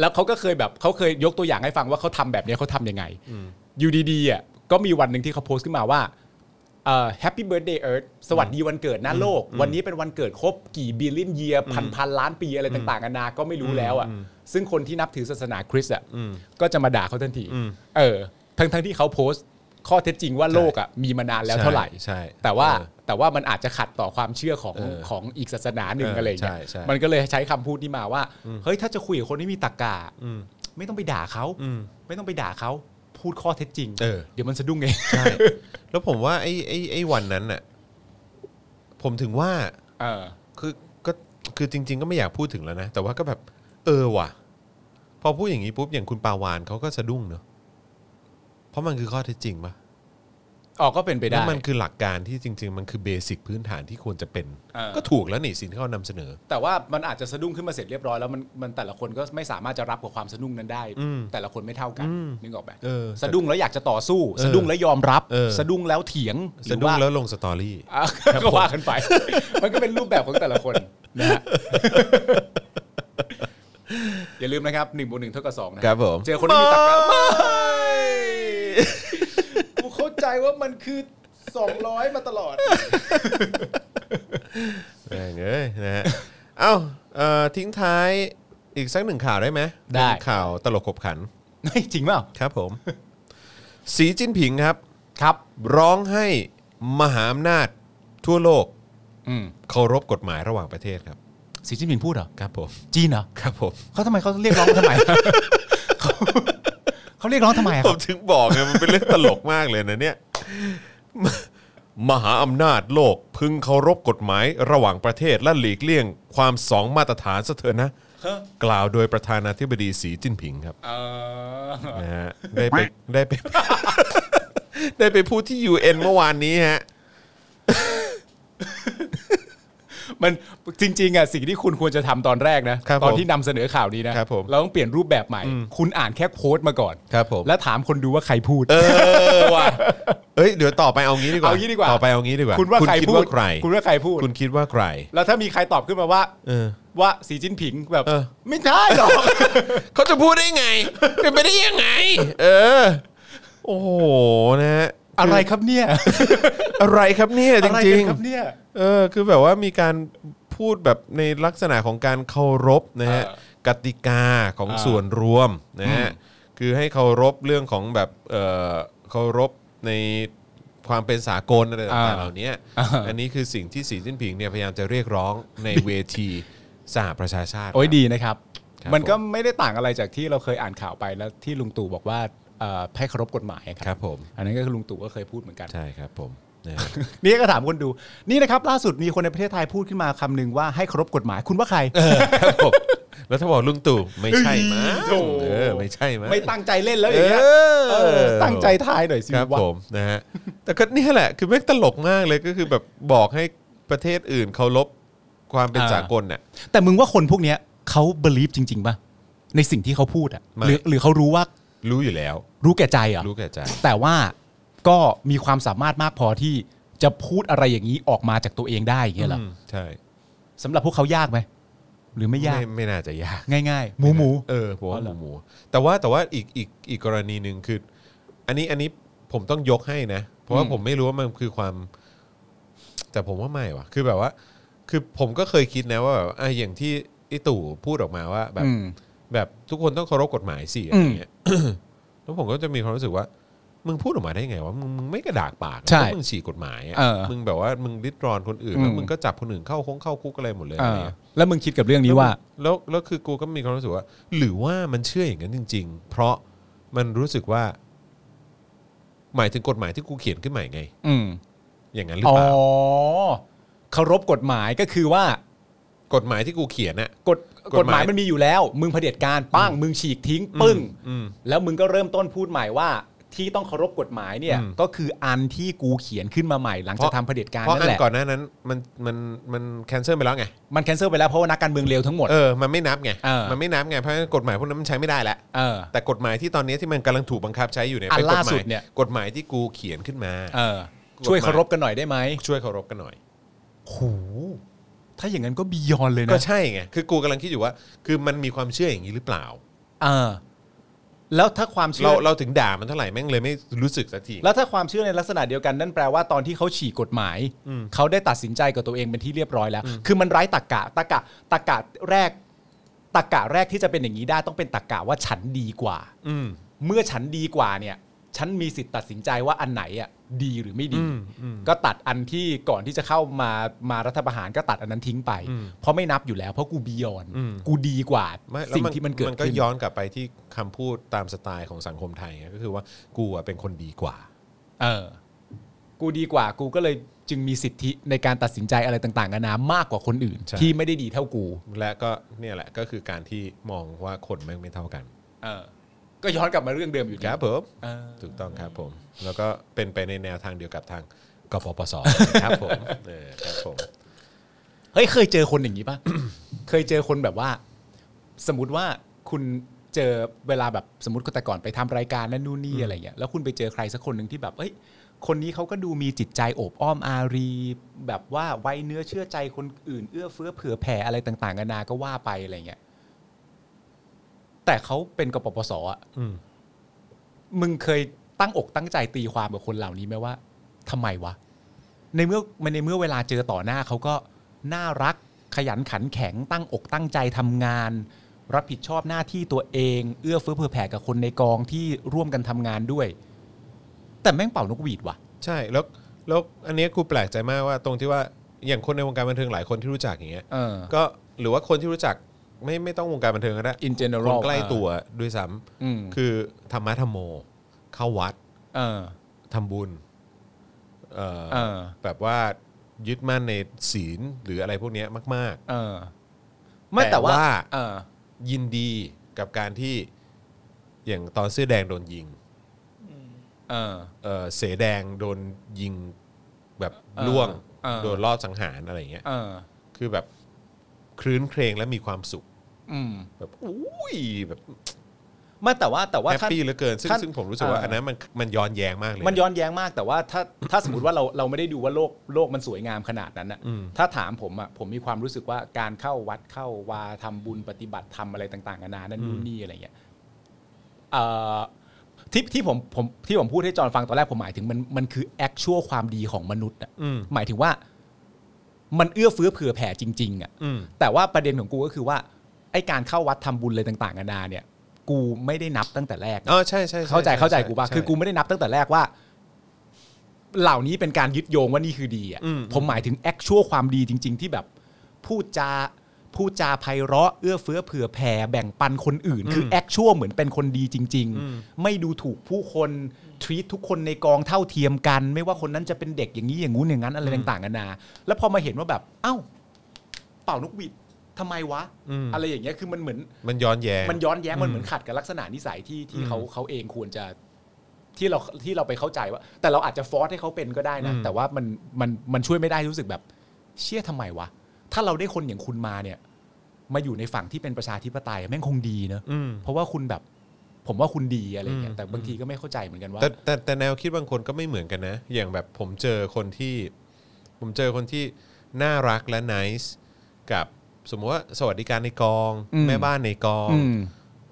[SPEAKER 3] แล้วเขาก็เคยแบบเขาเคยยกตัวอย่างให้ฟังว่าเขาทำแบบเนี้ยเขาทำยังไงอยู่ดีๆอ่ะก็มีวันหนึ่งที่เขาโพสต์ขึ้นมาว่าแฮปปี้เบิร์ดเดย์เอิร์ธสวัสดีวันเกิดหน้าโลก วันนี้เป็นวันเกิดครบกี่บิลลิ o นเยียพันพันล้านปีอะไรต่างๆนานาก็ไม่รู้แล้วอ่ะซึ่งคนที่นับถือศาสนาคริสต์อ่ะก็จะมาด่าเขาทันทีเออทั้งๆที่เขาโพสต์ข้อเท็จจริงว่าโลกอ่ะมีมานานแล้วเท่าไหร่
[SPEAKER 2] ใช่ใช่
[SPEAKER 3] แต่ว่า
[SPEAKER 2] เออ
[SPEAKER 3] แต่ว่ามันอาจจะขัดต่อความเชื่อของ
[SPEAKER 2] เออ
[SPEAKER 3] ของอีกศาสนาหนึ่ง
[SPEAKER 2] เอออ
[SPEAKER 3] อะไรอย่างเงี้ย
[SPEAKER 2] ใช่ใช่
[SPEAKER 3] มันก็เลยใช้คำพูดนี้มาว่าเฮ้ยถ้าจะคุยกับคนที่มีตรรกะไม่ต้องไปด่าเขาไม่ต้องไปด่าเขาพูดข้อเท็จจริง
[SPEAKER 2] เออ
[SPEAKER 3] ยวมันสะดุ้งเอง
[SPEAKER 2] ใช่ แล้วผมว่าไอ้ไอ้ไอ้วันนั้นน่ะผมถึงว่า
[SPEAKER 3] เออ
[SPEAKER 2] คือก็คือจริง ๆ ก็ไม่อยากพูดถึงแล้วนะ แต่ว่าก็แบบ เออว่ะ พอพูดอย่างนี้ปุ๊บอย่างคุณปาวานเขาก็สะดุ้งเนอะเพราะมันคือข้อเท็จจริงปะ
[SPEAKER 3] ออกก็เป็นไป
[SPEAKER 2] แล้
[SPEAKER 3] ได้
[SPEAKER 2] วมันคือหลักการที่จริง ๆ มันคือเบสิกพื้นฐานที่ควรจะเป็น
[SPEAKER 3] เออ
[SPEAKER 2] ก็ถูกแล้วนี่สิ่งที่เขานำเสนอ
[SPEAKER 3] แต่ว่ามันอาจจะสะดุ้งขึ้นมาเสร็จเรียบร้อยแล้วมันมันแต่ละคนก็ไม่สามารถจะรับกับความสะดุ้งนั้นได้ แต่ละคนไม่เท่ากันนึกออกไหม
[SPEAKER 2] เออ
[SPEAKER 3] สะดุ้งแล้วอยากจะต่อสู้ สะดุ้งแล้วยอมรับ
[SPEAKER 2] เออ
[SPEAKER 3] สะดุ้งแล้วเถียงหรือ
[SPEAKER 2] สะดุ้ง
[SPEAKER 3] ว่า
[SPEAKER 2] แล้วลงสตอรี่
[SPEAKER 3] อ่ะก็ว่ากันไป มันก็เป็นรูปแบบของแต่ละคนนะฮะ อย่าลืมนะครับหนึ่งบวกหนึ่งเท่ากับสองนะครับ
[SPEAKER 2] ผม
[SPEAKER 3] เจอคนที่มีตรรกะไม่กูเข้าใจว่ามันคือสองร้อยมาตลอด
[SPEAKER 2] แม่งเอ้ยนะ ฮะ เอ้าเอ่อทิ้งท้ายอีกสักหนึ่งข่าวได้ไหม
[SPEAKER 3] ได้
[SPEAKER 2] เป็นข่าวตลกขบขัน
[SPEAKER 3] จริงเปล่า
[SPEAKER 2] ครับผม สีจิ้นผิงครับ
[SPEAKER 3] ครับ
[SPEAKER 2] ร้องให้มหาอำนาจทั่วโลก
[SPEAKER 3] อืม
[SPEAKER 2] เคารพกฎหมายระหว่างประเทศครับ
[SPEAKER 3] สีจิ้นผิงพูดเหรอ
[SPEAKER 2] ครับผม
[SPEAKER 3] จีนเหรอ
[SPEAKER 2] ครับผม
[SPEAKER 3] เขาทำไมเขาเรียกร้องทำ ไม เขาเขาเรียกร้องทำไมอะ
[SPEAKER 2] ผ
[SPEAKER 3] ครั
[SPEAKER 2] ม
[SPEAKER 3] บ
[SPEAKER 2] ถึงบอกไงมันเป็นเรื่องตลกมากเลยนะเนี่ย มมหาอำนาจโลกพึงเคารพกฎหมายระหว่างประเทศและหลีกเลี่ยงความสองมาตรฐานซะเถอะนะ กล่าวโดยประธานาธิบดีสีจิ้นผิงครับ
[SPEAKER 3] เออ
[SPEAKER 2] นะฮะได้ไปได้ไป ได้ไปพูดที่ UN เมื่อวานนี้ฮะ
[SPEAKER 3] มันจริงๆอ่ะสิ่งที่คุณควรจะทำตอนแรกนะครับ
[SPEAKER 2] ผม
[SPEAKER 3] ตอนที่นำเสนอข่าวนี้นะครับ
[SPEAKER 2] ผม
[SPEAKER 3] เราต้องเปลี่ยนรูปแบบใหม่ คุณอ่านแค่โค้ดมาก่อน
[SPEAKER 2] ครับผม
[SPEAKER 3] แล้วถามคนดูว่าใครพูด
[SPEAKER 2] เออว่ะเอ้ยเดี๋ยวต่อไปเอางี้ดีกว่า
[SPEAKER 3] เอางี้ดีกว่า
[SPEAKER 2] ต่อไปเอางี้ดีกว่า
[SPEAKER 3] คุณว่าใคร
[SPEAKER 2] ด
[SPEAKER 3] พูด
[SPEAKER 2] ว่าใคร
[SPEAKER 3] คุณว่าใครพูด
[SPEAKER 2] คุณคิดว่าใคร
[SPEAKER 3] แล้วถ้ามีใครตอบขึ้นมาว่า
[SPEAKER 2] เออ
[SPEAKER 3] ว่าสีจิ้นผิงแบบ
[SPEAKER 2] เออ
[SPEAKER 3] ไม่ใช่หรอก
[SPEAKER 2] เขาจะพูดได้ไง เป็นไปได้ยังไง เออ โอ้โหนะฮะ
[SPEAKER 3] อะไรครับเนี่ย
[SPEAKER 2] อะไรครับเนี่ยจ
[SPEAKER 3] อะไร
[SPEAKER 2] ริ
[SPEAKER 3] กัน
[SPEAKER 2] ง
[SPEAKER 3] ครับเนี่ย
[SPEAKER 2] ๆเออคือแบบว่ามีการพูดแบบในลักษณะของการเคารพนะฮะ
[SPEAKER 3] เออ
[SPEAKER 2] กติกาของ
[SPEAKER 3] อ่า
[SPEAKER 2] ส่วนรวมนะฮะคือให้เคารพเรื่องของแบบเอ่อเคารพในความเป็นสากลอะไรต่างๆ
[SPEAKER 3] อ่า
[SPEAKER 2] เหล่านี้
[SPEAKER 3] อ่า
[SPEAKER 2] อันนี้คือสิ่งที่สีจิ้นผิงเนี่ยพยายามจะเรียกร้องในเวทีสหประชาชาติ
[SPEAKER 3] โอ้ยดีนะครับ
[SPEAKER 2] ครับ
[SPEAKER 3] มันก็
[SPEAKER 2] ผม
[SPEAKER 3] ไม่ได้ต่างอะไรจากที่เราเคยอ่านข่าวไปแล้วที่ลุงตู่บอกว่าเอ่อให้เคารพกฎหมายอะ
[SPEAKER 2] ค
[SPEAKER 3] ครั
[SPEAKER 2] รั
[SPEAKER 3] บบ
[SPEAKER 2] ผม
[SPEAKER 3] อันนั้นก็คือลุงตู่ก็เคยพูดเหมือนกัน
[SPEAKER 2] ใช่ครับผมนะฮะ
[SPEAKER 3] นี่ก็ถามคนดูนี่นะครับ ล่าสุดมีคนในประเทศไทยพูดขึ้นมาคำหนึ่งว่าให้เคารพกฎหมายคุณว่าใคร
[SPEAKER 2] ครับผมแล้วถ้าบอกลุงตู่ไม่ใช่มั้ง
[SPEAKER 3] โถ่
[SPEAKER 2] เออไม่ใช่มั้ง
[SPEAKER 3] ไม่ตั้งใจเล่นแล้วอย่างเงี้ย
[SPEAKER 2] เออ
[SPEAKER 3] เออตั้งใจทายหน่อยสิ
[SPEAKER 2] ครับ
[SPEAKER 3] วะ
[SPEAKER 2] ผมนะฮะแต่ก็เนี่ยแหละคือแม่งตลกมากเลยก็คือแบบบอกให้ประเทศอื่นเคารพความเป็น
[SPEAKER 3] อ่า
[SPEAKER 2] สากลเนี่ย
[SPEAKER 3] แต่มึงว่าคนพวกเนี้ยเขาเบลีฟจริง ๆป่ะในสิ่งที่เขาพูดอ่ะ
[SPEAKER 2] ไม่
[SPEAKER 3] หรือหรือเขารู้ว่า
[SPEAKER 2] รู้อยู่แล้ว
[SPEAKER 3] รู้แก่ใจเหรอ่ะ
[SPEAKER 2] รู้แก่ใจ
[SPEAKER 3] แต่ว่าก็มีความสามารถมากพอที่จะพูดอะไรอย่างนี้ออกมาจากตัวเองได้อย่างเงี้ยเหรอ
[SPEAKER 2] มใช่
[SPEAKER 3] สำหรับพวกเขายากไหมหรือไม่ยาก
[SPEAKER 2] ไม่ไม่น่าจะยาก
[SPEAKER 3] ง่ายๆหมูหมู
[SPEAKER 2] เออผมว่าห
[SPEAKER 3] อ๋อเหร
[SPEAKER 2] มู
[SPEAKER 3] อ
[SPEAKER 2] หมูแต่ว่าแต่ว่าอีกอีกอีกกรณีหนึ่งคือ อันนี้อันนี้ผมต้องยกให้นะ เพราะว่าผมไม่รู้ว่ามันคือความ แต่ผมว่าไม่ว่ะ คือแบบว่า คือผมก็เคยคิดนะว่าแบบอ่ะอย่างที่ไอ้ตู่พูดออกมาว่าแบบ
[SPEAKER 3] อืม
[SPEAKER 2] แบบทุกคนต้องเคารพกฎหมายสิอะไรเงี้ย แล้วผมก็จะมีความรู้สึกว่า มึงพูดออกมาได้ไงวะมึงมึงไม่กระดากปากนะ
[SPEAKER 3] ใช่
[SPEAKER 2] เพราะมึงฉีกกฎหมายอะ
[SPEAKER 3] เออ
[SPEAKER 2] มึงแบบว่ามึงริดรอนคนอื่นแล้ว
[SPEAKER 3] อืม
[SPEAKER 2] มึงก็จับคนอื่นเข้าคงเข้าคุกอะไรหมดเลย
[SPEAKER 3] เอ
[SPEAKER 2] อะไร
[SPEAKER 3] อ
[SPEAKER 2] เงี้ย
[SPEAKER 3] แล้วมึงคิดกับเรื่องนี้ว่า
[SPEAKER 2] แล้วแล้วแล้วคือกูก็มีความรู้สึกว่า หรือว่ามันเชื่ออย่างนั้นจริง ๆ เพราะมันรู้สึกว่า หมายถึงกฎหมายที่กูเขียนขึ้นใหม่ไง
[SPEAKER 3] อืม
[SPEAKER 2] อย่างนั้นหรือ
[SPEAKER 3] อ๋อ
[SPEAKER 2] เปล่า
[SPEAKER 3] เคารพกฎหมายก็คือว่า
[SPEAKER 2] กฎหมายที่กูเขียนน่ะ
[SPEAKER 3] กฎ
[SPEAKER 2] ก
[SPEAKER 3] ก
[SPEAKER 2] ฎ
[SPEAKER 3] ฎ
[SPEAKER 2] หมาม
[SPEAKER 3] หาย ยมันมีอยู่แล้ว มึงเผด็จการป้างมึงฉีกทิ้งปึ้ง
[SPEAKER 2] อืม
[SPEAKER 3] แล้วมึงก็เริ่มต้นพูดใหม่ว่าที่ต้องเคารพกฎหมายเนี่ย
[SPEAKER 2] อืม
[SPEAKER 3] ก็คืออันที่กูเขียนขึ้นมาใหม่ หลังจากทำเผด็จการ
[SPEAKER 2] เพราะ
[SPEAKER 3] นั่
[SPEAKER 2] อั
[SPEAKER 3] น
[SPEAKER 2] น
[SPEAKER 3] แหละ
[SPEAKER 2] ก่อนหน้านั้น มันมันมันแคนเซิลไปแล้วไง
[SPEAKER 3] มันแคนเซิลไปแล้วเพราะว่านักการเมืองเลวทั้งหมด
[SPEAKER 2] เออ มันไม่นับไง
[SPEAKER 3] เออ
[SPEAKER 2] มันไม่นับไง เพราะฉะนั้นกฎหมายพวกนั้นมันใช้ไม่ได้แล้ว
[SPEAKER 3] เออ
[SPEAKER 2] แต่กฎหมายที่ตอนนี้ที่มันกำลังถูกบังคับใช้อยู่เนี่ย
[SPEAKER 3] อัน
[SPEAKER 2] เป็นกฎ
[SPEAKER 3] ล่า
[SPEAKER 2] หมา
[SPEAKER 3] สุ
[SPEAKER 2] ย
[SPEAKER 3] ดเนี่ย
[SPEAKER 2] กฎหมายที่กูเขียนขึ้นมา
[SPEAKER 3] เออ
[SPEAKER 2] กฎหมาย
[SPEAKER 3] ช่วยเคารพกันหน่อยได้ไหม
[SPEAKER 2] ช่วยเคารพกันหน่อย
[SPEAKER 3] หูถ้าอย่างนั้นก็บียอนเลย
[SPEAKER 2] ก็
[SPEAKER 3] นะ
[SPEAKER 2] ใช่ไง คือกูกำลังคิดอยู่ว่า คือมันมีความเชื่ออย่างนี้หรือเปล่า
[SPEAKER 3] เออ แล้วถ้าความเชื่
[SPEAKER 2] เรา
[SPEAKER 3] อ
[SPEAKER 2] เราถึงด่ามันเท่าไหร่แม่งเลยไม่รู้สึกสักที
[SPEAKER 3] แล้วถ้าความเชื่อในลักษณะเดียวกันนั่นแปลว่าตอนที่เขาฉีกกฎหมายเขาได้ตัดสินใจกับตัวเองเป็นที่เรียบร้อยแล้ว คือมันไร้ตรกกะตรกกะตรกกะแรกตรกกะแรกที่จะเป็นอย่างนี้ได้ต้องเป็นตรกกะว่าฉันดีกว่า
[SPEAKER 2] อืม
[SPEAKER 3] เมื่อฉันดีกว่าเนี่ย ฉันมีสิทธิ์ตัดสินใจว่าอันไหนอ่ะดีหรือไม่ดี
[SPEAKER 2] อืมอืม
[SPEAKER 3] ก็ตัดอันที่ก่อนที่จะเข้ามามารัฐประหารก็ตัดอันนั้นทิ้งไป
[SPEAKER 2] อืม
[SPEAKER 3] เพราะไม่นับอยู่แล้ว เพราะกูบียอน
[SPEAKER 2] อืม
[SPEAKER 3] กูดีกว่า
[SPEAKER 2] ไม่แล้ว
[SPEAKER 3] สิ่งที่มันเกิด
[SPEAKER 2] มันก็
[SPEAKER 3] ขึ้น
[SPEAKER 2] ย้อนกลับไปที่คำพูดตามสไตล์ของสังคมไทยไงก็คือว่ากูอะเป็นคนดีกว่า
[SPEAKER 3] เออ กูดีกว่ากูก็เลยจึงมีสิทธิในการตัดสินใจอะไรต่างๆนานามากกว่าคนอื่น
[SPEAKER 2] ใช่
[SPEAKER 3] ที่ไม่ได้ดีเท่ากู
[SPEAKER 2] และก็เนี่ยแหละก็คือการที่มองว่าคนแม่งไม่เท่ากัน
[SPEAKER 3] เออ ก็ย้อนกลับมาเรื่องเดิมอยู่ดี
[SPEAKER 2] ครับผม
[SPEAKER 3] เออ
[SPEAKER 2] ถูกต้องครับผม แล้วก็เป็นไปในแนวทางเดียวกับทางกปปสครับผม เออครับผม
[SPEAKER 3] เฮ้ยเคยเจอคนอย่างนี้ป่ะ เคยเจอคนแบบว่า สมมติว่าคุณเจอเวลาแบบสมมติแต่ก่อนไปทำรายการนั่นนู่นนี่อะไรเงี้ยแล้วคุณไปเจอใครสักคนหนึ่งที่แบบเอ้ย คนนี้เขาก็ดูมีจิตใจโอบอ้อมอารี แบบว่าไว้เนื้อเชื่อใจคนอื่นเอื้อเฟื้อเผื่อแผ่อะไรต่างๆนานาก็ว่าไปอะไรเงี้ยแต่เขาเป็นกปปสอ่ะ
[SPEAKER 2] อืม
[SPEAKER 3] มึงเคยตั้งอกตั้งใจตีความกับคนเหล่านี้ไหมว่าทำไมวะ ในเมื่อมันในเมื่อเวลาเจอต่อหน้าเขาก็น่ารักขยันขันแข็งตั้งอกตั้งใจทำงาน รับผิดชอบหน้าที่ตัวเอง เอื้อเฟื้อเผื่อแผ่กับคนในกองที่ร่วมกันทำงานด้วย แต่แม่งเป่านกหวีดว่ะ
[SPEAKER 2] ใช่แล้วแล้วอันเนี้ยกูแปลกใจมากว่าตรงที่ว่าอย่างคนในวงการบันเทิงหลายคนที่รู้จักอย่างเงี้ย
[SPEAKER 3] เออ
[SPEAKER 2] ก็หรือว่าคนที่รู้จักไม่ไม่ต้องวงการบันเทิงก็ได้
[SPEAKER 3] in
[SPEAKER 2] คน
[SPEAKER 3] general
[SPEAKER 2] ใกล้
[SPEAKER 3] อ่า
[SPEAKER 2] ตัวด้วยซ้
[SPEAKER 3] อืม
[SPEAKER 2] ำคือธรรมะธรรมโม เข้าวัด
[SPEAKER 3] เออ
[SPEAKER 2] ทำบุญเอ่อ
[SPEAKER 3] เออ
[SPEAKER 2] แบบว่ายึดมั่นในศีลหรืออะไรพวกเนี้ยมาก
[SPEAKER 3] เออ ไม่แต่ว่า
[SPEAKER 2] แต่ว่า
[SPEAKER 3] เออ
[SPEAKER 2] ๆ ยินดีกับการที่อย่างตอนเสื้อแดงโดนยิง
[SPEAKER 3] เออ
[SPEAKER 2] เอ่อเสแดงโดนยิงแบบ
[SPEAKER 3] เออ
[SPEAKER 2] ล่วง
[SPEAKER 3] เออ
[SPEAKER 2] โดนลอดสังหารอะไรอย่างเงี้ย
[SPEAKER 3] เออ
[SPEAKER 2] คือแบบครื้นเครงและมีความสุข
[SPEAKER 3] อืม
[SPEAKER 2] แบบอุ้ยแบบ
[SPEAKER 3] ไม่แต่ว่าแต่ว่า
[SPEAKER 2] แฮป
[SPEAKER 3] ถ้า
[SPEAKER 2] ปี้เหลือเกิน ซึ่ง
[SPEAKER 3] ท่าน
[SPEAKER 2] ซึ่งผมรู้สึกว่า
[SPEAKER 3] เอออั
[SPEAKER 2] อันนั้นมันมันย้อนแย้งมากเลย
[SPEAKER 3] มันย้อนแย้งมากแต่ว่าถ้าถ้าสมมติว่าเราเราไม่ได้ดูว่าโลกโลกมันสวยงามขนาดนั้นอะถ้าถามผมอะผมมีความรู้สึกว่าการเข้าวัดเข้าวาทำบุญปฏิบัติทำอะไรต่างๆนานานั่นนู่นนี่อะไรเงี้ยเอ่อที่ที่ผมผมที่ผมพูดให้จอห์นฟังตอนแรกผมหมายถึงมันมันคือ actual ความดีของมนุษย์อะ
[SPEAKER 2] อืม
[SPEAKER 3] หมายถึงว่า มันเอื้อเฟื้อเผื่อแผ่จริงๆอะ
[SPEAKER 2] อืม
[SPEAKER 3] แต่ว่าประเด็นของกูก็คือว่า ไอการเข้าวัดทำบุญอะไรต่างๆนานาเนี่ย กูไม่ได้นับตั้งแต่แรกนะ
[SPEAKER 2] อ๋อใช่ใช่ช่
[SPEAKER 3] เข้าใจเข้าใจ
[SPEAKER 2] ช่
[SPEAKER 3] กูป่ะ
[SPEAKER 2] ช่
[SPEAKER 3] คือกูไม่ได้นับตั้งแต่แรกว่า เหล่านี้เป็นการยึดโยงว่านี่คือดีอ่ะ
[SPEAKER 2] อืม
[SPEAKER 3] ผมหมายถึงแอคชั่วความดีจริง ๆ ที่แบบพูดจาพูดจาไพเราะเอื้อเฟื้อเผื่อแผ่แบ่งปันคนอื่น คือแอคชั่วเหมือนเป็นคนดีจริง ๆ ไม่ดูถูกผู้คนทรีททุกคนในกองเท่าเทียมกัน ไม่ว่าคนนั้นจะเป็นเด็กอย่างนี้อย่างงู้นอย่างนั้นอะไรต่างๆกันานาแล้วพอมาเห็นว่าแบบ เอ้า เป่านกหวีดทำไมวะ
[SPEAKER 2] อืม
[SPEAKER 3] อะไรอย่างเงี้ยคือมันเหมือน
[SPEAKER 2] มันย้อนแย้ง
[SPEAKER 3] มันย้อนแย้งมันเหมือนขัดกับลักษณะนิสัยที่ที่เขาเขาเองควรจะที่เราที่เราไปเข้าใจว่า แต่เราอาจจะฟอร์สให้เขาเป็นก็ได้นะ
[SPEAKER 2] อืม
[SPEAKER 3] แต่ว่ามันมันมันช่วยไม่ได้รู้สึกแบบ เชี่ยทำไมวะ ถ้าเราได้คนอย่างคุณมาเนี่ย มาอยู่ในฝั่งที่เป็นประชาธิปไตยแม่งคงดีเนอะ
[SPEAKER 2] อืม
[SPEAKER 3] เพราะว่าคุณแบบ ผมว่าคุณดีอะไรอย่างเงี้
[SPEAKER 2] อื
[SPEAKER 3] ย
[SPEAKER 2] ม
[SPEAKER 3] แต่บางทีก็ไม่เข้าใจเหมือนกันว่า
[SPEAKER 2] แต่แต่แต่แนวคิดบางคนก็ไม่เหมือนกันนะ อย่างแบบผมเจอคนที่ ผมเจอคนที่น่ารักและนิสกับสมมติว่าสวัสดิการในกอง
[SPEAKER 3] อืม
[SPEAKER 2] แม่บ้านในกอง
[SPEAKER 3] อืม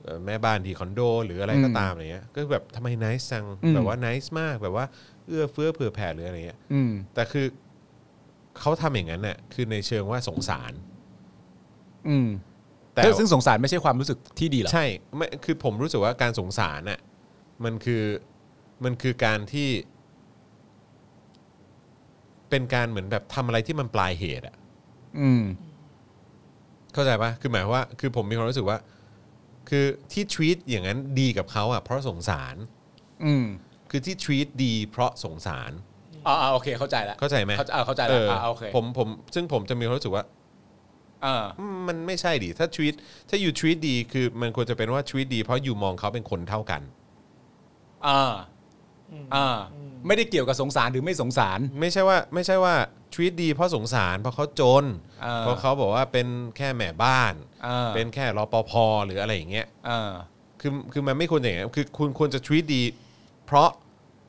[SPEAKER 2] เอ่อแม่บ้านที่คอนโด หรืออะไรก็ตามอะไรเงี้ยก็แบบทำไมน c e จัง
[SPEAKER 3] อืม
[SPEAKER 2] แบบว่าน c e มากแบบว่าเอื้อเฟื้อเผื่อแผ่หรืออะไรเงี้ย
[SPEAKER 3] อืม
[SPEAKER 2] แต่คือเขาทำอย่างนั้นน่ะคือในเชิงว่าสงสาร
[SPEAKER 3] อืม
[SPEAKER 2] แต่
[SPEAKER 3] แต่ซึ่งสงสารไม่ใช่ความรู้สึกที่ดีเหรอ
[SPEAKER 2] ใช่ไม่คือผมรู้สึกว่าการสงสารน่ะมันคือมันคือการที่ เป็นการเหมือนแบบทำอะไรที่มันปลายเหตุอะ
[SPEAKER 3] อืม
[SPEAKER 2] เข้าใจปะคือหมายความว่า คือผมมีความรู้สึกว่า คือที่ทวีตอย่างนั้นดีกับเขาอ่ะเพราะสงสาร
[SPEAKER 3] อืม
[SPEAKER 2] คือที่ทวีตดีเพราะสงสาร
[SPEAKER 3] อ่าโอเคเข้าใจแล้ว
[SPEAKER 2] เข้าใจไหม
[SPEAKER 3] เข้าใจอ่าเข้าใจ
[SPEAKER 2] เอ
[SPEAKER 3] แล้ว
[SPEAKER 2] อ
[SPEAKER 3] อ่าโอเค
[SPEAKER 2] ผมผม ซึ่งผมจะมีความรู้สึกว่า
[SPEAKER 3] อ่า
[SPEAKER 2] อืมมันไม่ใช่ดิ ถ้าทวีตถ้าอยู่ทวีตดี คือมันควรจะเป็นว่าทวีตดี เพราะอยู่มองเขาเป็นคนเท่ากัน
[SPEAKER 3] อ่า
[SPEAKER 4] อืม
[SPEAKER 3] อ่า ไม่ได้เกี่ยวกับสงสารหรือไม่สงสาร
[SPEAKER 2] ไม่ใช่ว่าไม่ใช่ว่าทวีตดี เพราะสงสาร เพราะเขาจน
[SPEAKER 3] เออ
[SPEAKER 2] เพราะเขาบอกว่าเป็นแค่แม่บ้าน
[SPEAKER 3] อ่า
[SPEAKER 2] เป็นแค่รปภหรืออะไรอย่างเงี้ย
[SPEAKER 3] อ่า
[SPEAKER 2] คือคือมันไม่ควรอย่างนั้นคือคุณควรจะทวีตดี เพราะ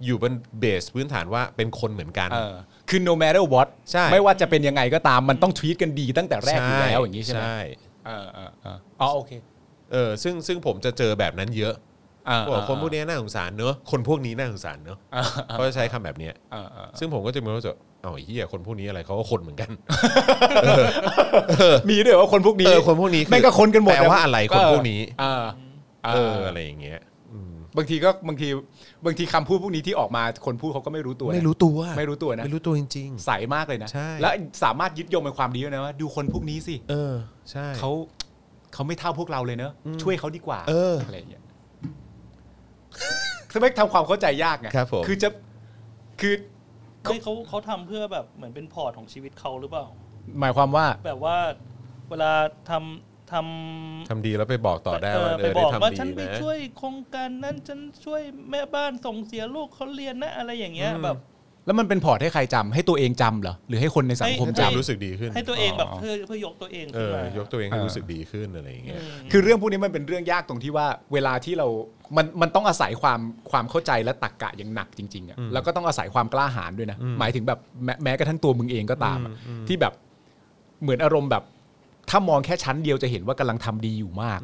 [SPEAKER 2] อยู่บนเบสพื้นฐานว่าเป็นคนเหมือนกัน
[SPEAKER 3] เออ คือ no matter what
[SPEAKER 2] ใช่
[SPEAKER 3] ไม่ว่าจะเป็นยังไงก็ตามมันต้องทวีตกันดีตั้งแต่แรกอยู่แล้ว
[SPEAKER 2] ช่
[SPEAKER 3] อย่างนี้ใช่ไหม
[SPEAKER 2] ใช่
[SPEAKER 3] เออเออเอออ๋อโอเค
[SPEAKER 2] เออซึ่งซึ่งผมจะเจอแบบนั้นเยอะ
[SPEAKER 3] อ่า
[SPEAKER 2] บอกคนพวกนี้น่าสงสารเนอะคนพวกนี้น่าสงสารเนอะ
[SPEAKER 3] อ่า
[SPEAKER 2] เขาจะใช้คำแบบเนี้ย
[SPEAKER 3] อ่าอ่า
[SPEAKER 2] ซึ่งผมก็จะมีความรู้สึกเอ้าไอ้เฮียคนพวกนี้อะไรเขาก็คนเหมือนกัน
[SPEAKER 3] มีด้วยว่าคนพวกนี้
[SPEAKER 2] เออคนพวกนี้คือ
[SPEAKER 3] แม่งก็คนกันหมด
[SPEAKER 2] แปลว่าอะไรคนพวกนี้
[SPEAKER 3] เออ
[SPEAKER 2] เอออะไรอย่างเงี้ย
[SPEAKER 3] บางทีก็บางทีบางทีคำพูดพวกนี้ที่ออกมาคนพูดเขาก็ไม่รู้ตัวนะ
[SPEAKER 2] ไม่รู้ตัว
[SPEAKER 3] ไม่รู้ตัวนะ
[SPEAKER 2] ไม่รู้ตัวจริง
[SPEAKER 3] ใสมากเลยนะ
[SPEAKER 2] ใช่
[SPEAKER 3] และสามารถยึดโยงเป็นความดีด้วยนะว่าดูคนพวกนี้สิ
[SPEAKER 2] ๆเออใช่
[SPEAKER 3] เขาเขาไม่เท่าพวกเราเลยเนอะช่วยเขาดีกว่า
[SPEAKER 2] เอออ
[SPEAKER 3] อะไรอย่างเงี้ยสมัยทำความเข้าใจยากไง
[SPEAKER 2] ครับผม
[SPEAKER 3] คือจะคือ
[SPEAKER 4] เฮ้ยเขาเขาทำเพื่อแบบเหมือนเป็นพอร์ตของชีวิตเขาหรือเปล่า
[SPEAKER 3] หมายความว่า
[SPEAKER 4] แบบว่าเวลาทำทำ
[SPEAKER 2] ทำดีแล้วไปบอกต่อได้
[SPEAKER 4] เอ
[SPEAKER 2] ว่า
[SPEAKER 4] อ
[SPEAKER 2] เอ
[SPEAKER 4] ไป
[SPEAKER 2] อบ ได้
[SPEAKER 4] อกว่า
[SPEAKER 2] ทำดี
[SPEAKER 4] ฉันไป
[SPEAKER 2] นะ
[SPEAKER 4] ช่วยโครงการนั้นฉันช่วยแม่บ้านส่งเสียลูกเขาเรียนนะอะไรอย่างเงี้ยแบบ
[SPEAKER 3] แล้วมันเป็นพอร์ตให้ใครจำให้ตัวเองจำเหรอหรือให้คนในสังคม
[SPEAKER 2] ให้ตัว
[SPEAKER 3] จำ
[SPEAKER 2] เองรู้สึกดีขึ้น
[SPEAKER 4] ให้ตัวเองแบบเพื่อเพื่อยกตัวเอง
[SPEAKER 2] เอ
[SPEAKER 4] ขึ้น
[SPEAKER 2] อ
[SPEAKER 4] มา
[SPEAKER 2] ยกตัวเองให้รู้สึกดีขึ้นอะไรอย่างเงี้ย
[SPEAKER 3] คือเรื่องพวกนี้มันเป็นเรื่องยากตรงที่ว่า เวลาที่เรามันมันต้องอาศัยความความเข้าใจและตักกะอย่างหนักจริงๆอะแล้วก็ต้องอาศัยความกล้าหาญด้วยนะหมายถึงแบบแม้แม้กระทั่งตัวมึงเองก็ตามอะที่แบบเหมือนอารมณ์แบบ ถ้ามองแค่ชั้นเดียวจะเห็นว่ากำลังทำดีอยู่มาก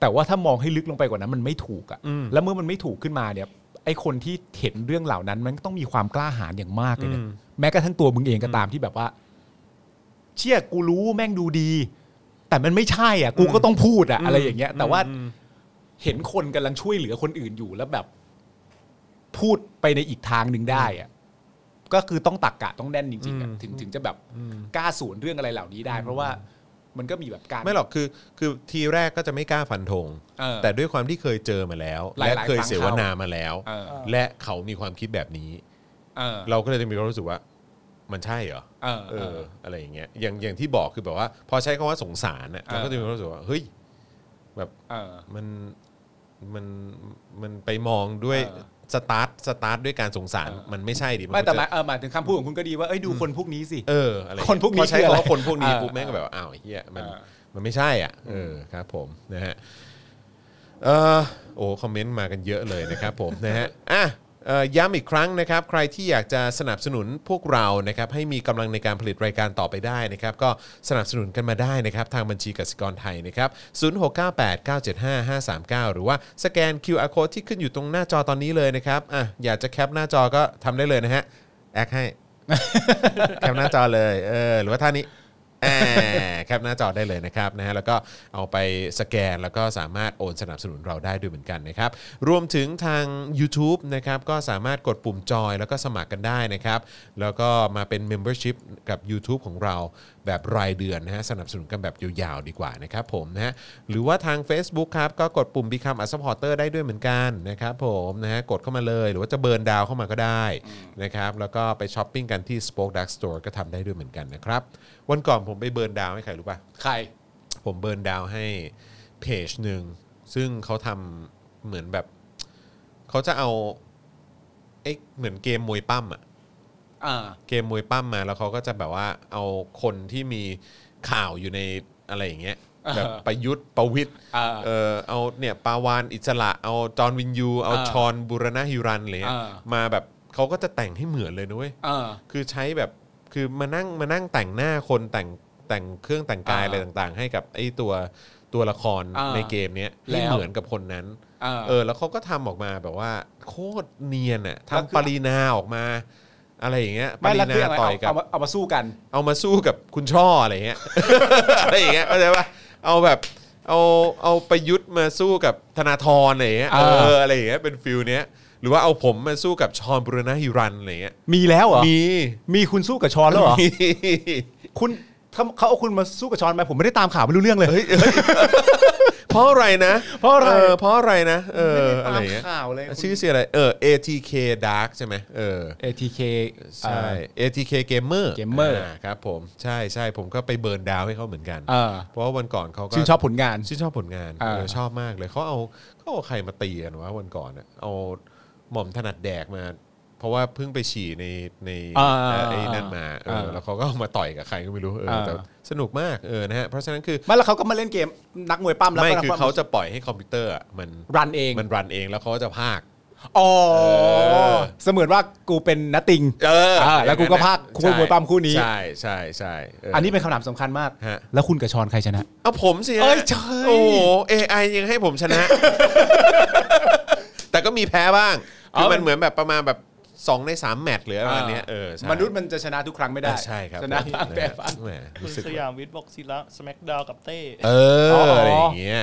[SPEAKER 3] แต่ว่าถ้ามองให้ลึกลงไปกว่านั้นมันไม่ถูกอะ
[SPEAKER 2] อืม
[SPEAKER 3] แล้วเมื่อมันไม่ถูกขึ้นมาเนี่ย ไอคนที่เห็นเรื่องเหล่านั้น มันก็ต้องมีความกล้าหาญอย่างมากเลยนะแม้กระทั่งตัวมึงเองก็ตามที่แบบว่า เชี่ยกูรู้แม่งดูดี แต่มันไม่ใช่อ่ะ กูก็ต้องพูดอ่ะ อะไรอย่างเงี้ย แต่ว่าเห็นคนกำลังช่วยเหลือคนอื่นอยู่แล้วแบบ พูดไปในอีกทางหนึ่งได้อ่ะ ก็คือต้องตักกะต้องแน่นจริงๆอะถึงถึงจะแบบกล้าสวนเรื่องอะไรเหล่านี้ได้ เพราะว่ามันก็มีแบบการ
[SPEAKER 2] ไม่หรอกคือคือทีแรกก็จะไม่กล้าฟันธง
[SPEAKER 3] เออ
[SPEAKER 2] แต่ด้วยความที่เคยเจอมาแล้ว
[SPEAKER 3] หลายๆ
[SPEAKER 2] และเคย
[SPEAKER 3] ครั้ง
[SPEAKER 2] เสวนามาแล้ว
[SPEAKER 3] เออ
[SPEAKER 2] และเขามีความคิดแบบนี้
[SPEAKER 3] เออ
[SPEAKER 2] เราก็เลยจะมีความรู้สึกว่า มันใช่เหรอ
[SPEAKER 3] เออ
[SPEAKER 2] เออ
[SPEAKER 3] เออ
[SPEAKER 2] อะไรอย่างเงี้ยอย่างอย่างที่บอกคือแบบว่า พอใช้คำว่าสงสารเนี่ย
[SPEAKER 3] เออ
[SPEAKER 2] เราก็จะมีความรู้สึกว่าเฮ้ยแบบ
[SPEAKER 3] เออ
[SPEAKER 2] มันมันมันไปมองด้วย
[SPEAKER 3] เออ
[SPEAKER 2] สตาร์ทสตาร์ทด้วยการสงสารมันไม่ใช่ดิน
[SPEAKER 3] ไม่แต่ห
[SPEAKER 2] คว
[SPEAKER 3] มาร ย
[SPEAKER 2] จะ
[SPEAKER 3] เออหมายถึงคำพูดของคุณก็ดีว่าเอ้ยดูคนพวกนี้สิ
[SPEAKER 2] เอออะไรอย่าง
[SPEAKER 3] คน
[SPEAKER 2] เงี้ย
[SPEAKER 3] พวกนี้
[SPEAKER 2] พอใช้คำว่า
[SPEAKER 3] คืออะไร
[SPEAKER 2] คนพวกนี้
[SPEAKER 3] เออ
[SPEAKER 2] ปุ๊บแม่งก็แบบว่าอ้าวเฮียมัน
[SPEAKER 3] เออ
[SPEAKER 2] มันไม่ใช่อ่ะเออครับ ผมนะฮะ เออโอ้คอมเมนต์มากันเยอะเลยนะครับผม นะฮะอ่ะเอ่อย้ำอีกครั้งนะครับ ใครที่อยากจะสนับสนุนพวกเรานะครับให้มีกำลังในการผลิตรายการต่อไปได้นะครับ ก็สนับสนุนกันมาได้นะครับ ทางบัญชีกสิกรไทยนะครับ 0698975539 หรือว่าสแกน QR code ที่ขึ้นอยู่ตรงหน้าจอตอนนี้เลยนะครับอ่ะอยากจะแคปหน้าจอ ก็ทำได้เลยนะฮะแอคให้ แคปหน้าจอเลยเออหรือว่าท่านี้ แหมแคปหน้าจอได้เลยนะครับนะฮะแล้วก็เอาไปสแกนแล้วก็สามารถโอนสนับสนุนเราได้ด้วยเหมือนกันนะครับ รวมถึงทาง YouTube นะครับก็สามารถกดปุ่มจอยแล้วก็สมัครกันได้นะครับ แล้วก็มาเป็น Membership กับ YouTube ของเราแบบรายเดือนนะฮะสนับสนุนกันแบบยาวๆดีกว่านะครับผมนะฮะหรือว่าทาง Facebook ครับก็กดปุ่ม Become a supporter ได้ด้วยเหมือนกันนะครับผมนะฮะกดเข้ามาเลยหรือว่าจะเบิร์นดาวเข้ามาก็ได้นะครับแล้วก็ไปช้อปปิ้งกันที่ Spoke Dark Store ก็ทำได้ด้วยเหมือนกันนะครับวันก่อนผมไปเบิร์นดาวให้ใครรู้ป่ะ
[SPEAKER 3] ใคร
[SPEAKER 2] ผมเบิร์นดาวให้เพจหนึ่ง ซึ่งเขาทำเหมือนแบบ เขาจะเอาเอ๊ะเหมือนเกมมวยปั้มอะ
[SPEAKER 3] อ่า
[SPEAKER 2] เกมมวยปั้มมาแล้วเขาก็จะแบบว่าเอาคนที่มีข่าวอยู่ในอะไรอย่างเงี้ยแบบประยุทธ์ประวิทย์
[SPEAKER 3] อ่า
[SPEAKER 2] เออเอาเนี่ยปาวานอิสระ เอาจอร์นวินยูเอา
[SPEAKER 3] อ่า
[SPEAKER 2] ชอนบุรณะฮิรันอะไรเลย
[SPEAKER 3] อ่า
[SPEAKER 2] มาแบบเขาก็จะแต่งให้เหมือนเลยนะเว้ย
[SPEAKER 3] อ่า
[SPEAKER 2] คือใช้แบบคือมานั่งมานั่งแต่งหน้าคนแต่งแต่งเครื่องแต่งกาย
[SPEAKER 3] อ่า
[SPEAKER 2] อะไรต่างๆ ให้กับไอ้ตัวตัวละคร
[SPEAKER 3] อ่า
[SPEAKER 2] ในเกมเนี้ย
[SPEAKER 3] แล้
[SPEAKER 2] ให้
[SPEAKER 3] ว
[SPEAKER 2] เหมือนกับคนนั้น
[SPEAKER 3] อ่า
[SPEAKER 2] เออแล้วเขาก็ทำออกมาแบบว่า โคตรเนียนอ่ะ
[SPEAKER 3] แล้วคือ
[SPEAKER 2] ทำปรินาออกมา อะไรอย่างเงี้ยป
[SPEAKER 3] ไม่
[SPEAKER 2] ริ
[SPEAKER 3] ละ
[SPEAKER 2] นา
[SPEAKER 3] คืออะไร
[SPEAKER 2] ต่อ
[SPEAKER 3] เอา
[SPEAKER 2] ยกับ
[SPEAKER 3] เอามาเอามาสู้กัน
[SPEAKER 2] เอามาสู้กับคุณช่ออะไรเงี้ย อะไรอย่างเงี้ยเข้าใจปะเอาแบบเอาเอาประยุทธ์มาสู้กับธนาธรอะไรเงี้ยเอออะไรอย่างเงี้ยเป็นฟิลเนี้ยหรือว่าเอาผมมาสู้กับชอนบุรณะฮิรันอะไรเงี้ย
[SPEAKER 3] มีแล้วเหรอ
[SPEAKER 2] มี
[SPEAKER 3] มีคุณสู้กับชอนแล้วเหรอ
[SPEAKER 2] มี
[SPEAKER 3] คุณเขาเขาเอาคุณมาสู้กับชอนไหมผมไม่ได้ตามข่าวไม่รู้เรื่องเลย
[SPEAKER 2] เพราะอะไรนะ
[SPEAKER 3] เพราะอะไร
[SPEAKER 2] อเพราะอะไรนะ เอออะไรอย่างเงี้ย
[SPEAKER 3] ข่าวเลย
[SPEAKER 2] ชื่อเสียอะไร เออ ATK Dark ใช่ไหมเออ
[SPEAKER 3] เอทีเค
[SPEAKER 2] ใช่ ATK Gamer
[SPEAKER 3] Gamer
[SPEAKER 2] าครับผม ใช่ใช่ผมก็ไปเบิร์นดาวให้เขาเหมือนกัน
[SPEAKER 3] เออ
[SPEAKER 2] เพราะว่าวันก่อนเขาก็
[SPEAKER 3] ชื่นชอบผลงาน
[SPEAKER 2] ชื่นชอบผลงาน
[SPEAKER 3] อ่า
[SPEAKER 2] เออชอบมากเลย เขาเอาเขาเอาใครมาตีกันวะวันก่อนอะเอาหม่อมถนัดแดกมา เพราะว่าเพิ่งไปฉี่ในใน
[SPEAKER 3] อ่า
[SPEAKER 2] เอ่อไอ้นั่นมาเอออา แล้วเขาก็เอามาต่อยกับใครก็ไม่รู้เออ
[SPEAKER 3] อ่า
[SPEAKER 2] แต่สนุกมากเออนะฮะเพราะฉะนั้นคือ
[SPEAKER 3] ไม่แล้วเขาก็มาเล่นเกมนักมวยปั้มแล้ว
[SPEAKER 2] ไม่
[SPEAKER 3] ก็
[SPEAKER 2] คือเขาจะปล่อยให้คอมพิวเตอร์อะมัน
[SPEAKER 3] รันเอง
[SPEAKER 2] มันรันเองแล้วเขาก็จะพากย์
[SPEAKER 3] อ๋อ
[SPEAKER 2] เออ
[SPEAKER 3] เสมือนว่ากูเป็นนัตติง
[SPEAKER 2] เออ
[SPEAKER 3] อ่าแล้วกูก็พากย์คู่มวยปั้มคู่นี้
[SPEAKER 2] ใช่ใช่ใช่ใช่
[SPEAKER 3] อันนี้เป็นคำถามสำคัญมาก
[SPEAKER 2] ฮะ
[SPEAKER 3] แล้วคุณกับชอนใครชนะ
[SPEAKER 2] เอาผมสิฮะ
[SPEAKER 3] เอ้ยเฉย
[SPEAKER 2] โอ้โห AI ยังให้ผมช นะ แต่ก็มีแพ้บ้างคือมันเหมือนแบบประมาณแบบ 2 ใน 3 แมตช์หรืออะไรประมาณเนี้ยเออใช่
[SPEAKER 3] มนุษย์มันจะชนะทุกครั้งไม่ได้
[SPEAKER 2] อ่าใช่ครับ
[SPEAKER 3] ชนะบ้างแพ้บ้าง
[SPEAKER 2] แหม
[SPEAKER 4] คุ
[SPEAKER 2] รู้
[SPEAKER 4] ณ
[SPEAKER 2] สึก
[SPEAKER 4] สยามวิทย์บอกศิระสแมกดาวกับเต้
[SPEAKER 2] เอ
[SPEAKER 3] อ๋อ
[SPEAKER 2] อ
[SPEAKER 3] อ
[SPEAKER 2] อะไรอย่างเงี้ย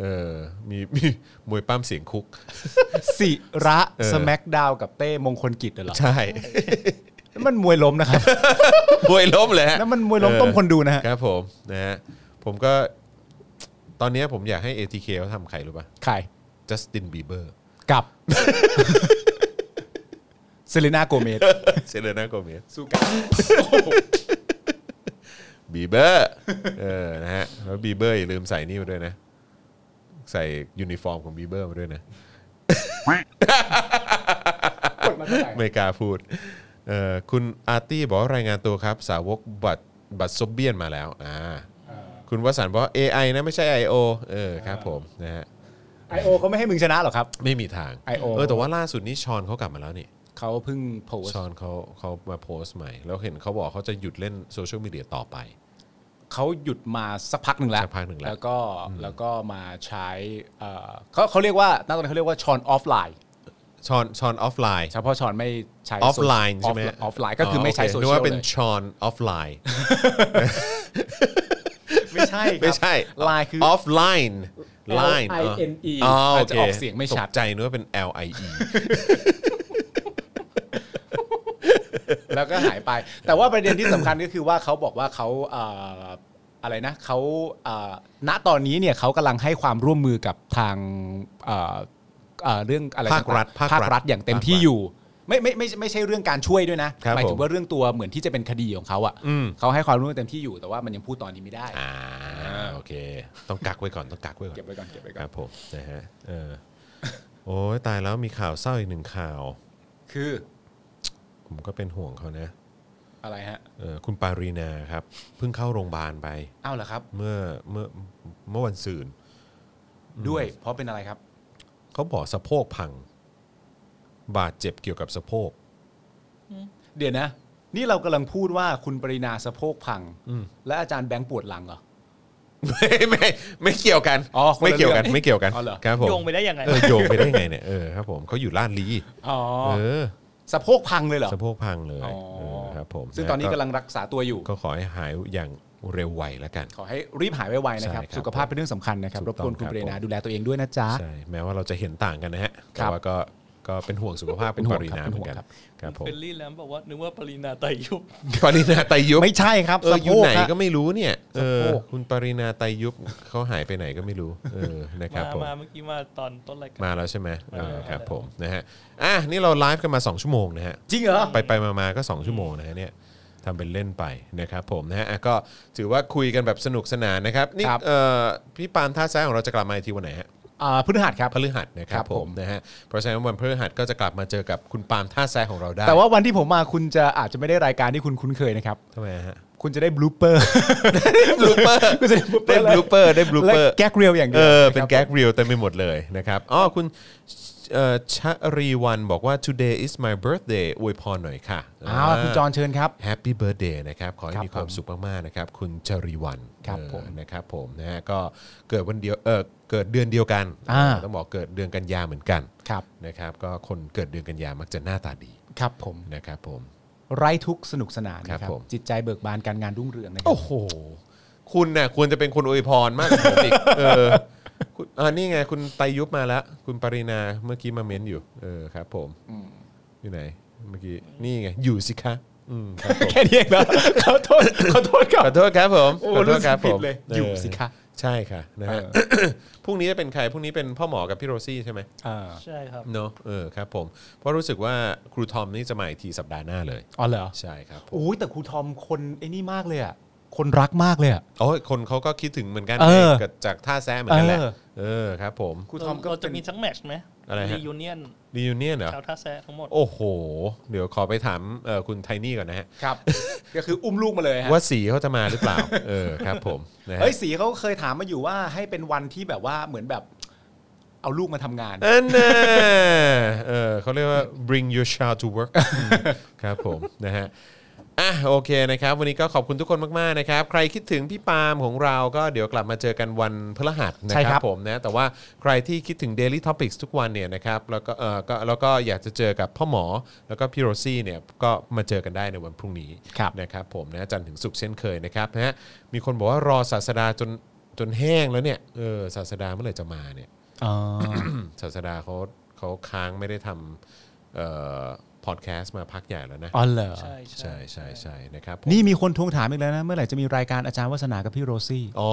[SPEAKER 2] เออมีมีมวยปั้มเสียงคุก
[SPEAKER 3] สิระ
[SPEAKER 2] เออ
[SPEAKER 3] สแมกดาวกับเต้มงคลกิจเหรอ
[SPEAKER 2] ใช่
[SPEAKER 3] นั่นมันมวยล้มนะครับ
[SPEAKER 2] มวยล้มเลยฮะ
[SPEAKER 3] นั่นมันมวยล้มต้มคนดูนะฮะ
[SPEAKER 2] ครับผมนะฮะผมก็ ตอนเนี้ยผมอยากให้ ATK เขาทำใครรู้ป่ะ
[SPEAKER 3] ใคร
[SPEAKER 2] Justin Bieber
[SPEAKER 3] กับเซเลนาโกเมส
[SPEAKER 2] เซเลน่าโกเมส
[SPEAKER 3] สู้กัน
[SPEAKER 2] บีเบอร์ เออ นะฮะ แล้วบีเบอร์อย่าลืมใส่นี่มาด้วยนะ ใส่ยูนิฟอร์มของบีเบอร์มาด้วยนะ ไม่กล้าพูด เอ่อ คุณอาร์ตี้บอกว่ารายงานตัวครับ สาวกบัตรบัตรซบเบียนมาแล้ว อ่า คุณวสันต์บอกว่า AI นะไม่ใช่ IO เออ ครับผม นะฮะ
[SPEAKER 3] ไอโอเขาไม่ให้มึงชนะหรอกครับ
[SPEAKER 2] ไม่มีทาง
[SPEAKER 3] IO
[SPEAKER 2] เออ แต่ว่าล่าสุดนี้ชอนเขากลับมาแล้วนี่
[SPEAKER 3] เขาเพิ่งโพสต์
[SPEAKER 2] ชอนเขาเขามาโพสต์ใหม่ แล้วเห็นเขาบอกเขาจะหยุดเล่นโซเชียลมีเดียต่อไป
[SPEAKER 3] เขาหยุดมาสักพักหนึ่งแล้ว
[SPEAKER 2] สักพักหนึ่งแล้ว
[SPEAKER 3] แล้วก็แล้วก็มาใช้เอ่อเขาเขาเรียกว่าณตอนนี้เขาเรียกว่าชอนออฟไลน์
[SPEAKER 2] ชอน ชอนออฟไลน์
[SPEAKER 3] เฉพาะชอนไม่ใช้
[SPEAKER 2] ออฟไลน์
[SPEAKER 3] โซ
[SPEAKER 2] ใช่ไหม
[SPEAKER 3] ออฟไลน์ก็คือไม่ใช้โซ
[SPEAKER 2] นึ
[SPEAKER 3] เชี
[SPEAKER 2] ก
[SPEAKER 3] ยล
[SPEAKER 2] ว่า
[SPEAKER 3] เล
[SPEAKER 2] เป็น
[SPEAKER 3] ย
[SPEAKER 2] ชอนออฟไลน์
[SPEAKER 3] ไม่ใช่ครับ
[SPEAKER 2] ไม่ใช่
[SPEAKER 3] ไลน์คือ
[SPEAKER 2] ออฟไลน์ไลน์
[SPEAKER 3] L I N E
[SPEAKER 2] อ๋อ
[SPEAKER 3] อา
[SPEAKER 2] โอเค
[SPEAKER 3] จจะออกเสียงไม่ชัด
[SPEAKER 2] ตกใจนึกว่าเป็น L I E
[SPEAKER 3] แล้วก็หายไป แต่ว่าประเด็นที่สำคัญก็คือว่าเขาบอกว่าเขาเอ่ออะไรนะเขาเอ่อณตอนนี้เนี่ยเขากำลังให้ความร่วมมือกับทางเอ่อเอ่อเรื่องอะไร
[SPEAKER 2] ภาครัฐ
[SPEAKER 3] ต่งๆ
[SPEAKER 2] ภา
[SPEAKER 3] ภา
[SPEAKER 2] ครัฐ
[SPEAKER 3] ครัฐอย่างเต็มที่อยู่ ไม่ไม่ไม่ไม่ใช่เรื่องการช่วยด้วยนะครับหมาย
[SPEAKER 2] ผ
[SPEAKER 3] ถึ
[SPEAKER 2] ม
[SPEAKER 3] งว่าเรื่องตัวเหมือนที่จะเป็นคดีของเขาอ่ะ
[SPEAKER 2] อืม
[SPEAKER 3] เขาให้ความร่วมมือเต็มที่อยู่แต่ว่ามันยังพูดตอนนี้ไม่ได้
[SPEAKER 2] อ่าโอเค ต้องกักไว้ก่อนต้องกักไว้ก่อน
[SPEAKER 3] เก็บไว้ก่อนเก็บไว้
[SPEAKER 2] ค
[SPEAKER 3] ก่อ
[SPEAKER 2] รั
[SPEAKER 3] น
[SPEAKER 2] บผมนะฮะเออโอ้ยตายแล้วมีข่าวเศร้าอีกหนึ่งข่าว
[SPEAKER 3] คือ
[SPEAKER 2] ผมก็เป็นห่วงเขานะ
[SPEAKER 3] อะไรฮะ
[SPEAKER 2] เออคุณปารีนาครับเพิ่งเข้าโรงพยาบาลไป
[SPEAKER 3] อ้าวเหรอครับ
[SPEAKER 2] เมื่อเมื่อเมื่อวันศุกร์
[SPEAKER 3] ด้วยเพราะเป็นอะไรครับ
[SPEAKER 2] เขาบอกสะโพกพัง บาดเจ็บเกี่ยวกับสะโพก
[SPEAKER 3] เดี๋ยวนะ นี่เรากำลังพูดว่าคุณปรินาสะโพกพังและอาจารย์แบงค์ปวดหลังเหรอ
[SPEAKER 2] ไม่ไม่ไม่เกี่ยวกัน
[SPEAKER 3] อ๋อคนละ
[SPEAKER 2] ไม่เกี่ยวกัน
[SPEAKER 3] เรื่อง
[SPEAKER 2] ไม่เกี่ยวกัน
[SPEAKER 3] อ๋อเหรอ
[SPEAKER 2] ครับผม
[SPEAKER 4] โยงไปได้ยังไง
[SPEAKER 2] เออโยงไปได้ไงเนี่ยเออครับผมเขาอยู่ล้านลี
[SPEAKER 3] อ๋อ
[SPEAKER 2] เออ
[SPEAKER 3] สะโพกพังเลยเหรอ
[SPEAKER 2] สะโพกพังเลย
[SPEAKER 3] อ๋อ
[SPEAKER 2] เออ ครับผม
[SPEAKER 3] ซึ่งตอนนี้กำลังรักษาตัวอยู่
[SPEAKER 2] ก็ขอให้หายอย่างเร็วไวแล้วกัน
[SPEAKER 3] ขอให้รีบหายไวๆนะครับ
[SPEAKER 2] ใช่ครับ
[SPEAKER 3] สุขภาพเป็นเรื่องสำคัญนะครับ
[SPEAKER 2] ถู
[SPEAKER 3] รบ
[SPEAKER 2] กต้อง
[SPEAKER 3] กวนคุ
[SPEAKER 2] ค
[SPEAKER 3] ณ
[SPEAKER 2] รับ
[SPEAKER 3] ปรีนา
[SPEAKER 2] ผม
[SPEAKER 3] ดูแลตัวเองด้วยนะจ๊ะ
[SPEAKER 2] ใช่แม้ว่าเราจะเห็นต่างกันนะฮะ
[SPEAKER 3] ครั
[SPEAKER 2] แต่
[SPEAKER 3] บ
[SPEAKER 2] ว่าก็ก็เป็นห่วงสุขภาพ
[SPEAKER 3] เป็
[SPEAKER 2] คุ
[SPEAKER 3] น
[SPEAKER 2] ณป
[SPEAKER 3] ห่วง
[SPEAKER 2] รินา
[SPEAKER 3] ครับ
[SPEAKER 2] เหมือน
[SPEAKER 3] เป็นห่วง
[SPEAKER 2] กัน
[SPEAKER 3] ครับ
[SPEAKER 2] ครับผม
[SPEAKER 4] เฟลลี่แลมบอกว่านึกว่าปรินาไตรยุบ
[SPEAKER 2] ปรินาไตยุบ
[SPEAKER 3] ไม่ใช่ครับ
[SPEAKER 2] เออ
[SPEAKER 3] สะ
[SPEAKER 2] อ
[SPEAKER 3] โพ
[SPEAKER 2] ยู่
[SPEAKER 3] ก
[SPEAKER 2] ไหน
[SPEAKER 3] ฮะ
[SPEAKER 2] ก็ไม่รู้เนี่ยเออ
[SPEAKER 3] สะโพก
[SPEAKER 2] คุณปรินาไตยุบเขาหายไปไหนก็ไม่รู้เออนะครับ
[SPEAKER 4] มา
[SPEAKER 2] ผม
[SPEAKER 4] มาเมื่อกี้มาตอนต้นรายการ
[SPEAKER 2] มาแล้วใช่ไหมเออ
[SPEAKER 4] มาแล้ว
[SPEAKER 2] ครับผมนะฮะอ่ะนี่เราไลฟ์กันมา 2 ชั่วโมงนะฮะ
[SPEAKER 3] จริงเหรอ
[SPEAKER 2] ไปไปมามาก็ 2 ชั่วโมงนะฮะเนี่ยทำเป็นเล่นไปนะครับผมนะฮะอ่ะก็ถือว่าคุยกันแบบสนุกสนานนะครับนี่
[SPEAKER 3] ครับ
[SPEAKER 2] เอ่อพี่ปาล์มท่าแซะของเราจะกลับมาอีกทีวันไหนฮะ
[SPEAKER 3] อ่าพฤหัสครับ
[SPEAKER 2] พฤหัสนะค
[SPEAKER 3] ค
[SPEAKER 2] รั
[SPEAKER 3] รั
[SPEAKER 2] บบ ผ
[SPEAKER 3] ผม ม
[SPEAKER 2] นะฮะเพราะฉะนั้นวันพฤหัสก็จะกลับมาเจอกับคุณปาล์มท่าแซะของเราได้
[SPEAKER 3] แต่ว่าวันที่ผมมาคุณจะอาจจะไม่ได้รายการที่คุณคุ้นเคยนะครับ
[SPEAKER 2] ทำไมฮะ
[SPEAKER 3] คุณจะได้บลูเปอ ร์
[SPEAKER 2] บลูเปอร์
[SPEAKER 3] คุณจะได้บลูเปอ
[SPEAKER 2] ได้บ
[SPEAKER 3] ร์
[SPEAKER 2] ลูเปอร์ได้บลู
[SPEAKER 3] และ
[SPEAKER 2] เปอร์
[SPEAKER 3] แก๊กเรียวอย่างเดี
[SPEAKER 2] เอ
[SPEAKER 3] ย
[SPEAKER 2] อ
[SPEAKER 3] วนะครับ
[SPEAKER 2] เป็นแก๊กเรียลเต็มไปหมดเลยนะครับอ๋อคุณเอ่อชรีวันบอกว่า today is my birthday อวยพรหน่อยค่ะ
[SPEAKER 3] อ้าวคุณจรเชิญครับ
[SPEAKER 2] แฮปปี้เบิร์ดเดย์นะครับ ขอให้
[SPEAKER 3] ครับ
[SPEAKER 2] มีความสุขมาก ๆ นะครับ คุณจรีวัน
[SPEAKER 3] ครับ
[SPEAKER 2] เออ
[SPEAKER 3] ผม
[SPEAKER 2] นะครับผมนะฮะก็เกิดวันเดียวเออเกิดเดือนเดียวกัน
[SPEAKER 3] อ่า
[SPEAKER 2] เออต้องบอกเกิดเดือนกันยาเหมือนกัน
[SPEAKER 3] ครับ
[SPEAKER 2] นะครับ ก็คนเกิดเดือนกันยามักจะหน้าตาดี
[SPEAKER 3] ครับผม
[SPEAKER 2] นะครับผม
[SPEAKER 3] ไร้ทุกข์สนุกสนาน
[SPEAKER 2] ค
[SPEAKER 3] นะค
[SPEAKER 2] รับ
[SPEAKER 3] รั
[SPEAKER 2] บ ผม
[SPEAKER 3] จิตใจเบิกบานการงานรุ่งเรืองนะครั
[SPEAKER 2] โอ้โห คุณน่ะควรจะเป็นคนอวยพรมากกว่าผมอี ก เออคุณอ่านี่ไง คุณไตรยุบมาแล้ว คุณปรินาเมื่อกี้มาเม้นอยู่ เออครับ ผมอยู่ไหน เมื่อกี้นี่ไงอยู่สิคะอืมครับผม
[SPEAKER 3] แค่นี้เองนะขอโทษขอโทษครับ
[SPEAKER 2] ขอโทษครับผม
[SPEAKER 3] โอ้
[SPEAKER 2] ขอโทษครับ
[SPEAKER 3] รู้สึก
[SPEAKER 2] ผม
[SPEAKER 3] ผิดเลย
[SPEAKER 2] เอออยู่
[SPEAKER 3] สิคะ
[SPEAKER 2] ใช่ค่ะนะฮะ
[SPEAKER 3] เอ
[SPEAKER 2] พรุ่งนี้จะเป็นใครพรุ่งนี้เป็นพ่อหมอกับพี่โรซี่ใช่ไหม
[SPEAKER 3] อ่า
[SPEAKER 4] ใช่ครับ
[SPEAKER 2] เนอะเออครับผมเพราะรู้สึกว่าครูทอมนี่จะมาอีกทีสัปดาห์หน้าเลย
[SPEAKER 3] อ๋อเหรอ
[SPEAKER 2] ใช่ครับผม
[SPEAKER 3] โอ้ยแต่ครูทอมคนไอ้นี่มากเลยอ่ะคนรักมากเลยอ่ะ
[SPEAKER 2] โอ้ยคนเขาก็คิดถึงเหมือนกัน
[SPEAKER 3] เออ
[SPEAKER 2] กับจากท่าแซะเหมือนกันแหละ
[SPEAKER 3] เออ
[SPEAKER 2] เออครับผม
[SPEAKER 3] ครูทอมก็
[SPEAKER 4] เราจะ
[SPEAKER 3] เป็น
[SPEAKER 4] มีสักแมตชไหม
[SPEAKER 2] อะไรฮะ
[SPEAKER 4] รียูเนียน
[SPEAKER 2] รียูเนียนเหรอ
[SPEAKER 4] ชาวท่าแซะทั้งหมด
[SPEAKER 2] โอ้โห เดี๋ยวขอไปถามเอ่อคุณไทนี่ก่อนนะฮะ
[SPEAKER 3] ครับ ก็คืออุ้มลูกมาเลยฮะ
[SPEAKER 2] ว่าสีเขาจะมาหรือเปล่า เออครับผมนะฮะ
[SPEAKER 3] เฮ้ยสีเขาเคยถามมาอยู่ว่าให้เป็นวันที่แบบว่าเหมือนแบบ เอาลูกมาทำงาน
[SPEAKER 2] อันน่ะเออเขาเรียกว่า bring your child to work ครับผมนะฮะ อ่ะโอเคนะครับ วันนี้ก็ขอบคุณทุกคนมาก ๆ นะครับ ใครคิดถึงพี่ปาล์มของเราก็เดี๋ยวกลับมาเจอกันวันพฤหัสนะ
[SPEAKER 3] ใช่
[SPEAKER 2] ค
[SPEAKER 3] ครั
[SPEAKER 2] รับบ ผมนะแต่ว่าใครที่คิดถึง Daily Topics ทุกวันเนี่ยนะครับแล้วก็เออก็แล้วก็อยากจะเจอกับพ่อหมอแล้วก็พี่โรซี่เนี่ยก็มาเจอกันได้ในวันพรุ่งนี้นะครับผมนะจันทร์ถึงศุกร์เช่นเคยนะครับนะฮะมีคนบอกว่ารอศาสดาจนจนแห้งแล้วเนี่ยเออศาสดาเมื่อไหร่จะมาเนี่ย ศาสดาเขาเขาค้างไม่ได้ทำเอ่อพอดแคสต์มาพักใหญ่แล้วนะ
[SPEAKER 3] อ๋อเหรอ
[SPEAKER 4] ใช่
[SPEAKER 2] ใช่ใช่ใช่นะครับผม
[SPEAKER 3] นี่มีคนทวงถามอีกแล้วนะ เมื่อไหร่จะมีรายการอาจารย์วัฒนากับพี่โรซี่
[SPEAKER 2] อ๋อ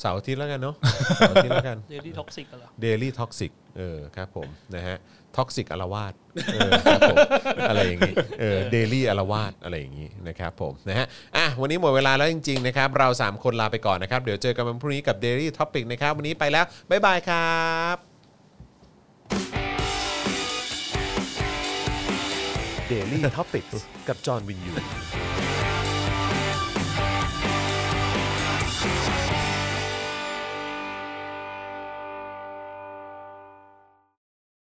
[SPEAKER 2] เสาร์อาทิตย์แล้วกันเนาะเสาร์อาทิตย์แล้ว กัน
[SPEAKER 4] เดลี่ท็อกซิกเหรอ
[SPEAKER 2] Daily Toxic เออครับผมนะฮะท็อกซิกอารวาสเออครับ ผมอะไรอย่างงี้เออเดลี่อารวาสอะไรอย่างงี้นะครับผมนะฮะอ่ะวันนี้หมดเวลาแล้วจริง ๆ นะครับ เรา 3 คนลาไปก่อนนะครับ เดี๋ยวเจอกันวันพรุ่งนี้กับ Daily Topic นะครับ วันนี้ไปแล้ว บ๊ายบายครับ
[SPEAKER 1] Daily t o p i c กกับจอห์นวินยู